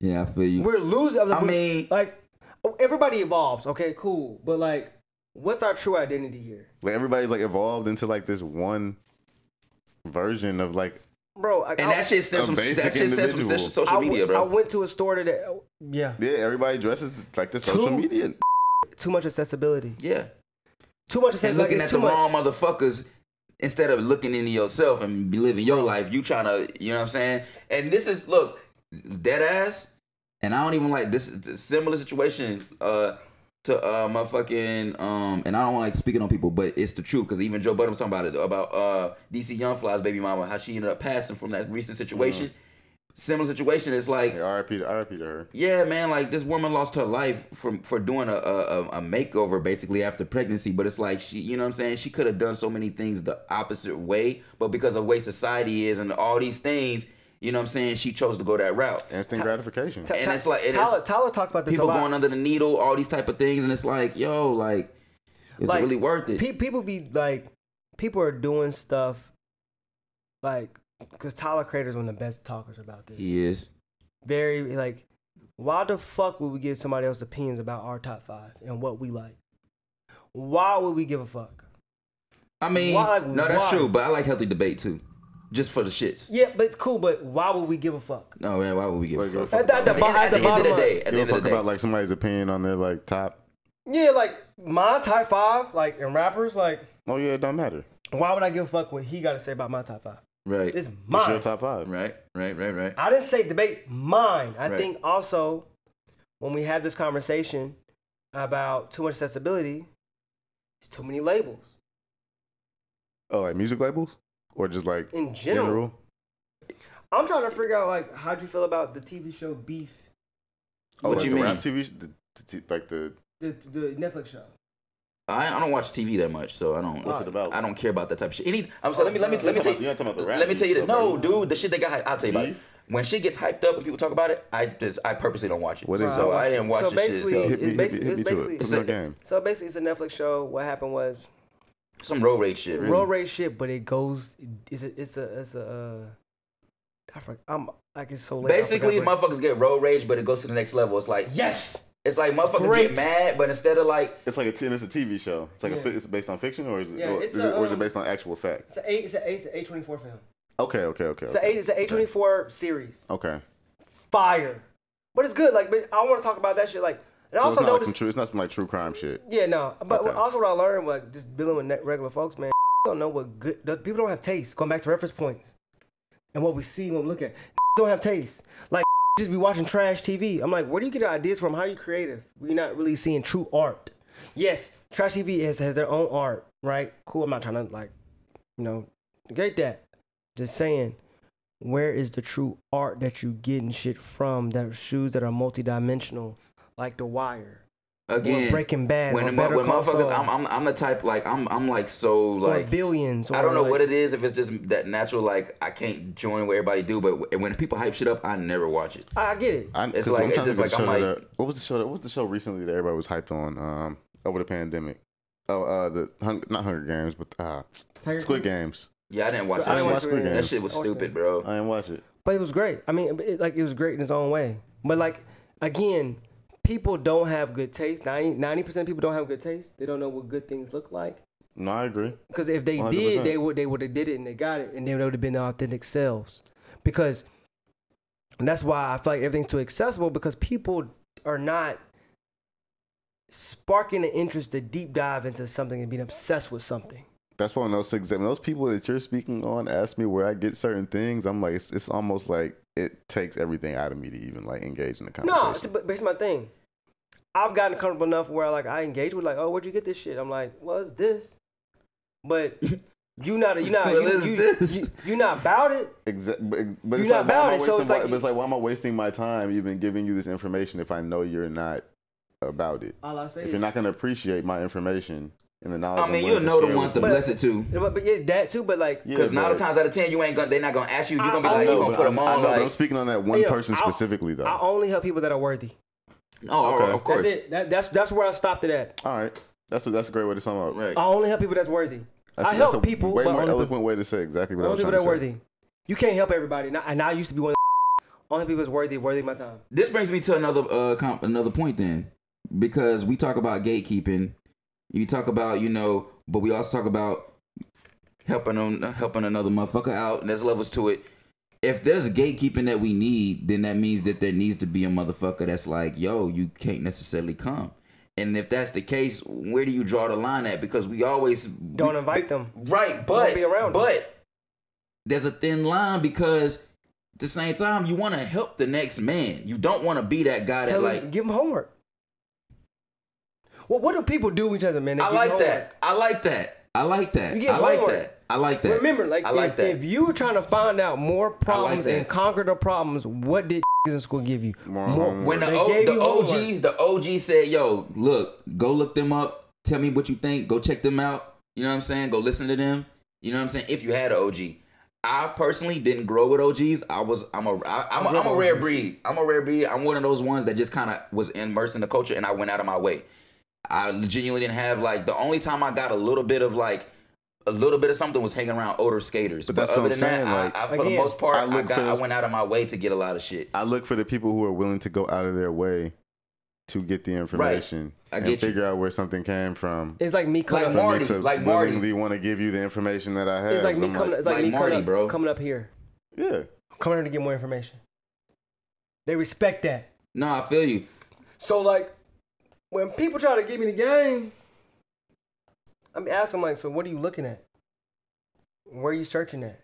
C: yeah, I feel you.
D: we're losing.
C: I mean-
D: like oh, everybody evolves. Okay, cool, but like, what's our true identity here,
B: like everybody's like evolved into like this one version of like
D: bro? I,
C: and
D: I,
C: that shit stems
B: A
C: from that
B: basic
C: shit stems from
B: individual.
C: social-
D: I
C: social
D: went-
C: media,
D: I
C: bro.
D: went to a store today. oh, Yeah,
B: yeah, everybody dresses like the social
D: Two-
B: media.
D: too much accessibility.
C: Yeah,
D: Too much
C: and
D: accessibility.
C: looking
D: it's
C: at
D: too
C: the
D: much.
C: wrong motherfuckers instead of looking into yourself and be living your life. You trying to, you know what I'm saying? And this is look dead ass. And I don't even like this is a similar situation uh, to uh, my fucking. Um, and I don't like speaking on people, but it's the truth because even Joe Budden was talking about it about uh, DC Young Fly's baby mama, how she ended up passing from that recent situation. Similar situation. It's like
B: Hey, R.I.P. to R.I.P. to her.
C: yeah, man, like this woman lost her life from for doing a, a a- a makeover basically after pregnancy, but it's like she, you know what I'm saying? She could have done so many things the opposite way, but because of the way society is and all these things, you know what I'm saying, she chose to go that route.
B: Instant gratification.
D: Ta-
C: and
D: ta-
C: it's like- and it's-
D: Tyler, Tyler talks about this
C: People
D: a lot.
C: going under the needle, all these type of things, and it's like, yo, like it's
D: Like,
C: really worth it.
D: Pe- people be like, people are doing stuff like, because Tyler Crater's one of the best talkers about this.
C: He is.
D: Very, like, why the fuck would we give somebody else opinions about our top five and what we like? Why would we give a fuck?
C: I mean,
D: Why- like,
C: no, that's
D: why?
C: true, but I like healthy debate too, just for the shits.
D: Yeah, but it's cool, but why would we give a fuck?
C: No man, why would we give
B: Like,
C: a
B: give a fuck.
C: fuck?
D: At the, at the,
C: At
D: bo-
C: the,
D: at the
C: end of
D: bottom
C: the day, at the
B: Give a
C: end of
B: fuck
C: the
B: about
C: day,
B: like somebody's opinion on their like top.
D: yeah, like, my top five, like, and rappers, like,
B: Oh yeah, it don't matter.
D: why would I give a fuck what he got to say about my top five?
C: right,
D: It's
B: It's
D: mine.
B: your top five.
C: right, right, right, right.
D: I didn't say debate mine. I
C: Right.
D: think also when we had this conversation about too much accessibility, it's too many labels
B: Oh, like music labels or just like
D: in general.
B: general.
D: I'm trying to figure out like how'd you feel about the TV show Beef,
B: Oh,
C: What
B: like
C: you
B: the
C: mean?
B: Rap TV, sh- the, the, t- like the
D: the, the Netflix show.
C: I, I don't watch TV that much, so I don't.
B: What's it about?
C: I don't care about that type of shit. Any, I'm sorry. let me let me
B: no,
C: let
B: you're
C: me tell
B: talking about-
C: you.
B: you're talking about the rap
C: let me tell you.
B: beef
C: that- no,
B: stuff,
C: dude, the shit they got. I'll tell you about. It.
B: Beef?
C: When shit gets hyped up and people talk about it, I just I purposely don't watch it.
B: What is
C: so
B: it?
C: I didn't watch
D: So
C: the shit.
D: basically-
C: So
B: hit me, hit
D: basi-
B: me, hit me
D: it's
B: to
D: basically-
B: it. Put me on game.
D: So basically, it's a Netflix show. What happened was
C: some road rage shit.
D: road rage shit, but it goes. It's a it's a it's a. Uh, I forgot. I'm like it's so late. I
C: Basically,
D: forgot, but-
C: motherfuckers get road rage, but it goes to the next level. It's like
D: yes.
E: It's like motherfuckers
D: Great.
E: get mad, but instead of like
B: It's like a t- and it's a TV show. It's like a
D: Yeah.
B: fi it's based on fiction or is it,
D: Yeah,
B: or,
D: it's
B: is
D: a,
B: it or is it
D: um,
B: based on actual fact?
D: It's an A. It's an A. It's an A twenty four film.
B: Okay, okay, okay.
D: It's an A.
B: okay.
D: It's an A twenty four series.
B: okay.
D: Fire, but it's good. Like, but I want to talk about that shit. Like, and I
B: So it's
D: also
B: not like some
D: noticed.
B: true. It's not some like true crime shit.
D: yeah, no. But
B: Okay.
D: also what I learned, like, just dealing with net- regular folks, man. [laughs] Don't know what good. the People don't have taste. Going back to reference points, and what we see when we look at. [laughs] Don't have taste. Like, [laughs] just be watching trash TV. I'm like, where do you get your ideas from? How are you creative? We're not really seeing true art. Yes, trash TV has, has their own art, right? Cool. I'm not trying to like, you know, negate that. Just saying, where is the true art that you getting shit from? That are shoes that are multidimensional, like The Wire,
C: Again,
D: or Breaking Bad,
C: when,
D: or
C: the mo-
D: Better
C: when
D: Call Saul,
C: motherfuckers, I'm, I'm I'm the type like I'm I'm like so
D: or
C: like
D: Billions. Or
C: I don't know
D: like,
C: what it is if it's just that natural like I can't join what everybody do, but w- when people hype shit up, I never watch it.
D: I get it.
B: I,
C: It's
B: 'cause
C: like-
B: I'm
C: it's
B: trying to think of
C: just like,
B: a
C: I'm
B: show
C: like-
B: that- what was the show? That, what was the show recently that everybody was hyped on um, over the pandemic? Oh, uh, the hung, not Hunger Games, but uh,
D: Tiger
B: Squid
D: King?
B: Games.
C: Yeah, I didn't watch
D: I
C: that
D: didn't
C: shit.
D: watch Squid
C: That
B: Games.
C: shit was
D: I watched
C: stupid,
D: Squid
C: bro.
B: I didn't watch it.
D: But it was great. I mean, it, like it was great in its own way. But like again, people don't have good taste. 90 percent of people don't have good taste. They don't know what good things look like.
B: No, I agree.
D: Because if they
B: 100%.
D: did, they would they would have did it and they got it, and they would have been their authentic selves. Because and that's why I feel like everything's too accessible because people are not sparking the interest to deep dive into something and being obsessed with something.
B: That's one of those things. that When those people that you're speaking on ask me where I get certain things, I'm like, it's, it's almost like it takes everything out of me to even like engage in the conversation.
D: No, see, but but it's my thing. I've gotten comfortable enough where like I engage with like, oh, where'd you get this shit? I'm like, well, it's this,
B: [laughs]
D: but you not you not
C: Well,
D: you,
C: it's
D: you,
C: this.
D: you, you not about it.
B: Exactly, but, but
D: You're
B: it's
D: not
B: like, why am I
D: about it, so
B: wasting
D: it's
B: my-
D: like-
B: but it's like, why am I wasting my time even giving you this information if I know you're not about it?
D: All I say
B: If you're not going to appreciate my information and the knowledge,
C: I mean,
B: I'm
C: you
B: willing
C: know the
B: share
C: ones to
B: with you.
C: bless it too,
D: but, but yeah, that too. But like,
B: Yeah,
C: because nine
B: but-
C: times out of ten, you ain't gonna. They're not gonna ask you. You
D: I-
C: gonna be
D: I
C: like, you
D: know,
C: gonna
B: but
C: put
B: I'm-
C: them
B: I
C: on
B: know, but
C: like.
B: I'm speaking on that one
D: you know,
B: person
D: I-
B: specifically, though.
D: I only help people that are worthy.
C: Oh,
B: Okay.
C: of course.
D: That's it. That, that's that's where I stopped it at.
B: All right, that's a, that's a great way to sum up.
C: Right.
D: I only help people that's worthy.
B: That's, that's
D: I help
B: a
D: people,
B: Way
D: but
B: more
D: only,
B: eloquent way to say exactly
D: pe-
B: what I
D: only
B: was
D: people
B: trying
D: that
B: to
D: are
B: say.
D: worthy. You can't help everybody, and I, and I used to be one. of the [laughs] Only people that's worthy, worthy of my time.
C: this brings me to another uh comp- another point then because we talk about gatekeeping you talk about you know but we also talk about helping on uh, helping another motherfucker out and there's levels to it if there's gatekeeping that we need then that means that there needs to be a motherfucker that's like yo you can't necessarily come and if that's the case where do you draw the line at because we always
D: Don't invite them.
C: right but
D: be around 'em.
C: but there's a thin line because at the same time you want to help the next man you don't want to be that guy
D: Tell
C: that
D: them,
C: like
D: give them homework. Well, what do people do with each other, man? They
C: I
D: give you
C: like
D: homework.
C: that. I like that. I like that.
D: You get
C: I like
D: homework.
C: that. I like that.
D: Remember, like,
C: I like
D: if,
C: that.
D: if you were trying to find out more problems
C: that.
D: and conquer the problems, what did [laughs] in school give you?
B: More homework.
C: when the,
D: They
C: o,
D: gave
C: the
D: you
C: OGs,
D: homework.
C: the OG said, "Yo, look, go look them up. Tell me what you think. Go check them out. You know what I'm saying? Go listen to them. You know what I'm saying? If you had an OG." I personally didn't grow with OGs. I was I'm a I, I'm a, I'm a rare breed. I'm a rare breed. I'm one of those ones that just kind of was immersed in the culture, and I went out of my way. I genuinely didn't have like the only time I got a little bit of like a little bit of something was hanging around older skaters. But,
B: that's
C: other
B: what
C: than
B: I'm
C: that,
B: saying,
C: I-
B: like,
C: I, for the
D: again,
C: most part,
B: I
C: I,
B: look
C: got
B: for
C: I
B: this-
C: went out of my way to get a lot of shit.
B: I look for the people who are willing to go out of their way to get the information
C: I
B: and
C: get you.
B: figure out where something came from.
D: It's like me coming
C: Like
D: up.
C: Marty,
B: me to
C: like Marty.
B: willingly want to give you the information that I have.
D: it's like me
B: I'm
D: coming. It's like,
C: like
D: me
C: Marty,
D: coming, up,
C: bro.
D: coming up here,
B: yeah.
D: coming here to get more information. They respect that.
C: No, I feel you.
D: So like, when people try to give me the game, I'm asking like, so what are you looking at? Where are you searching at?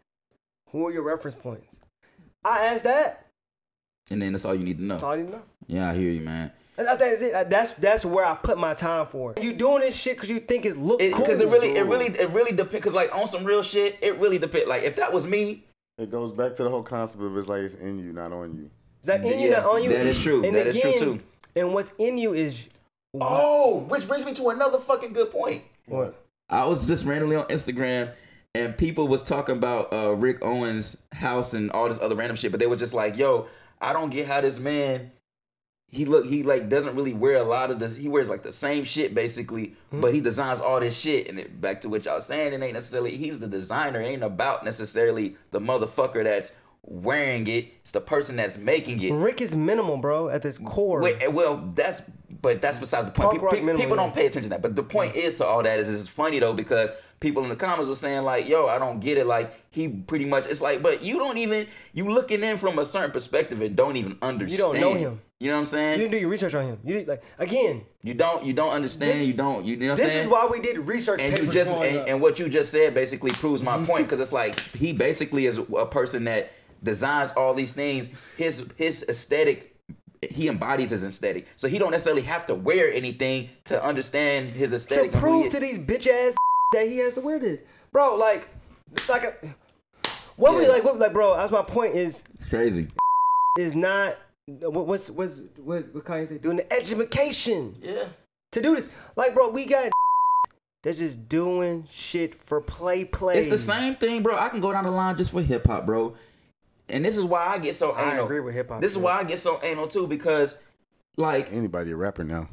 D: Who are your reference points? I ask that.
C: And then that's all you need to
D: That's
C: know.
D: all I need to know.
C: Yeah, I hear you, man.
D: And I think that's it. That's that's where I put my time for. You doing this shit because you think it's look cool.
C: Because it, really, it really, it really depends. Because like on some real shit, it really depends. Like if that was me,
B: It goes back to the whole concept of it's like it's in you, not on you.
D: Is that in you,
C: Yeah,
D: not on you?
C: that is true.
D: And
C: That is true,
D: again,
C: too.
D: And what's in you is
C: oh, which brings me to another fucking good point.
D: what?
C: I was just randomly on Instagram and people was talking about uh, Rick Owens' house and all this other random shit, but they were just like, "Yo, I don't get how this man he look he like doesn't really wear a lot of this. He wears like the same shit basically, but he designs all this shit." And it, back to what y'all was saying, it ain't necessarily he's the designer. It ain't about necessarily the motherfucker that's wearing it. It's the person that's making it.
D: Rick is minimal, bro. At this core,
C: Wait, well, that's But that's besides the point.
D: Punk
C: Pe-
D: rock
C: pe-
D: minimalism.
C: people don't pay attention to that. But the point is to all that is it's funny though because people in the comments were saying like, "Yo, I don't get it." Like he pretty much it's like, but you don't even you looking in from a certain perspective and don't even understand.
D: don't know him.
C: You know what I'm saying?
D: You didn't do your research on him. You didn't, like again.
C: You don't you don't understand.
D: This-
C: you don't you, you know what I'm
D: This
C: saying?
D: is why we did research
C: and
D: papers.
C: you just
D: growing
C: and,
D: up. Mm-hmm.
C: and what you just said basically proves my point because it's like he basically is a person that designs all these things. His his aesthetic, he embodies his aesthetic, so he don't necessarily have to wear anything to understand his
D: to
C: aesthetic. and who he
D: prove
C: is.
D: to these bitch ass [laughs] that he has to wear this, bro. Like, like, a, what we
C: Yeah.
D: like, what, like, bro. That's my point. Is [laughs]
F: It's crazy.
D: is not what, what's what's what what Kanye say? Doing the education
C: yeah,
D: to do this. Like, bro, we got [laughs] that's just doing shit for play, play.
F: It's the same thing, bro. I can go down the line just for hip hop, bro.
C: and this is why I get so
D: I
C: anal.
D: agree with hip hop,
C: This is
D: yeah.
C: why I get so anal too because. Like
B: Anybody a rapper now?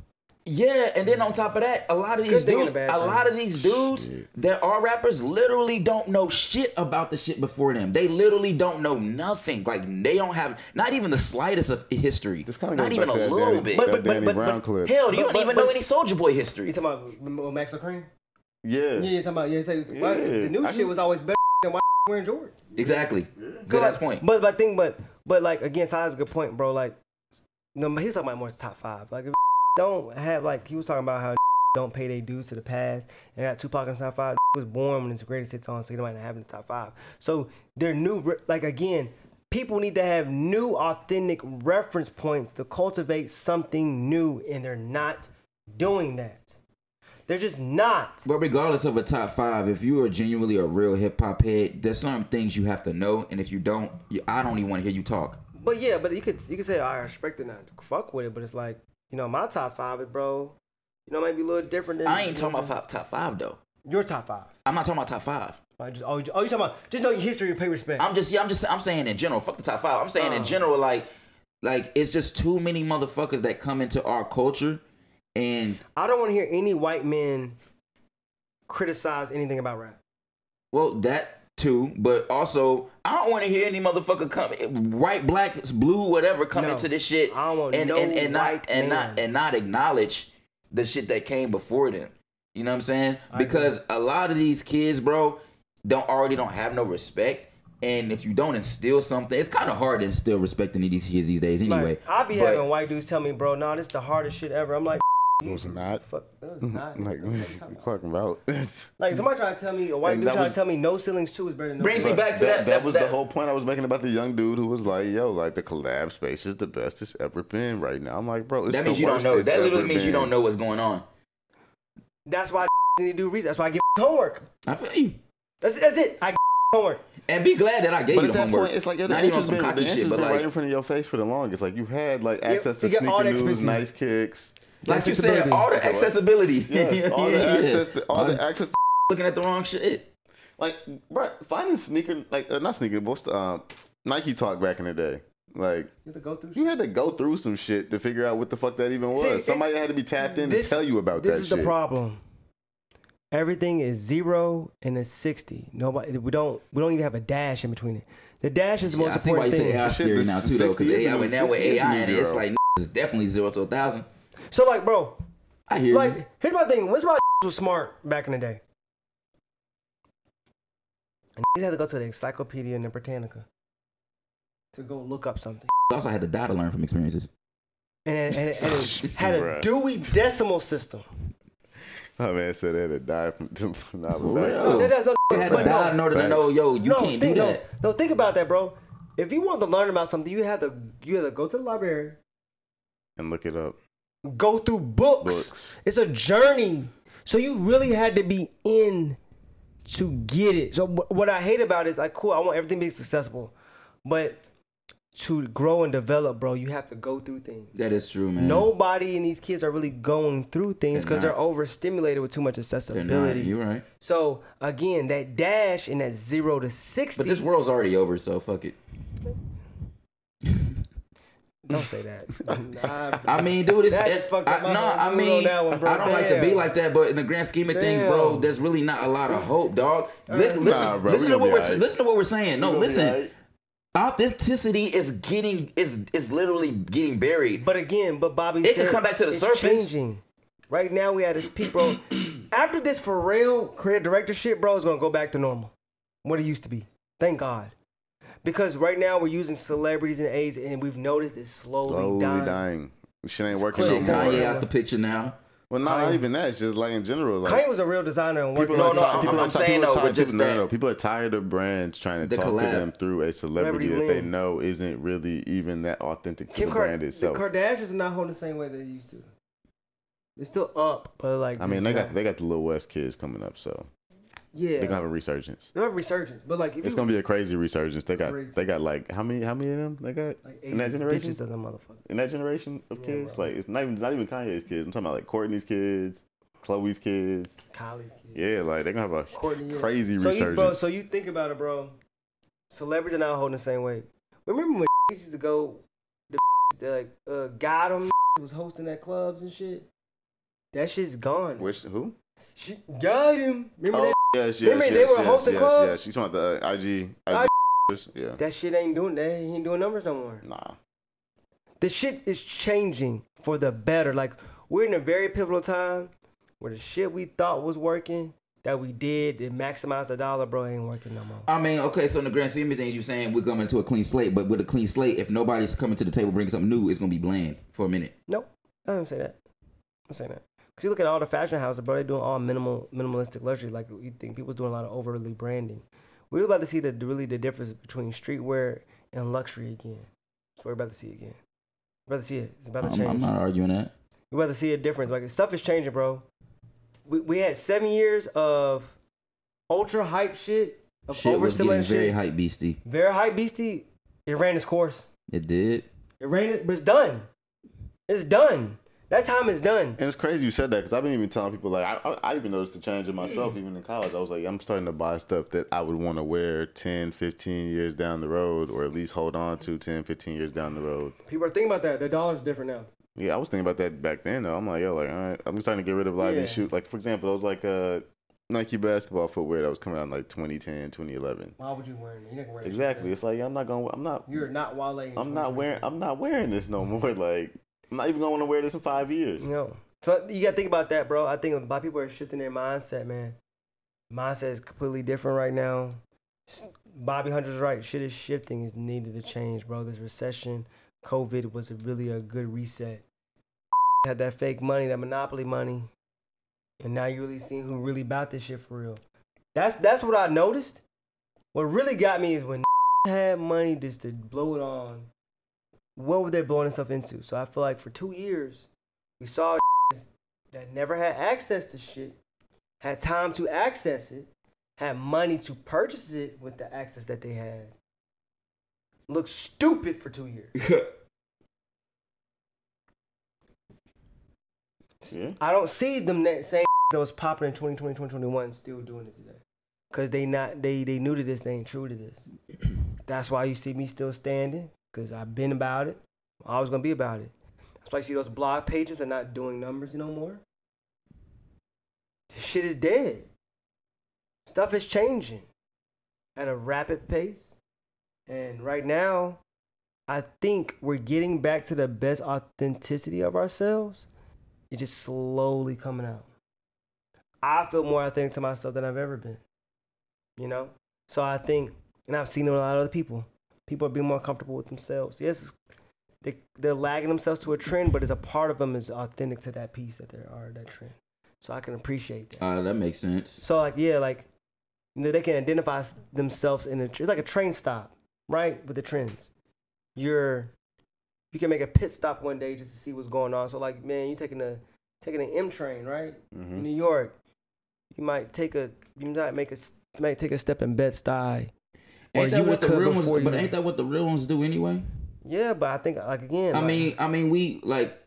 C: yeah, and then on top of that, a lot of
D: It's a
C: these
D: good thing and
C: dudes,
D: a bad
C: a
D: thing.
C: lot of these dudes that are rappers literally don't know shit about the shit before them. They literally don't know nothing. Like they don't have not even the slightest of history.
B: This kind of
C: not
B: goes
C: even
B: back
C: a
B: to that
C: little
B: Danny,
C: bit.
B: that
D: But- but-
B: Danny
D: but-
B: Brown
D: but-
B: clip.
C: Hell, you
D: But-
C: don't
D: but-
C: even
D: but-
C: know any Soldier Boy
D: You
C: history.
D: talking about M- M- Max O'Crane?
B: yeah.
D: Yeah, you talking about yeah. Say, why,
B: Yeah,
D: the new
B: I
D: shit
B: can-
D: was always better than why [laughs] wearing Jordans.
C: Exactly. Good
D: So,
C: ass
D: like,
C: point.
D: But but I think but but like again, Ty's a good point, bro. Like no, he was talking about more top five. Like if [laughs] don't have like he was talking about how [laughs] don't pay their dues to the past. And got Tupac in top five. [laughs] Was born when his greatest hits on, so he might not have in the top five. So they're new. re- Like again, people need to have new, authentic reference points to cultivate something new, and they're not doing that. They're just not.
F: But regardless of a top five, if you are genuinely a real hip hop head, there's certain things you have to know, and if you don't, you, I don't even want to hear you talk.
D: But yeah, but you could you could say I respect it not to fuck with it, but it's like you know my top five is bro. You know might be a little different than
C: I ain't talking about five, top five though.
D: your top five.
C: I'm not talking about top five.
D: Like just, oh, you, oh, you talking about just know your history and pay respect.
C: I'm just yeah, I'm just I'm saying in general. Fuck the top five. I'm saying in general, like like it's just too many motherfuckers that come into our culture and
D: I don't want to hear any white men criticize anything about rap.
C: Well, that too, but also I don't want to hear any motherfucker come white, black, blue, whatever come
D: No.
C: into this shit
D: I don't want
C: and
D: no
C: and, and not
D: white
C: and not
D: man.
C: and not acknowledge the shit that came before them. You know what I'm saying?
D: I agree.
C: because a lot of these kids, bro, don't already don't have no respect. And if you don't instill something, it's kind of hard to instill respect in these kids these days.
D: Like,
C: Anyway,
D: I be
C: But-
D: having white dudes tell me, bro, nah, this is the hardest shit ever. I'm like,
B: It was not.
D: fuck, that was
C: Mm-hmm.
B: [laughs]
D: not.
B: Like, what
D: Like,
B: you talking about? [laughs]
D: somebody trying to tell me a white
B: And
D: dude
B: that
D: trying
B: was-
D: to tell me no ceilings two is better than no.
C: Brings me
D: Ceilings.
C: back to that-
B: that,
C: that-
B: was
C: that-
B: the whole point I was making about the young dude who was like, "Yo, like the collab space is the best it's ever been right now." I'm like, bro, it's
C: that
B: the
C: means you don't
B: worst
C: know.
B: it's
C: That literally
B: ever
C: means you
B: been.
C: don't know what's going on.
D: That's why I [laughs] need to do research. That's why I give homework.
F: I feel you.
D: That's that's it. I give [laughs] homework.
F: And be glad that I gave
B: But
F: you the
B: at that
F: homework.
B: point, it's like yo, the
F: not even on
B: answer's
F: some
B: been, the
F: cocky
B: answer's
F: shit, but
B: been right
F: like,
B: in front of your face for the longest. Like you had like access
D: you
B: to
D: got all
B: sneaker
D: that
B: news,
D: expensive.
B: nice kicks,
F: like you said, all the accessibility.
B: yes, all
F: [laughs]
B: the
F: Yeah, yeah.
B: access, to, all the
F: I'm
B: access. To,
F: looking at the wrong shit.
B: like, bro, finding sneaker, like uh, not sneaker, but what's the um, Nike talk back in the day, like.
D: You have to go through.
B: You had to go through some shit to figure out what the fuck that even was.
D: See, it-
B: Somebody had to be tapped in to tell you about
D: this
B: that
D: is
B: shit.
D: the problem. Everything is zero and a sixty. Nobody, we don't, we don't even have a dash in between it. The dash is the
F: Yeah,
D: most
F: I see why you
D: important
F: say
D: thing.
F: AI
B: Shit,
F: theory
B: this
F: now too, though, because
B: 60
F: AI
B: is
F: now with
B: 60 is
F: AI and it's
B: zero.
F: like it's definitely zero to a thousand.
D: So like, bro,
F: I hear you.
D: like here's my thing. What's my [laughs] was smart back in the day? And you had to go to the encyclopedia and the Britannica to go look up something.
F: Also, had to die to learn from experiences.
D: And it, and it, and it
F: [laughs]
D: had a
B: Bruh.
D: Dewey Decimal System.
B: My Oh, man said they had to die from [laughs] to not
F: For
B: relax.
F: real.
D: That- that's no-
F: I Oh. had to
D: but no.
F: die in order to
B: Facts.
F: know, yo, you can't do
D: think,
F: that.
D: No, no, think about that, bro. If you want to learn about something, you have to you have to go to the library,
B: And look it up.
D: go through books.
B: Books.
D: It's a journey, so you really had to be in to get it. So wh- what I hate about it is like, cool, I want everything to be successful, but to grow and develop, bro, you have to go through things.
F: That is true, man.
D: Nobody in these kids are really going through things because
F: Mm. They're
D: they're
F: not.
D: overstimulated with too much
F: They're not.
D: accessibility.
F: You're right.
D: So again, that dash and that zero to sixty.
F: But this world's already over, so fuck it.
D: Don't
F: [laughs]
D: say that.
F: I mean, dude, it's,
D: That
F: it's
D: just fucked up
F: I,
D: my
F: no.
D: whole
F: I
D: mood
F: mean,
D: on that one, bro.
F: I don't like to be
D: Damn.
F: like that, but in the grand scheme of things, bro,
D: Damn.
F: there's really not a lot of hope, dog. Li- listen,
B: bro, we
F: listen to
B: gonna
F: what
B: be
F: we're
B: alright.
F: listen to what we're saying. No, listen.
C: authenticity is getting is is literally getting buried.
D: But again, but Bobby,
C: It
D: said
C: can come back to the
D: it's
C: surface.
D: Changing. Right now, we had this people. [clears throat] After this Pharrell creative directorship, bro, is gonna go back to normal, what it used to be. Thank God, because right now we're using celebrities and AIDS, and we've noticed it's slowly,
B: Slowly
D: dying.
B: dying. Shit ain't working
C: Shit,
D: clear.
B: no more.
C: Kanye out the picture now.
B: Well, not, not even that. It's just like in general, like
D: Kanye was a real designer and
B: people
D: working
B: are
D: on
C: no,
B: ti-
C: I'm-
B: people are
C: I'm
B: ti-
C: saying
B: people are
C: though,
B: tired-
C: but just
B: people- no,
C: that-
B: no, no. People are tired of brands trying to
C: The
B: talk
C: collab.
B: to them through a celebrity
D: Celebrity
B: that they
D: lens.
B: know isn't really even that authentic to
D: Kim
B: the
D: Kar-
B: brand
D: the
B: itself.
D: Kardashians are not holding the same way they used to. They're still up, but like
B: I mean,
D: it's
B: they
D: not-
B: got they got the Lil West kids coming up, so
D: yeah,
B: they're gonna have a resurgence.
D: they're a resurgence, but like if
B: It's
D: you
B: gonna be a crazy resurgence. They got
D: Crazy.
B: they got like how many how many of them they got
D: like
B: in that
D: Asian
B: generation?
D: bitches as a motherfucker.
B: In that generation of
D: Yeah,
B: kids,
D: bro.
B: like it's not even it's not even Kanye's kids. I'm talking about like Courtney's kids, Chloe's kids.
D: College kids.
B: Yeah, like they're gonna have a
D: Courtney, yeah.
B: crazy
D: so
B: resurgence.
D: You, bro, so you think about it, bro. Celebrities are not holding the same way. Remember when [laughs] used to go, the [laughs] like uh, God on [laughs] was hosting at clubs and shit. That shit's gone.
B: Which who?
D: She got him. Remember
B: Oh,
D: that?
B: yes, yes,
D: Remember
B: yes,
D: they were
B: yes,
D: hosting
B: yes,
D: clubs?
B: yes. She's talking about the uh, IG,
D: I-
B: IG yeah.
D: That shit ain't doing that. He ain't doing numbers no more.
B: Nah.
D: The shit is changing for the better. Like we're in a very pivotal time where the shit we thought was working that we did to maximize the dollar, bro, ain't working no more.
C: I mean, okay, so in the grand scheme of things, you're saying we're coming to a clean slate, but with a clean slate, if nobody's coming to the table bringing something new, it's gonna be bland for a minute.
D: Nope. I don't say that. I'm saying that. Cause you look at all the fashion houses, bro. They're doing all minimal, minimalistic luxury. Like you think people's doing a lot of overly branding. We're about to see the really the difference between streetwear and luxury again. That's what we're about to see again. We're about to see it. It's about to
C: I'm, I'm
D: change.
C: not arguing that.
D: We're about to see a difference. Like stuff is changing, bro. We we had seven years of ultra hype shit, of
C: Shit was getting
D: overstimulating
C: very
D: shit.
C: hype beastie.
D: Very hype beastie. It ran its course.
C: It did.
D: It ran it, but it's done. It's done. That time is done.
B: And it's crazy you said that because I've been even telling people like I, I, I even noticed the change in myself even in college. I was like I'm starting to buy stuff that I would want to wear 10, 15 years down the road, or at least hold on to 10, 15 years down the road.
D: People are thinking about that. The dollar's different now.
B: Yeah, I was thinking about that back then though. I'm like yo, like all right, I'm starting to get rid of a lot of these
D: Yeah.
B: shoes. Like for example, those like uh Nike basketball footwear that was coming out in like 2010, 2011.
D: Why would you wear it? You're not wearing
B: Exactly. It's like I'm not gonna. I'm not.
D: You're not Wale. in
B: I'm not wearing.
D: 2023.
B: I'm not wearing this no more. Like I'm not even gonna want to wear this in five years.
D: No. So you gotta think about that, bro. I think a lot of people are shifting their mindset, man. Mindset is completely different right now. S- Bobby Hunter's right. Shit is shifting. It's needed to change, bro. This recession, COVID was a- really a good reset. Had that fake money, that monopoly money, and now you really seeing who really bought this shit for real. That's that's what I noticed. What really got me is when [laughs] had money just to blow it on. What were they blowing themselves into? So I feel like for two years, we saw that never had access to shit, had time to access it, had money to purchase it with the access that they had. Looked stupid for two years.
B: Yeah.
D: I don't see them that same [laughs] that was popping in 2020, 2021 still doing it today. Cause they not they they new to this, they ain't true to this. That's why you see me still standing, because I've been about it. I'm always gonna be about it. That's why you see those blog pages are not doing numbers no more. This shit is dead. Stuff is changing at a rapid pace. And right now, I think we're getting back to the best authenticity of ourselves. It's just slowly coming out. I feel more authentic to myself than I've ever been. You know? So I think, and I've seen it with a lot of other people. People are being more comfortable with themselves. Yes, they, they're lagging themselves to a trend, but it's a part of them is authentic to that piece that they are, that trend. So I can appreciate that.
C: Uh, that makes sense.
D: So like yeah, like you know, they can identify s- themselves in a. tr- It's like a train stop, right? With the trends, you're you can make a pit stop one day just to see what's going on. So like man, you taking a taking an M train, right?
B: Mm-hmm.
D: New York, you might take a you might make a s- you might take a step in Bed Stuy.
C: Ain't that what the
D: could
C: real ones?
D: before
C: But
D: you-
C: ain't that what the real ones do anyway?
D: yeah, but I think like again,
C: I
D: like,
C: mean, I mean, we like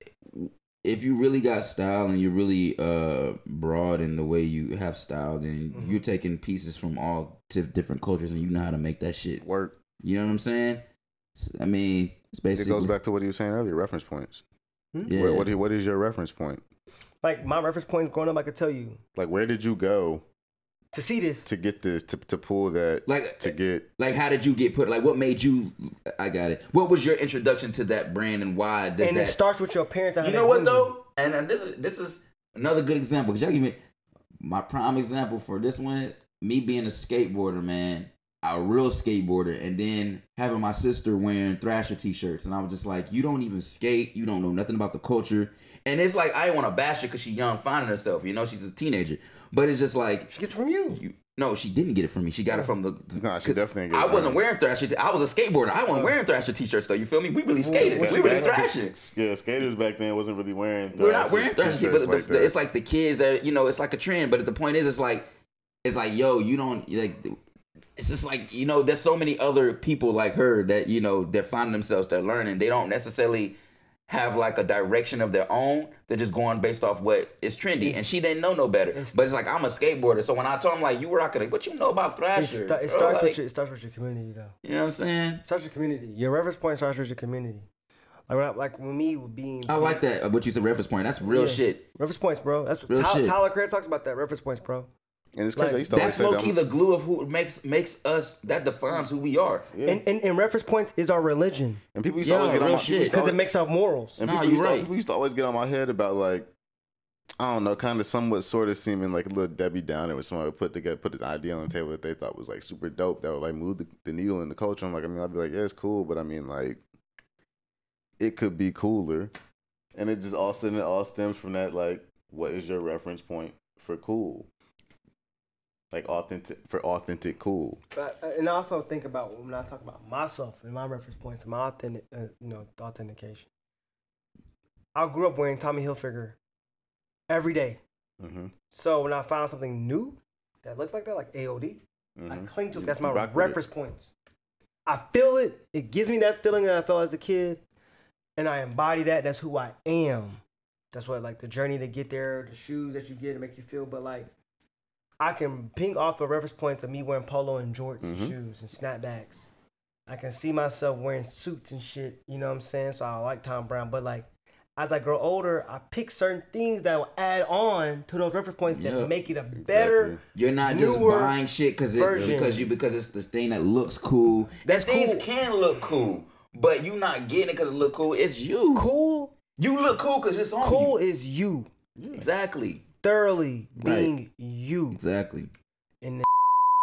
C: if you really got style and you're really uh broad in the way you have style, then
B: Mm-hmm.
D: Mhm.
C: you're taking pieces from all t- different cultures and you know how to make that shit.
B: Work.
C: You know what I'm saying? S- I mean, it's
B: It
C: basically
B: goes back to what he was saying earlier. Reference points.
C: Yeah.
B: What, what, what is your reference point?
D: like my reference points growing up, I could tell you
B: Like, where did you go
D: to see this.
B: to get this to, to pull that
C: Like-
B: to get
C: Like, how did you get put? Like, what made you? I got it. What was your introduction to that brand and why did
D: And
C: that?
D: it starts with your parents. and how
C: you
D: they
C: know what
D: groom you.
C: though? And, and this is this is another good example because y'all give me my prime example for this one. Me being a skateboarder, man, a real skateboarder, and then having my sister wearing Thrasher t-shirts, and I was just like, you don't even skate, you don't know nothing about the culture, and it's like I didn't want to bash her because she's young, finding herself, you know, she's a teenager, but it's just like
D: She gets from you.
C: you. No, she didn't get it from me. She got it from the. the-
B: Nah, she
C: 'cause
B: definitely didn't get
C: I
B: it from
C: wasn't
B: me.
C: wearing Thrasher. T- I was a skateboarder. I wasn't wearing Thrasher t-shirts though. You feel me? We really skated. We really thrashing.
B: Yeah, skaters back then wasn't really wearing.
C: We're not
B: thrasher
C: wearing Thrasher t-shirts,
B: t-shirts
C: but the- the-
B: that.
C: it's like the kids that you know. It's like a trend, but the point is, it's like, it's like, yo, you don't like. It's just like you know, there's so many other people like her that you know that find themselves, they're learning. They don't necessarily have like a direction of their own. They're just going based off what is trendy, and she didn't know no better. but it's like I'm a skateboarder, so when I told him like you were rocking, like, what you know about Thrasher?
D: It, sta-
C: bro?"
D: it starts
C: Like,
D: with your, it starts with your community though.
C: You know what I'm saying?
D: It starts with your community. Your reference point starts with your community. Like when I, like when me being
C: I like that. uh, What you said, reference point. That's real
D: Yeah.
C: shit.
D: reference points, bro. That's what
C: Real
D: Ty-
C: shit.
D: Tyler Craig talks about that reference points, bro.
B: and it's crazy.
D: like,
B: I used to always
C: That's
B: say that.
C: low key
B: I'm-
C: the glue of who makes makes us. That defines who we are.
D: And, and and reference points is our religion
B: And people used
C: Yeah,
B: to always get on
C: real
B: my people
C: shit.
B: used to
D: because it
B: always-
D: makes our morals.
B: And
C: No,
B: people,
C: you
B: used to,
C: right.
B: people used to always get on my head about like I don't know, kind of somewhat sort of seeming like a little Debbie Downer when somebody would put together put an idea on the table that they thought was like super dope that would like move the, the needle in the culture. I'm like, I mean, I'd be like, yeah, it's cool, but I mean, like, it could be cooler, and it just all sudden it all stems from that like, what is your reference point for cool? Like authentic for authentic cool.
D: But, uh, and I also think about when I talk about myself and my reference points, my authentic, uh, you know, authentication. I grew up wearing Tommy Hilfiger every day,
B: Mm-hmm.
D: so when I found something new that looks like that, like AOD, I
B: Mm-hmm.
D: cling to it. That's my reference points. I feel it. It gives me that feeling that I felt as a kid, and I embody that. That's who I am. That's what like the journey to get there, the shoes that you get to make you feel. But like, I can ping off the reference points of me wearing polo and jorts and
B: Mhm.
D: shoes and snapbacks. I can see myself wearing suits and shit. You know what I'm saying? So I like Tom Brown, but like. As I grow older, I pick certain things that will add on to those reference points that
C: Yeah,
D: make it a better.
C: You're not just
D: newer
C: buying shit because it,
D: version.
C: because you because it's the thing that looks cool.
D: That's
C: Things
D: cool.
C: can look cool, but you not getting it because it look cool. It's you.
D: Cool
C: You look cool because it's on
D: Cool
C: cool.
D: is you
C: Exactly.
D: thoroughly being
C: Right.
D: you,
C: Exactly.
D: and the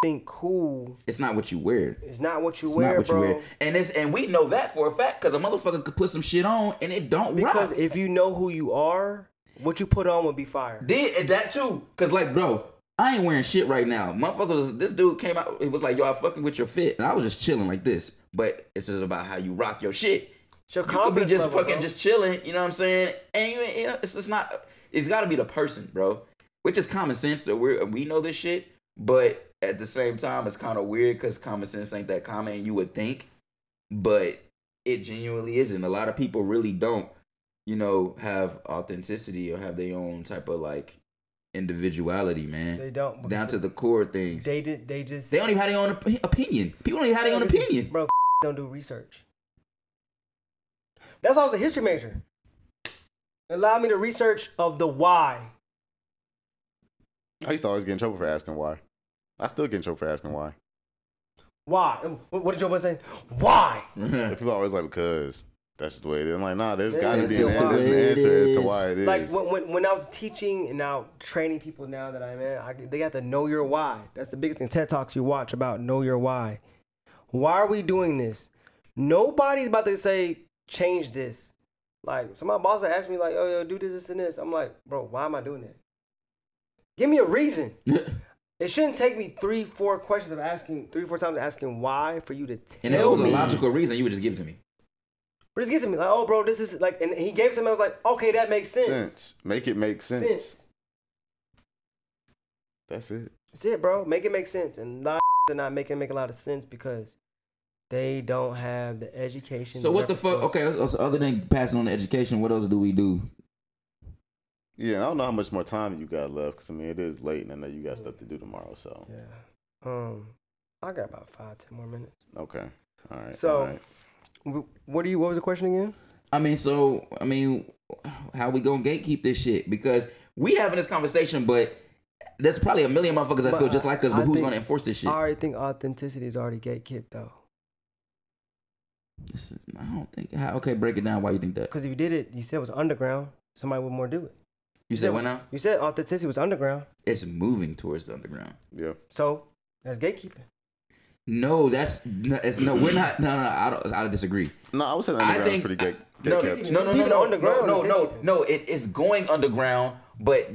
D: think cool
C: It's not what you wear.
D: is not what you
C: It's
D: wear,
C: not what
D: bro.
C: you wear. And it's and we know that for a fact because a motherfucker could put some shit on and it don't
D: Because
C: rock.
D: if you know who you are, what you put on would be fire.
C: Then and that too. Cause like, bro, I ain't wearing shit right now. Motherfuckers, this dude came out, it was like, yo, I fucking with your fit. And I was just chilling like this. But it's just about how you rock your shit.
D: It's your
C: You could be
D: confidence
C: just
D: level,
C: fucking
D: bro.
C: just chilling, you know what I'm saying? And you, ain't- you know, it's just not it's gotta be the person, bro. Which is common sense that we we know this shit, but at the same time it's kinda weird cause common sense ain't that common you would think. But it genuinely isn't. A lot of people really don't, you know, have authenticity or have their own type of like individuality, man.
D: They don't, because
C: down to the core things. They,
D: They did. They just
C: don't even have their own op- opinion. People don't even have their own
D: Listen,
C: opinion. [laughs]
D: [laughs] bro. Don't do research. That's why I was a history major. Allow me to research of the why.
B: I used to always get in trouble for asking why. I still get in trouble for asking why.
D: Why? Um, What what did your boy say? Why?
B: Like, people always like because that's just the way it is. I'm like, nah, there's
D: Yeah,
B: got to
D: that's
B: be an,
D: just
B: an-
D: why
B: there's an
C: it
B: answer as
C: is.
B: to why it is.
D: like when, when when I was teaching and now training people now that I'm in, I, they got to know your why. That's the biggest thing. TED talks you watch about know your why. Why are we doing this? Nobody's about to say change this. Like so, my boss had asked me like, "Oh, yo, do this, this, and this." I'm like, "Bro, why am I doing that? Give me a reason." It shouldn't take me three, four questions of asking three, four times asking why for you to tell
C: and if it was a
D: me.
C: logical reason, you would just give it to me.
D: But just give it to me like, "Oh, bro, this is like," and he gave it to me. I was like, "Okay, that makes sense."
B: sense. Make it make sense.
D: sense.
B: That's it.
D: That's it, bro. Make it make sense. And [laughs] a lot are not making make a lot of sense because they don't have the education.
C: So what the fuck?
D: reference
C: Okay, so other than passing on the education, what else do we do?
B: Yeah, and I don't know how much more time you got left because I mean it is late, and I know you got stuff to do tomorrow. So
D: points. Yeah. Um, I got about five, ten more minutes.
B: okay, all right.
D: So-
B: all right.
D: Wh- What do you? What was the question again?
C: I mean, so I mean, how we gonna gatekeep this shit? Because we having this conversation, but There's probably a million motherfuckers that
D: But
C: feel just
D: I-
C: like us, but
D: I
C: who's
D: think-
C: gonna enforce this shit?
D: I already think authenticity is already gatekept though.
C: This is- I don't think. How, okay, break it down. Why you think that?
D: Because if you did it, you said it was underground. Somebody would more do it.
C: You said what now?
D: You said authenticity was underground,
C: It's moving towards the underground.
B: Yeah.
D: so that's gatekeeping.
C: No, that's no, it's, no. We're not. No, no, no. I don't. I disagree.
B: No, I would say the
C: I
B: underground
C: think
B: is pretty good.
C: no, no,
B: kept.
C: no, no, no,
D: Even
C: no,
D: underground
C: no,
D: is
C: no,
D: gatekeeping.
C: no. It is going underground, but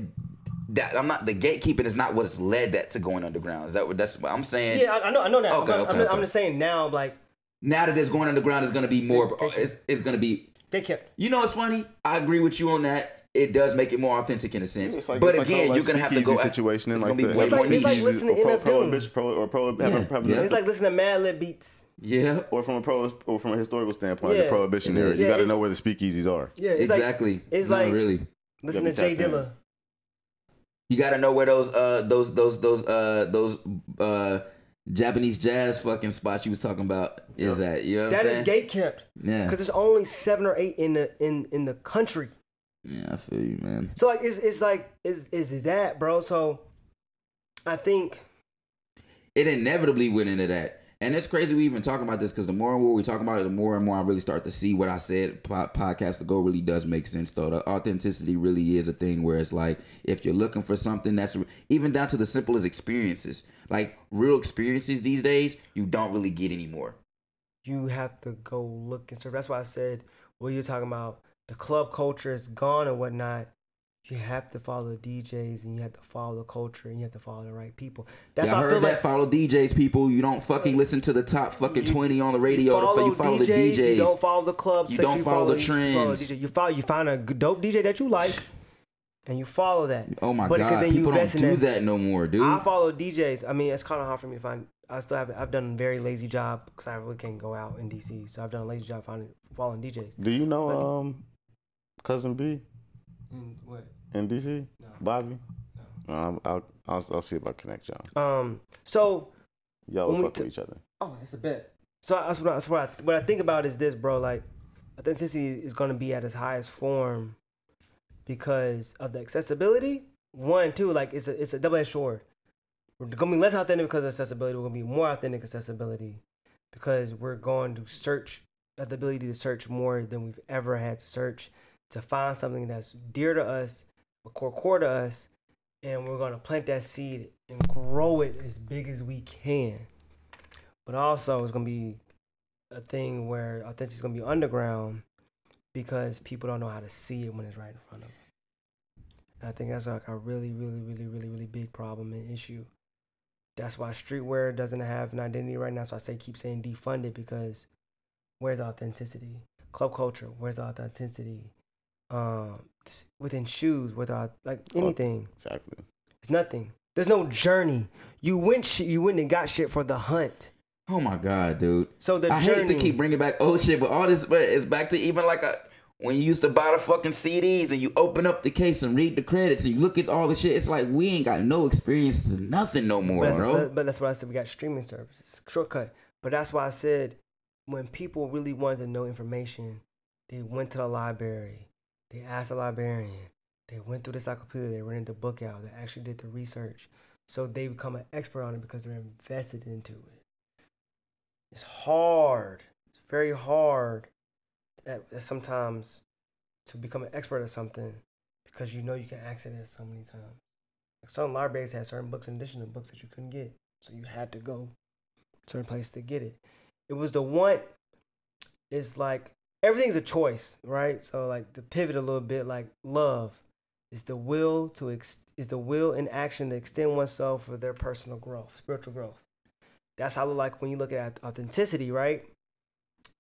C: that I'm not. The gatekeeping is not what has led that to going underground. Is that what that's what I'm saying?
D: Yeah, I, I know, I know that.
C: Okay,
D: I'm,
C: okay,
D: I'm, I'm
C: okay.
D: just saying now, like
C: Now that it's going underground, it's gonna be more.
D: Gatekeeping.
C: It's, it's gonna be.
D: gatekept.
C: You know, it's funny. I agree with you on that. It does make it more authentic in a sense.
B: It's like,
C: but
B: it's like
C: again,
B: whole, like,
C: you're gonna have to go.
B: speakeasy
C: at-
B: situation and
C: it's
B: like
C: gonna be
B: that.
C: way
D: It's like-
C: more
D: it's like
C: easy.
D: listening to
B: or pro,
D: MF
B: pro
D: Doom.
B: bitch, pro, or pro
C: Yeah,
B: having probably
C: yeah.
D: It's like listening to Mad Lib beats.
C: Yeah,
B: or from a pro or from a historical standpoint,
D: Yeah.
B: the prohibition
C: Yeah.
B: era.
D: Yeah,
B: You got to
D: it's-
B: know where the speakeasies are.
D: Yeah, it's
C: exactly.
D: it's
C: No,
D: like-
C: really.
D: Like, listen to
B: Gotta be
D: Jay
B: tapped in.
D: Dilla.
C: You gotta know where those uh those those those uh those uh Japanese jazz fucking spots you was talking about is at. You know what
D: That
C: I'm
D: is
C: saying?
D: gatekept
C: yeah.
D: because there's only seven or eight in the in in the country.
C: Yeah, I feel you, man.
D: So like, it's it's like is is that, bro? So I think
C: It inevitably went into that. And it's crazy we even talking about this because the more and more we talk about it, the more and more I really start to see what I said po- podcast ago really does make sense though. The authenticity really is a thing where it's like if you're looking for something that's even down to the simplest experiences, like real experiences these days, you don't really get anymore.
D: you have to go look and so that's why I said what you're talking about. The club culture is gone and whatnot. You have to follow the DJs and you have to follow the culture and you have to follow the right people. That's
C: Y'all
D: why I
C: heard
D: feel
C: that?
D: like
C: follow DJs, people. You don't fucking listen to the top fucking
D: You-
C: twenty on the radio. You follow, you follow
D: DJs,
C: the DJs.
D: You don't follow the clubs.
C: You don't follow the trends.
D: You, follow DJ. you follow. You find a good- dope DJ that
C: [sighs]
D: you like, and you follow that.
C: oh my
D: But it could-
C: god,
D: then you
C: people don't
D: invest in
C: do
D: that.
C: that no more, dude. Oh
D: I follow DJs. I mean, it's kind of hard for me to find. I still have. I've done a very lazy job because I really can't go out in DC. So I've done a lazy job finding following DJs.
B: Do you know um, cousin B
D: And what?
B: in DC, Bobby? No. Um, I'll, I'll I'll see if I connect y'all.
D: Um. So
B: Y'all will
D: When we
B: fuck
D: t-
B: with each other.
D: Oh, it's a bet. So that's what I, that's what I, what I think about is this, bro. Like authenticity is going to be at its highest form because of the accessibility. One, two, like it's a it's a double edged sword. We're going to be less authentic because of accessibility. We're going to be more authentic accessibility because we're going to search have the ability to search more than we've ever had to search to find something that's dear to us, but core core to us, and we're going to plant that seed and grow it as big as we can but also it's gonna be a thing where authenticity is gonna be underground because people don't know how to see it when it's right in front of them. And I think that's like a really, really, really, really, really big problem and issue. That's why streetwear doesn't have an identity right now. So I say keep saying defunded because where's the authenticity? Club culture, where's the authenticity? Um, just within shoes, without like
B: Well,
D: anything.
B: Exactly.
D: It's nothing. There's no journey. You went, sh- you went and got shit for the hunt.
C: oh my god, dude.
D: So the
C: I
D: journey.
C: hate to keep bringing back old shit, but all this, but it's back to even like a when you used to buy the fucking CDs and you open up the case and read the credits and you look at all the shit. It's like we ain't got no experiences, nothing no
D: but,
C: more,
D: that's,
C: bro.
D: but- but that's what I said. We got streaming services, shortcut. But that's why I said when people really wanted to know information, they went to the library, they asked the librarian, they went through the encyclopedia, they rented the book out, they actually did the research. So they become an expert on it because they're invested into it. It's hard. It's very hard at, at sometimes to become an expert at something because you know you can access it so many times. Like some libraries had certain books in addition to books that you couldn't get. So you had to go certain places to get it. It was the want it's like everything's a choice, right? So like to pivot a little bit, like love is the will to ex- is the will in action to extend oneself for their personal growth, spiritual growth. That's how like when you look at authenticity, right?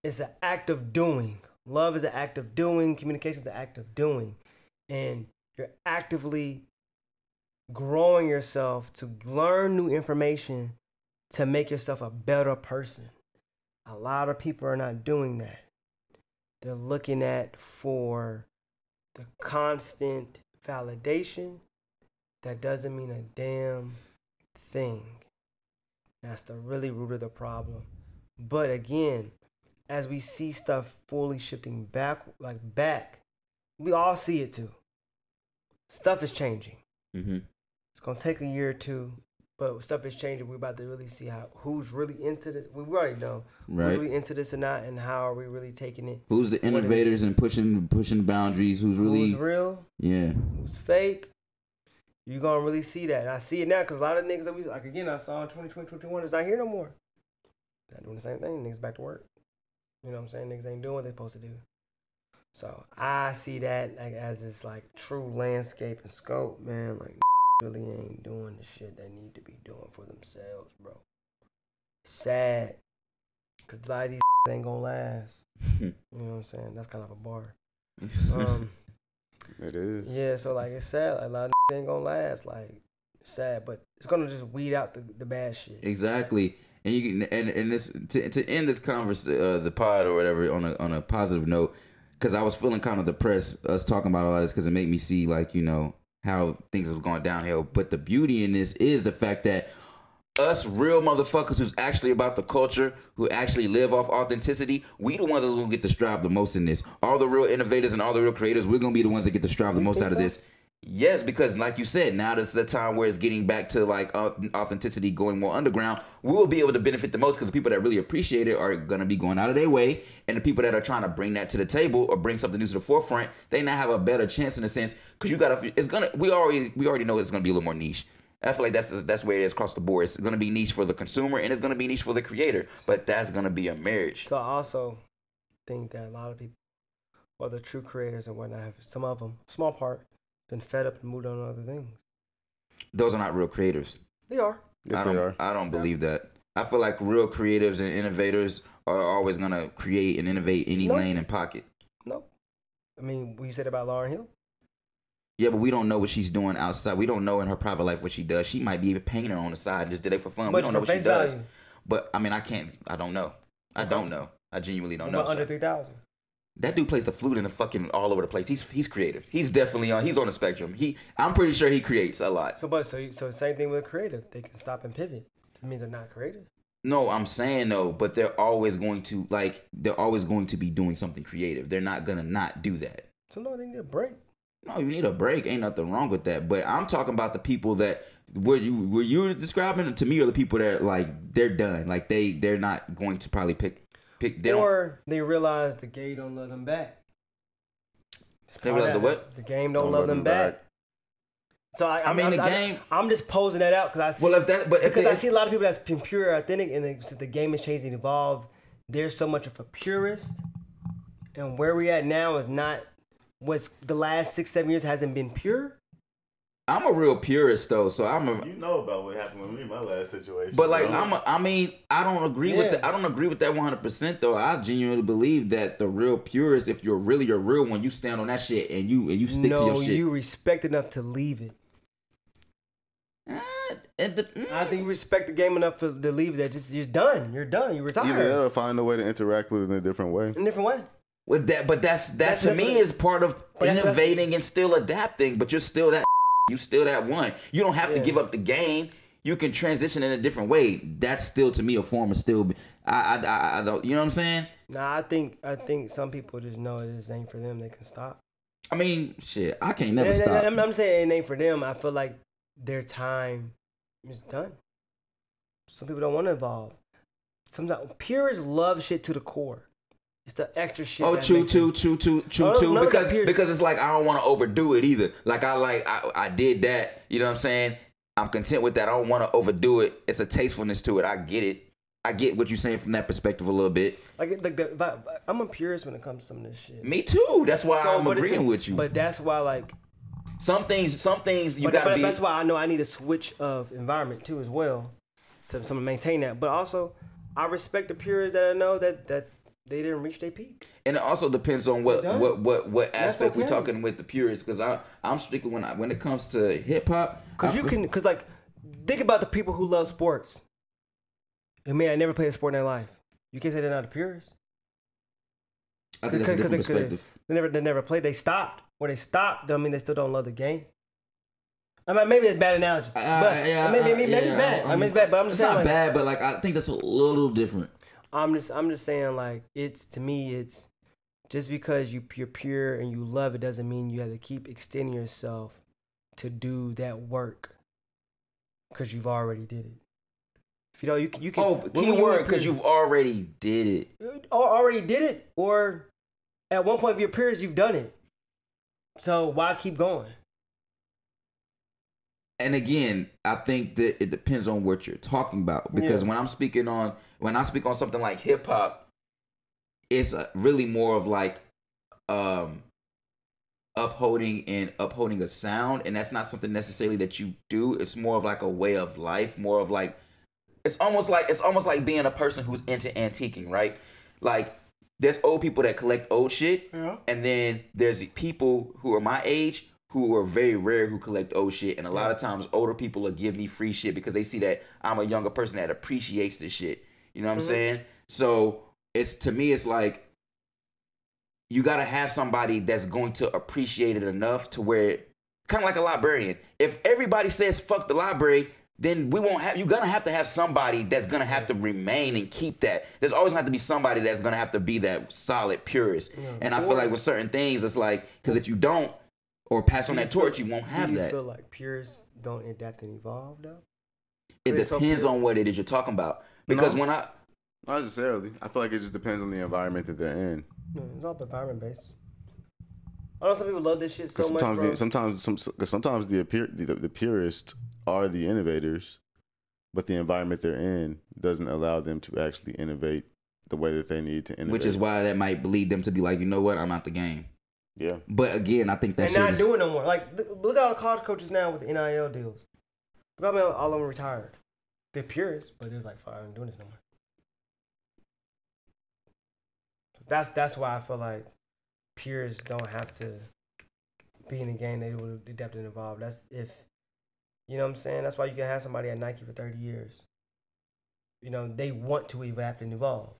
D: It's an act of doing. Love is an act of doing. Communication is an act of doing, and you're actively growing yourself to learn new information to make yourself a better person. A lot of people are not doing that. They're looking at for the constant validation that doesn't mean a damn thing. That's the really root of the problem. But again, as we see stuff fully shifting back like back, we all see it too. Stuff is changing
C: Mhm.
D: It's gonna take a year or two, but stuff is changing. We're about to really see how who's really into this. We already know who's
C: Right.
D: really into this or not, and how are we really taking it.
C: Who's the innovators and pushing pushing boundaries? Who's really
D: Who's real?
C: yeah? [laughs]
D: Who's fake? You gonna really see that? And I see it now because a lot of niggas that we like again I saw in 2020, 2021 is not here no more. Not doing the same thing. Niggas back to work. You know what I'm saying? Niggas ain't doing what they supposed to do. So I see that like as this like true landscape and scope, man. Like [laughs] really ain't doing the shit they need to be doing for themselves, bro. Sad, cause a lot of these [laughs] ain't gonna last. You know what I'm saying? That's kind of a bar. Um,
B: It is.
D: yeah, so like it's sad. Like, a lot of ain't gonna last. Like it's sad, but it's gonna just weed out the, the bad shit.
C: Exactly. And you can, and and this to, to end this converse uh, the pod or whatever on a on a positive note because I was feeling kind of depressed us talking about all this because it made me see like you know how things have gone downhill. But the beauty in this is the fact that us real motherfuckers who's actually about the culture, who actually live off authenticity, we the ones that's gonna get to strive the most in this. All the real innovators and all the real creators, we're gonna be the ones that get to strive the most out of this. Yes, because like you said, now this is a time where it's getting back to like au- authenticity, going more underground. We will be able to benefit the most because the people that really appreciate it are gonna be going out of their way, and the people that are trying to bring that to the table or bring something new to the forefront, they now have a better chance in a sense because you gotta. It's gonna. We already we already know it's gonna be a little more niche. I feel like that's that's where it is across the board. It's gonna be niche for the consumer and it's gonna be niche for the creator, but that's gonna be a marriage.
D: So I also think that a lot of people, whether true creators and whatnot, have some of them, small part, been fed up and moved on to other things.
C: Those are not real creators.
D: They are.
B: Yes,
C: I don't.
B: they are.
C: I don't believe that. I feel like real creatives and innovators are always gonna create and innovate any
D: No.
C: lane and pocket.
D: No, I mean, what you said about Lauren Hill.
C: Yeah, but we don't know what she's doing outside. We don't know in her private life what she does. She might be a painter on the side and just did it for fun. we
D: But
C: don't
D: for
C: know what she
D: face
C: does.
D: value.
C: But I mean, I can't. I don't know. I don't know. I genuinely don't know.
D: but under
C: son.
D: three thousand.
C: That dude plays the flute in the fucking all over the place. He's he's creative. He's definitely on. He's on the spectrum. He I'm pretty sure he creates a lot.
D: So, but so you- so same thing with a creative. They can stop and pivot. That means they're not creative.
C: No, I'm saying though, but they're always going to like they're always going to be doing something creative. They're not gonna not do that.
D: So no, they need a break.
C: No, you need a break. Ain't nothing wrong with that. But I'm talking about the people that were you were you describing to me are the people that like they're done. Like they they're not going to probably pick pick. They don't.
D: or they realize the game don't let them back.
C: They realize the what?
D: The game don't, love,
B: let
D: them,
B: them
D: back.
B: back.
D: So I, I
C: mean,
D: I'm,
C: the
D: I'm-
C: game-
D: I'm just posing that out because I see.
C: Well, if that but if
D: because I
C: it's-
D: see a lot of people that's been pure, authentic, and they, since the game has changed and evolved, there's so much of a purist, and where we at now is not what's the last six, seven years hasn't been pure.
C: I'm a real purist though, so I'm a
B: You know about what happened with me in my last situation.
C: But like I'm, a, I mean, I don't agree with
D: Yeah.
C: that. I don't agree with that 100 percent though. I genuinely believe that the real purist, if you're really a real one, you stand on that shit and you and you stick to
D: No,
C: your shit.
D: you respect enough to leave it.
C: Ah, and the- mm.
D: I think you respect the game enough for, to leave that. Just you're done. You're done. You retire
B: either that or find a way to interact with it in a different way.
D: in a different way.
C: with that, but that's that
D: That's-
C: to
D: that's
C: me
D: what-
C: is part of
D: But that's- that's-
C: innovating and still adapting. But you're still that. [laughs] You still that one. You don't have to
D: Yeah.
C: give up the game. You can transition in a different way. That's still to me a form of still. I I, I, I don't. You know what I'm saying?
D: Nah, I think I think some people just know it just ain't for them. They can stop.
C: I mean, shit. I can't never
D: And- and-
C: stop.
D: and I'm, I'm saying it ain't for them. I feel like their time is done. Some people don't want to evolve. Sometimes purists love shit to the core. It's the extra shit.
C: Oh,
D: that
C: chew,
D: makes
C: chew,
D: them-
C: chew, chew, chew,
D: Oh,
C: chew.
D: no,
C: Because
D: that appears-
C: because it's like I don't want to overdo it either. Like I like I, I did that. You know what I'm saying? I'm content with that. I don't want to overdo it. It's a tastefulness to it. I get it. I get what you're saying from that perspective a little bit.
D: Like, it- like the, vi- I'm a purist when it comes to some of this shit.
C: Me too. That's why
D: So,
C: I'm
D: but it's
C: agreeing
D: the-
C: with you. But
D: But that's why, like,
C: some things, some things you
D: but,
C: gotta
D: but
C: be.
D: that's why I know I need a switch of environment too, as well, to someone maintain that. But also, I respect the purists that I know that that they didn't reach their peak.
C: and it also depends on what
D: Done.
C: what what what aspect we're
D: okay.
C: talking with the purists. Because I I'm strictly when I, when it comes to hip hop.
D: Cause you can, cause like, think about the people who love sports. I mean, I never played a sport in their life. You can't say they're not a purist.
C: I think that's a different perspective.
D: they never, they never played. They stopped. Where they stopped, don't mean they still don't love the game. I mean, maybe it's a bad analogy. But
C: Uh, yeah,
D: I mean,
C: uh,
D: maybe, maybe
C: yeah,
D: it's bad. I
C: I'm-
D: mean, it's bad. But I'm
C: It's
D: just
C: not
D: saying, like,
C: bad, but like I think that's a little different.
D: I'm just, I'm just saying, like, it's to me, it's just because you you're pure and you love it doesn't mean you have to keep extending yourself to do that work. because you've already did it. If you know, you can. You can
C: Oh,
D: when you
C: keyword
D: in
C: because
D: prison-
C: you've already did it.
D: you already did it, or at one point of your peers, you've done it. So why keep going?
C: and again, I think that it depends on what you're talking about because
D: Yeah.
C: when I'm speaking on when I speak on something like hip hop, it's uh, really more of like um upholding and upholding a sound and that's not something necessarily that you do. It's more of like a way of life, more of like it's almost like it's almost like being a person who's into antiquing, right? Like there's old people that collect old shit, and then there's people who are my age who are very rare who collect old shit, and a lot of times older people will give me free shit because they see that I'm a younger person that appreciates this shit. You know what I'm saying? So it's to me, it's like you gotta have somebody that's going to appreciate it enough to where kind of like a librarian. If everybody says fuck the library, then we won't have you're gonna have to have somebody that's gonna have to remain and keep that. There's always gonna have to be somebody that's gonna have to be that solid purist. And I feel like with certain things, it's like because if you don't or pass on that torch, you won't have
D: Do you
C: that.
D: feel like peers don't adapt and evolve though?
C: It
D: it's so
C: depends
D: pure?
C: on what it is you're talking about. Because when I
B: Not necessarily. I feel like it just depends on the environment that they're in.
D: No, it's all environment based. I know some people love this shit so
B: Because
D: much,
B: sometimes,
D: bro.
B: the, sometimes, some, 'cause sometimes the, appear, the the purists are the innovators, but the environment they're in doesn't allow them to actually innovate the way that they need to innovate.
C: which is why that might lead them to be like, you know what, I'm out the game.
B: yeah,
C: But again, I think that
D: They're
C: shit
D: not
C: is-
D: doing no more. Like th- look at all the college coaches now with the NIL deals. Look how many all of them retired. They're purists, but they're like, "Fuck, I'm doing this no more." That's that's why I feel like peers don't have to be in the game. They will adapt and evolve. That's if you know what I'm saying. That's why you can have somebody at Nike for 30 years. You know they want to adapt and evolve.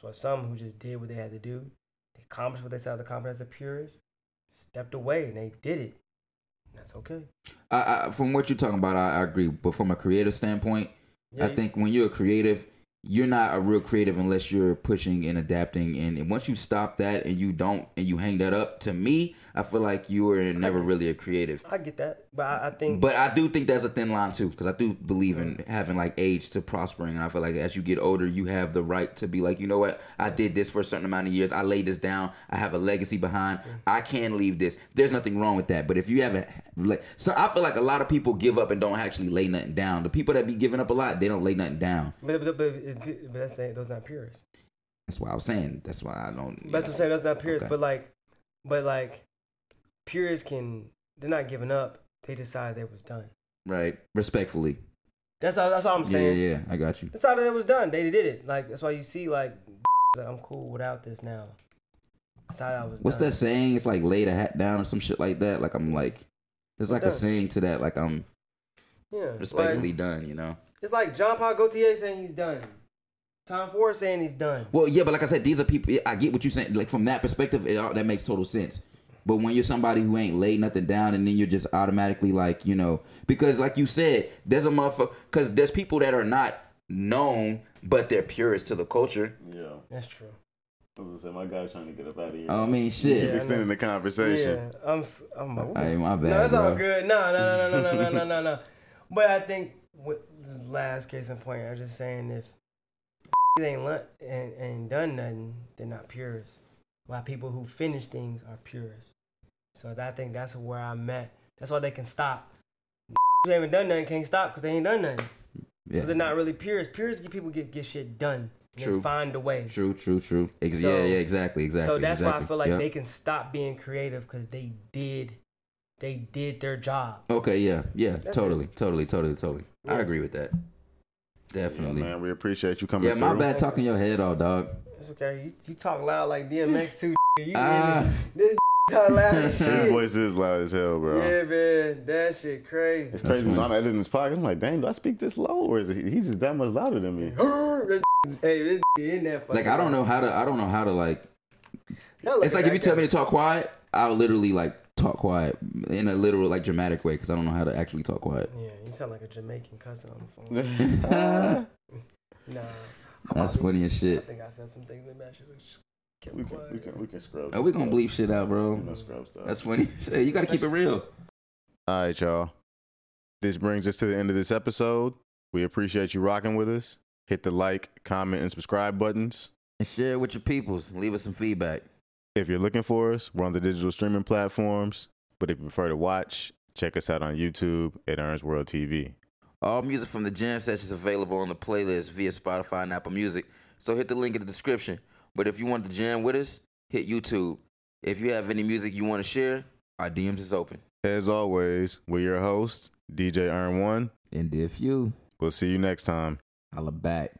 D: So some who just did what they had to do, they accomplished what they set out to accomplish as a purist, stepped away and they did it. That's okay.
C: I, I, from what you're talking about, I, I agree. But from a creative standpoint,
D: Yeah,
C: I
D: you-
C: think when you're a creative, you're not a real creative unless you're pushing and adapting. And, and once you stop that and you don't and you hang that up, to me, I feel like you are never really a creative.
D: I get that, but I, I think
C: But I do think that's a thin line too, because I do believe in having like age to prospering, and I feel like as you get older, you have the right to be like, you know what, I did this for a certain amount of years. I laid this down. I have a legacy behind. I can leave this. There's nothing wrong with that. But if you haven't, like, so I feel like a lot of people give up and don't actually lay nothing down. The people that be giving up a lot, they don't lay nothing down.
D: but, but, but, but that's the, those not purists.
C: That's why I was saying. That's why I don't. you
D: That's
C: know.
D: what I'm saying. That's not purists,
C: Okay.
D: but like, but like, purists can they're not giving up. They decide they was done.
C: Right. Respectfully.
D: That's all. That's all I'm
C: Yeah,
D: saying.
C: yeah, yeah. I got you.
D: That's how that it was done. They did it. Like that's why you see like, [laughs] like, I'm cool without this now. That's how that was.
C: What's
D: done.
C: that saying? It's like lay the hat down or some shit like that. Like I'm like, there's like a
D: Done.
C: saying to that. Like I'm.
D: Yeah. like-
C: respectfully done, you know.
D: It's like John Paul Gaultier saying he's done. Tom Ford saying he's done.
C: Well, yeah, but like I said, these are people. I get what you're saying. Like from that perspective, it, all- that makes total sense. But when you're somebody who ain't laid nothing down, and then you're just automatically like, you know, because like you said, there's a motherfucker. Because there's people that are not known, but they're purists to the culture.
B: yeah.
D: That's true.
B: I was gonna say my guy's trying to get up out of here.
C: I mean,
B: Keep
C: shit.
D: Yeah. I
B: extending
D: know.
B: the conversation.
D: Yeah, I'm. s- I'm a,
C: Hey, my bad,
D: no, that's all
C: bro.
D: good. No, no, no, no, no,
C: [laughs]
D: no, no, no, no. But I think with this last case in point, I'm just saying if [laughs] they ain't learnt and ain't done nothing, they're not purists. Why people who finish things are purists. So that, I think that's where I'm at. That's why they can stop. [laughs] Who haven't done nothing can't stop because they ain't done nothing.
C: Yeah.
D: So they're not really purists. Purists get people get, get shit done. And
C: True.
D: They find a way.
C: True, true, true. Ex-
D: So-
C: yeah, yeah, exactly, exactly.
D: So that's why I
C: exactly.
D: feel like
C: Yep.
D: they can stop being creative because they did, they did their job.
C: Okay, yeah, yeah,
D: That's it.
C: totally, totally, totally, totally. I
D: Yeah.
C: agree with that. Definitely.
B: Yeah,
C: Yeah,
B: man, we appreciate you coming.
C: my
B: through.
C: bad talking your head off, dog.
D: It's okay. You, you talk loud like DMX [laughs] too. you
C: Ah.
D: really- this [laughs] talk loud as
B: His
D: shit.
B: voice is loud as hell, bro.
D: Yeah, man, that shit crazy.
B: It's crazy
C: funny.
B: when I'm editing this podcast. I'm like, dang, do I speak this low, or is it, he's just that much louder than
D: [laughs]
B: me?
D: This hey, this [laughs] in that fucking
C: Like I don't know how to. I don't know how to like
D: Not
C: It's like if
D: that
C: you tell
D: guy.
C: me to talk quiet, I'll literally like talk quiet in a literal like dramatic way because I don't know how to actually talk [laughs] quiet.
D: Yeah, you sound like a Jamaican cousin on the phone.
C: That's
D: nah,
C: funny as
D: I
C: shit.
D: think I said some things that match it. Just kept
B: we can,
D: quiet.
B: we can, we can scrub.
C: Are we
B: this
C: gonna
B: stuff.
C: bleep shit out,
B: We
C: bro?
B: gonna scrub stuff.
C: That's funny. as hell. you gotta keep it real.
B: All right, y'all. This brings us to the end of this episode. We appreciate you rocking with us. Hit the like, comment, and subscribe buttons.
C: And share it with your peoples. Leave us some feedback.
B: If you're looking for us, we're on the digital streaming platforms. But if you prefer to watch, check us out on YouTube at Earns World TV.
C: All music from the jam session is available on the playlist via Spotify and Apple Music, so hit the link in the description. But if you want to jam with us, hit YouTube. If you have any music you want to share, our DMs is open.
B: As always, we're your hosts, DJ Earn One.
C: And if you,
B: We'll see you next time.
C: holla back.